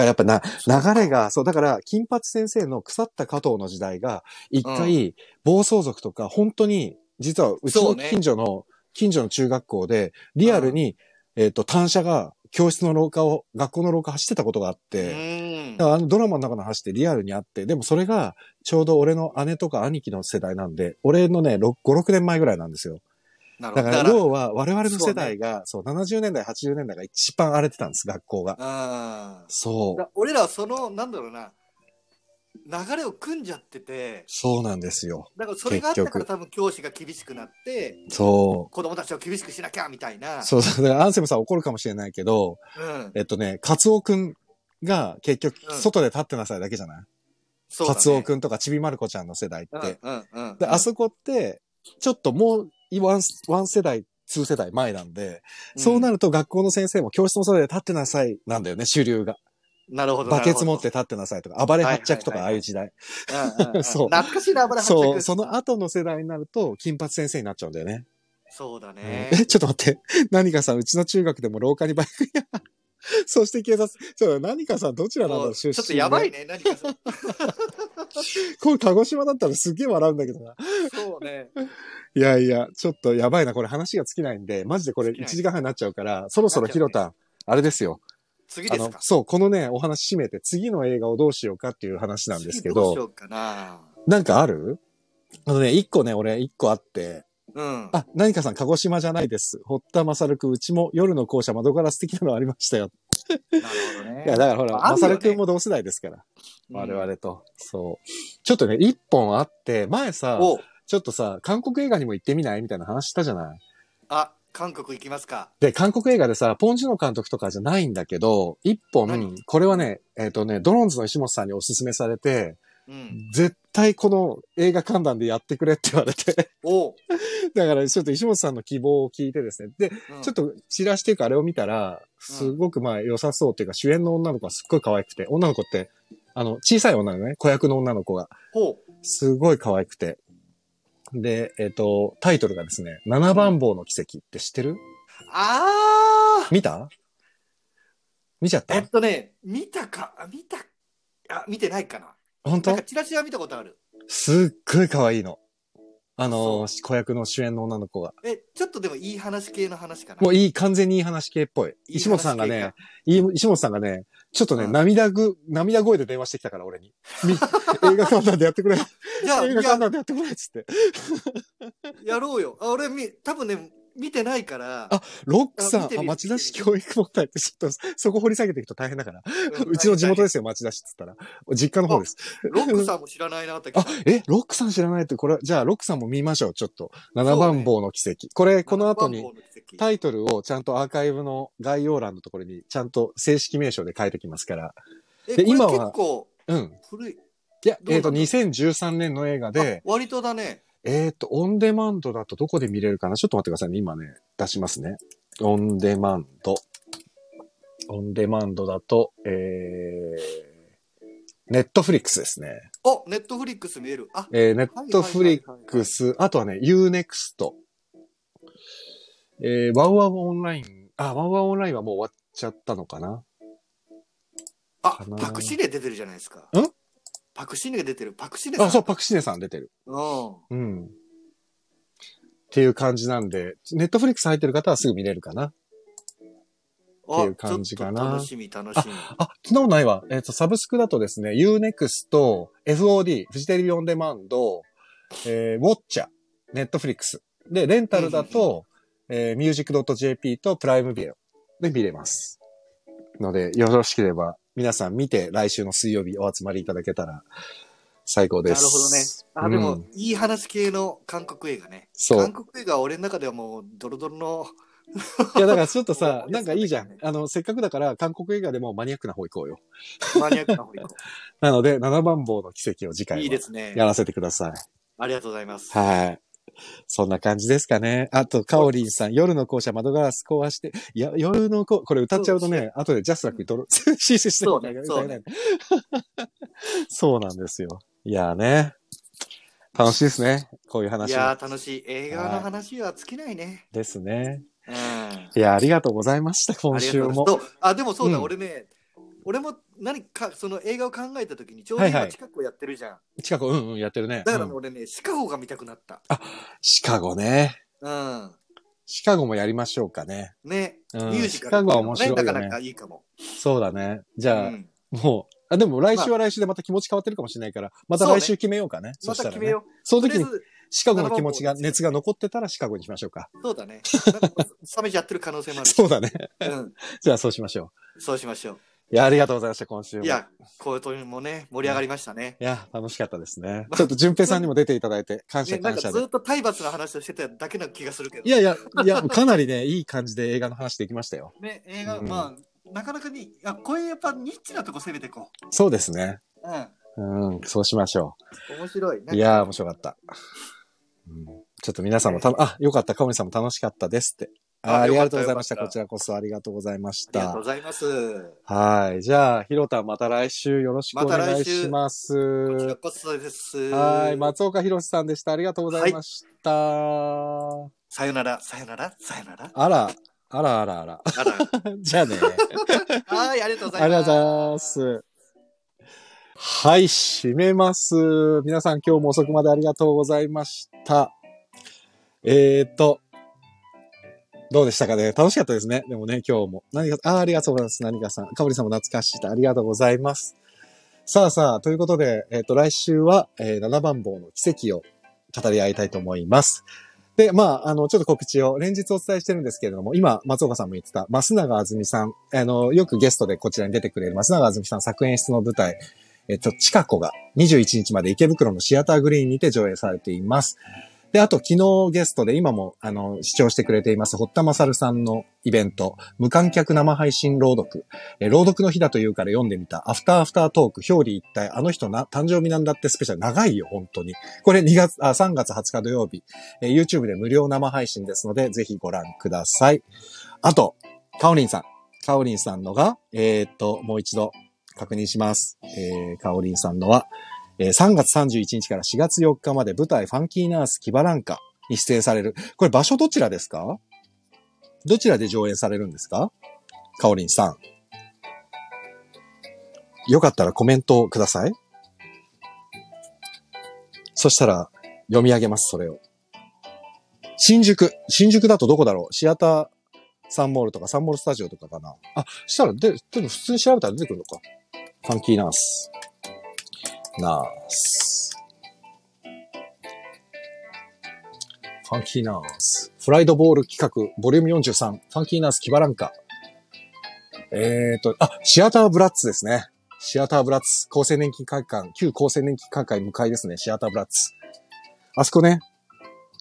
[SPEAKER 1] らやっぱな、流れが、そう、だから、金八先生の腐った加藤の時代が、一回、暴走族とか、本当に、実は、うち
[SPEAKER 2] そ
[SPEAKER 1] の
[SPEAKER 2] うね
[SPEAKER 1] 近所の、近所の中学校で、リアルに、えっ、と、単車が、教室の廊下を、学校の廊下走ってたことがあって、
[SPEAKER 2] うん
[SPEAKER 1] だからあのドラマの中の話ってリアルにあって、でもそれがちょうど俺の姉とか兄貴の世代なんで、俺のね、ろ5、6年前ぐらいなんですよ。
[SPEAKER 2] なる
[SPEAKER 1] だ
[SPEAKER 2] ほど。
[SPEAKER 1] から
[SPEAKER 2] だ
[SPEAKER 1] 要は我々の世代が、そう,、70年代、80年代が一番荒れてたんです、学校が。
[SPEAKER 2] あー
[SPEAKER 1] そ
[SPEAKER 2] だか
[SPEAKER 1] う。
[SPEAKER 2] ら俺らはその、なんだろうな、流れを組んじゃってて、
[SPEAKER 1] そうなんですよ。
[SPEAKER 2] だからそれがあったか
[SPEAKER 1] 結
[SPEAKER 2] ら
[SPEAKER 1] 局
[SPEAKER 2] 多分教師が厳しくなって、
[SPEAKER 1] そ
[SPEAKER 2] 子供たちを厳しくしなきゃみたいな。
[SPEAKER 1] う。そうそう。だからアンセムさん怒るかもしれないけど、
[SPEAKER 2] うん。
[SPEAKER 1] えっとね、カツオくんが結局
[SPEAKER 2] うん
[SPEAKER 1] 外で立ってなさいだけじゃない、
[SPEAKER 2] そうだね
[SPEAKER 1] カツオくんとかちびまる子ちゃんの世代って。
[SPEAKER 2] うんうんうん。
[SPEAKER 1] で、あそこって、ちょっともう、ワン、ワン世代、ツー世代前なんで、そうな
[SPEAKER 2] る。
[SPEAKER 1] ると学校の先生も教室の外で立ってなさいなんだよね、主流が。
[SPEAKER 2] なるほど。
[SPEAKER 1] バケツ持
[SPEAKER 2] なる
[SPEAKER 1] っ
[SPEAKER 2] ほ
[SPEAKER 1] て立ってなさいとか、暴れ発着とか、
[SPEAKER 2] は
[SPEAKER 1] ああ
[SPEAKER 2] いはいはいはい
[SPEAKER 1] いう時代。
[SPEAKER 2] ど。うんうんう
[SPEAKER 1] [laughs]
[SPEAKER 2] ん
[SPEAKER 1] そう
[SPEAKER 2] 懐かしいな、油発
[SPEAKER 1] そう、
[SPEAKER 2] 着
[SPEAKER 1] その後の世代になると、金髪先生になっちゃうんだよね。
[SPEAKER 2] そうだね。
[SPEAKER 1] え、ちょっと待って。 [laughs] 何かさん、うちの中学でも廊下にバイクや。 [laughs] そして警察、ちょっと何かさん、どちらなんだ
[SPEAKER 2] も
[SPEAKER 1] ろ
[SPEAKER 2] う
[SPEAKER 1] う、
[SPEAKER 2] ち
[SPEAKER 1] 出身
[SPEAKER 2] ょっとやばい
[SPEAKER 1] ね。
[SPEAKER 2] ね、何かそう
[SPEAKER 1] これ鹿児島だったらすげえ笑うんだけどな。
[SPEAKER 2] そうね。
[SPEAKER 1] いやいや、ちょっとやばいな、これ話が尽きないんで、マジでこれ1
[SPEAKER 2] 尽きない
[SPEAKER 1] 時間半になっちゃうから、そろそろヒロタン、あれですよ。
[SPEAKER 2] 次
[SPEAKER 1] あ
[SPEAKER 2] です
[SPEAKER 1] の
[SPEAKER 2] か。
[SPEAKER 1] そう、このね、お話締めて、次の映画をどうしようかっていう話なんですけ
[SPEAKER 2] 次どう
[SPEAKER 1] ど、
[SPEAKER 2] しようかな。
[SPEAKER 1] なんかあるあのね、一個ね、俺、一個あって、
[SPEAKER 2] うん。
[SPEAKER 1] あ、何かさん、鹿児島じゃないです。堀田勝くん、うちも夜の校舎窓ガラス的なのありましたよ。
[SPEAKER 2] なるほどね
[SPEAKER 1] いや、だからほら、
[SPEAKER 2] あるよね
[SPEAKER 1] 勝くんも同世代ですから。我々と。そう。ちょっとね、一本あって、前さ、
[SPEAKER 2] お
[SPEAKER 1] ちょっとさ、韓国映画にも行ってみないみたいな話したじゃない
[SPEAKER 2] あ、韓国行きますか。
[SPEAKER 1] で、韓国映画でさ、ポンジュの監督とかじゃないんだけど、一本
[SPEAKER 2] 何、
[SPEAKER 1] これはね、えっ、とね、ドローンズの石本さんにおすすめされて、
[SPEAKER 2] うん。
[SPEAKER 1] 絶対この映画観覧でやってくれって言われて、 [laughs]
[SPEAKER 2] おう、
[SPEAKER 1] だからちょっと石本さんの希望を聞いてですね、で、
[SPEAKER 2] うん
[SPEAKER 1] ちょっとチラシっていうかあれを見たら、すごくまあ良さそうっていうか、主演の女の子がすっごい可愛くて、女の子って、あの、小さい女のね、子役の女の子が、
[SPEAKER 2] ほう。
[SPEAKER 1] すごい可愛くて。で、えっ、と、タイトルがですね、七番坊の奇跡って知ってる
[SPEAKER 2] あー
[SPEAKER 1] 見た見ちゃっ
[SPEAKER 2] え
[SPEAKER 1] た
[SPEAKER 2] っとね、見たか、あ見た、あ、見てないかな。
[SPEAKER 1] 本
[SPEAKER 2] なん
[SPEAKER 1] 当
[SPEAKER 2] かチラシは見たことある。
[SPEAKER 1] すっごい可愛いの。あ
[SPEAKER 2] そ
[SPEAKER 1] の、子役の主演の女の子が。
[SPEAKER 2] え、ちょっとでもいい話系の話かな。
[SPEAKER 1] もう
[SPEAKER 2] い
[SPEAKER 1] いい、完全にいい話系っぽい。
[SPEAKER 2] い話
[SPEAKER 1] 石本さんが
[SPEAKER 2] 系
[SPEAKER 1] ね
[SPEAKER 2] か、
[SPEAKER 1] いい石本さんがね、ちょっとね、
[SPEAKER 2] うん
[SPEAKER 1] 涙ぐ、涙声で電話してきたから、俺に。
[SPEAKER 2] [laughs]
[SPEAKER 1] み映画館なんでやってくれ。映
[SPEAKER 2] じゃあ、い
[SPEAKER 1] 画館
[SPEAKER 2] や
[SPEAKER 1] なんでやってくれっつって。
[SPEAKER 2] やろうよ。あ俺み、多分ね、見てないから。
[SPEAKER 1] あロック
[SPEAKER 2] あ
[SPEAKER 1] さ
[SPEAKER 2] 見て
[SPEAKER 1] ん、
[SPEAKER 2] る
[SPEAKER 1] あ、町田市教育問題ってちょっと、そこ掘り下げていくと大変だから。
[SPEAKER 2] ん
[SPEAKER 1] うちの地元ですよ、町田市っつったら。実家の方です。
[SPEAKER 2] ロックさんも知らないなって。
[SPEAKER 1] あ、え、ロックさん知らないって、これ、じゃあロックさんも見ましょう、ちょっと。七番坊の奇跡。これ、 [laughs] この後に
[SPEAKER 2] 七番坊の奇跡
[SPEAKER 1] タイトルをちゃんとアーカイブの概要欄のところにちゃんと正式名称で書いてきますから。
[SPEAKER 2] え、
[SPEAKER 1] で
[SPEAKER 2] 今
[SPEAKER 1] 今は
[SPEAKER 2] は結構
[SPEAKER 1] うん。
[SPEAKER 2] 古い。
[SPEAKER 1] いや、
[SPEAKER 2] どう
[SPEAKER 1] え
[SPEAKER 2] な
[SPEAKER 1] っ、
[SPEAKER 2] んだ
[SPEAKER 1] と、2013年の映画
[SPEAKER 2] で
[SPEAKER 1] で、、
[SPEAKER 2] 割とだね。
[SPEAKER 1] えっ、と、オンデマンドだとどこで見れるかなちょっと待ってくださいね。今ね、出しますね。オンデマンド。オンデマンドだと、えー、ネットフリックスですね。
[SPEAKER 2] お、ネットフリックス見える。あ、
[SPEAKER 1] えー、ネットフリッ
[SPEAKER 2] ッ
[SPEAKER 1] ク。ス、あとはね、UNEXT。えー、ワウワウオンライン、あ、ワウワウオンラインはもう終わっちゃったのかな
[SPEAKER 2] あ
[SPEAKER 1] か、な
[SPEAKER 2] パクシネ出てるじゃないですか。
[SPEAKER 1] ん
[SPEAKER 2] パクシネが出てる。パクシネさん。
[SPEAKER 1] あ、そう、パクシネさん出てる。
[SPEAKER 2] うん。
[SPEAKER 1] うん。っていう感じなんで、ネットフリックス入ってる方はすぐ見れるかな。
[SPEAKER 2] あ
[SPEAKER 1] っていう感じかな
[SPEAKER 2] ちょっと楽しみ、楽しみ。
[SPEAKER 1] あ、そんなことないわ。えっ、と、サブスクだとですね、Unext と FOD、フジテレビオンデマンド、えー、ウォッチャー、ネットフリックス。で、レンタルだと、えー、music.jp とプライムビデオで見れます。ので、よろしければ、皆さん見て、来週の水曜日お集まりいただけたら、最高
[SPEAKER 2] な
[SPEAKER 1] で
[SPEAKER 2] るほどね
[SPEAKER 1] す。。
[SPEAKER 2] あ、でも、
[SPEAKER 1] うん
[SPEAKER 2] いい話系の韓国映画ね。
[SPEAKER 1] そう。
[SPEAKER 2] 韓国映画は俺の中ではもう、ドロドロの、
[SPEAKER 1] いや、だからちょっ
[SPEAKER 2] [laughs]
[SPEAKER 1] と
[SPEAKER 2] もう
[SPEAKER 1] さ、
[SPEAKER 2] お
[SPEAKER 1] なん
[SPEAKER 2] 休み
[SPEAKER 1] かいいじゃ
[SPEAKER 2] だ
[SPEAKER 1] ん
[SPEAKER 2] よ。
[SPEAKER 1] あの、せっかくだから、韓国映画でもマニアックな方行こうよ。
[SPEAKER 2] マニアックな方
[SPEAKER 1] [laughs]
[SPEAKER 2] に行こ
[SPEAKER 1] なので、七番坊の奇跡を次
[SPEAKER 2] う。
[SPEAKER 1] 回
[SPEAKER 2] いい
[SPEAKER 1] は
[SPEAKER 2] ですね。
[SPEAKER 1] やらせてください。
[SPEAKER 2] ありがとうございます。
[SPEAKER 1] はい。そんな感じですかね。あと、カオリンさん、夜の校舎窓ガラス壊して、いや、夜の校、これ歌っちゃうとね、後でジャスラックにドロ、 [laughs] 申請して
[SPEAKER 2] そうねそうね
[SPEAKER 1] そうなんですよ。いやーね。楽しいですね。こういう
[SPEAKER 2] い
[SPEAKER 1] 話も。
[SPEAKER 2] やー、楽しい。映画の話は尽きないね。
[SPEAKER 1] ですね。
[SPEAKER 2] うん。あ
[SPEAKER 1] いやー、ありがとうございました、今
[SPEAKER 2] りがと
[SPEAKER 1] 週
[SPEAKER 2] うご
[SPEAKER 1] も
[SPEAKER 2] ざ。います。そうあ、でもそうだ、
[SPEAKER 1] うん
[SPEAKER 2] 俺ね、俺も何か、その映画を考えたときに、ちょうど
[SPEAKER 1] はいは
[SPEAKER 2] 今、
[SPEAKER 1] い
[SPEAKER 2] 近くをやってるじゃん。
[SPEAKER 1] 近く、うんうん、やってるね。
[SPEAKER 2] だからね
[SPEAKER 1] うん
[SPEAKER 2] 俺ね、シカゴが見たくなった。
[SPEAKER 1] シカゴね。
[SPEAKER 2] うん。
[SPEAKER 1] シカゴもやりましょうかね。
[SPEAKER 2] ね、
[SPEAKER 1] うん
[SPEAKER 2] ミュージカル、ね。
[SPEAKER 1] シカゴは面白いよね
[SPEAKER 2] なかなかいいかも。
[SPEAKER 1] そうだね。じ
[SPEAKER 2] う
[SPEAKER 1] ゃあ、
[SPEAKER 2] ん、
[SPEAKER 1] もう、あ、でも来週は来週でまた気持ち変わってるかもしれないから、また
[SPEAKER 2] そうね
[SPEAKER 1] 来週決めようかね。そ
[SPEAKER 2] ま
[SPEAKER 1] したたら
[SPEAKER 2] 決め
[SPEAKER 1] ね
[SPEAKER 2] よ。う。
[SPEAKER 1] その
[SPEAKER 2] とり
[SPEAKER 1] 時
[SPEAKER 2] あえ
[SPEAKER 1] に
[SPEAKER 2] ず、
[SPEAKER 1] シカゴの気持ちが、熱が残ってたらシカゴにしましょうか。 [laughs]
[SPEAKER 2] そうだね。なんか冷めちゃってる可能性もあるし。
[SPEAKER 1] そうだね。
[SPEAKER 2] うん。
[SPEAKER 1] じゃあそうしましょ
[SPEAKER 2] そうしましょ
[SPEAKER 1] う。いや、ありがとうございました、今週
[SPEAKER 2] う。
[SPEAKER 1] も。
[SPEAKER 2] いや、こういう時もね、盛り上がりましたね。
[SPEAKER 1] いや、楽しかったですね。ちょっと、淳平さんにも出ていただいて、感謝
[SPEAKER 2] ねなん
[SPEAKER 1] 感
[SPEAKER 2] か
[SPEAKER 1] 謝
[SPEAKER 2] ず
[SPEAKER 1] で
[SPEAKER 2] っ。と体罰の話をしてただけな気がするけど。
[SPEAKER 1] いやいや、いや、かなり
[SPEAKER 2] [laughs]
[SPEAKER 1] ね、いい感じで映画の話できましたよ。
[SPEAKER 2] ね、映画、
[SPEAKER 1] うん
[SPEAKER 2] まあ、なかなかに、あ、こういうやっぱニッチなとこ攻めていこ
[SPEAKER 1] そうですね。
[SPEAKER 2] う。う
[SPEAKER 1] うん、そうしましょ
[SPEAKER 2] ん。面白い。なん
[SPEAKER 1] う。
[SPEAKER 2] か
[SPEAKER 1] いやー、面白かった。うんちょっと皆さんもたの、あ、よかった、かおりさんも楽しかったですって。あー
[SPEAKER 2] あ
[SPEAKER 1] ありがとうございまし
[SPEAKER 2] よ
[SPEAKER 1] た。
[SPEAKER 2] か
[SPEAKER 1] こ
[SPEAKER 2] っ
[SPEAKER 1] ちらこそありがとうございまし
[SPEAKER 2] ありがとう
[SPEAKER 1] た
[SPEAKER 2] ご。ざいます。
[SPEAKER 1] はい。じゃあ、ひろたん、また来週よろしくお願いします。
[SPEAKER 2] こちらこそです。
[SPEAKER 1] はい。松岡弘さんでした。ありがとうございました。
[SPEAKER 2] さよなら、さよなら、さよなら。
[SPEAKER 1] あら、あらあらあら。 [laughs]
[SPEAKER 2] あら
[SPEAKER 1] じゃあね。
[SPEAKER 2] はい、ありがとうございます。
[SPEAKER 1] ありがとうございます。はい、締めます。皆さん今日も遅くまでありがとうございました。えーと、どうでしたかね楽しかったですね。でもね、今日も。何か、あーありがとうございます。何かさん。かぶりさんも懐かしい。ありがとうございます。さあさあ、ということで、えっ、と、来週は、えー、7番棒の奇跡を語り合いたいと思います。で、まあ、あの、ちょっと告知を連日お伝えしてるんですけれども、今、松岡さんも言ってた、増永あずみさん、あの、よくゲストでこちらに出てくれる増永あずみさん作演出の舞台、えっと、チカ子が21日まで池袋のシアターグリーンにて上映されています。で、あと、昨日ゲストで今も、あの、視聴してくれています、堀田勝さんのイベント、無観客生配信朗読、えー朗読の日だというから読んでみた、アフターアフタートーク、表裏一体、あの人な、誕生日なんだってスペシャル、長いよ、本当に。これ2月、あ、3月20日土曜日、えー YouTube で無料生配信ですので、ぜひご覧ください。あと、カオリンさん。カオリンさんのが、えーっと、もう一度確認します。えー、カオリンさんのは、えー3月31日から4月4日まで舞台ファンキーナースキバランカに出演される。これ場所どちらですかどちらで上演されるんですかカオリンさん。よかったらコメントをください。そしたら読み上げます、それを。新宿。新宿だとどこだろうシアターサンモールとかサンモールスタジオとかかな。あ、したらで、でも普通に調べたら出てくるのか。ファンキーナース。ナース。ファンキーナース。フライドボール企画、ボリューム43。ファンキーナース、キバランカ。えーと、あ、シアターブラッツですね。シアターブラッツ、厚生年金会館、旧厚生年金会館向かいですね、シアターブラッツ。あそこね、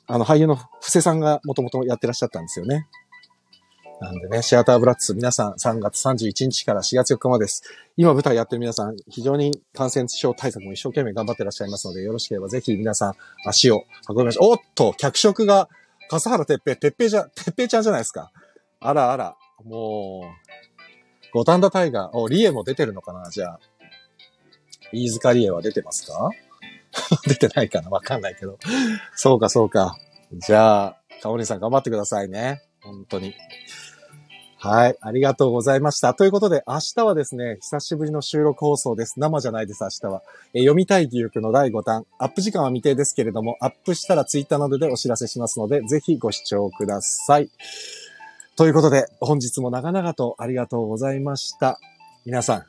[SPEAKER 1] あの、俳優の布施さんがもともとやってらっしゃったんですよね。なんでね、シアターブラッツ、皆さん3月31日から4月4日までです。今舞台やってる皆さん、非常に感染症対策も一生懸命頑張ってらっしゃいますので、よろしければぜひ皆さん足を運びましょう。おっと、客色が、笠原哲平、哲平じゃ、哲平ちゃんじゃないですか。あらあら、もう、五反田タイガー、お、リエも出てるのかなじゃあ。飯塚リエは出てますか [laughs] 出てないかなわかんないけど。そうか、そうか。じゃあ、かおりんさん頑張ってくださいね。本当に。はい。ありがとうございました。ということで、明日はですね、久しぶりの収録放送です。生じゃないです、明日は。えー読みたい記憶の第5弾。アップ時間は未定ですけれども、アップしたらツイッターなどでお知らせしますので、ぜひご視聴ください。ということで、本日も長々とありがとうございました。皆さん、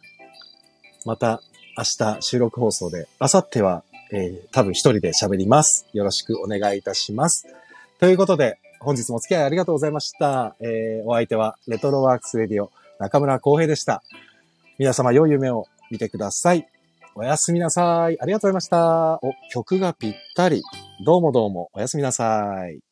[SPEAKER 1] また明日収録放送で、明後日は、えー多分一人で喋ります。よろしくお願いいたします。ということで、本日もお付き合いありがとうございました。えーお相手は、レトロワークスレディオ、中村浩平でした。皆様、良い夢を見てください。おやすみなさい。ありがとうございました。お、曲がぴったり。どうもどうも、おやすみなさい。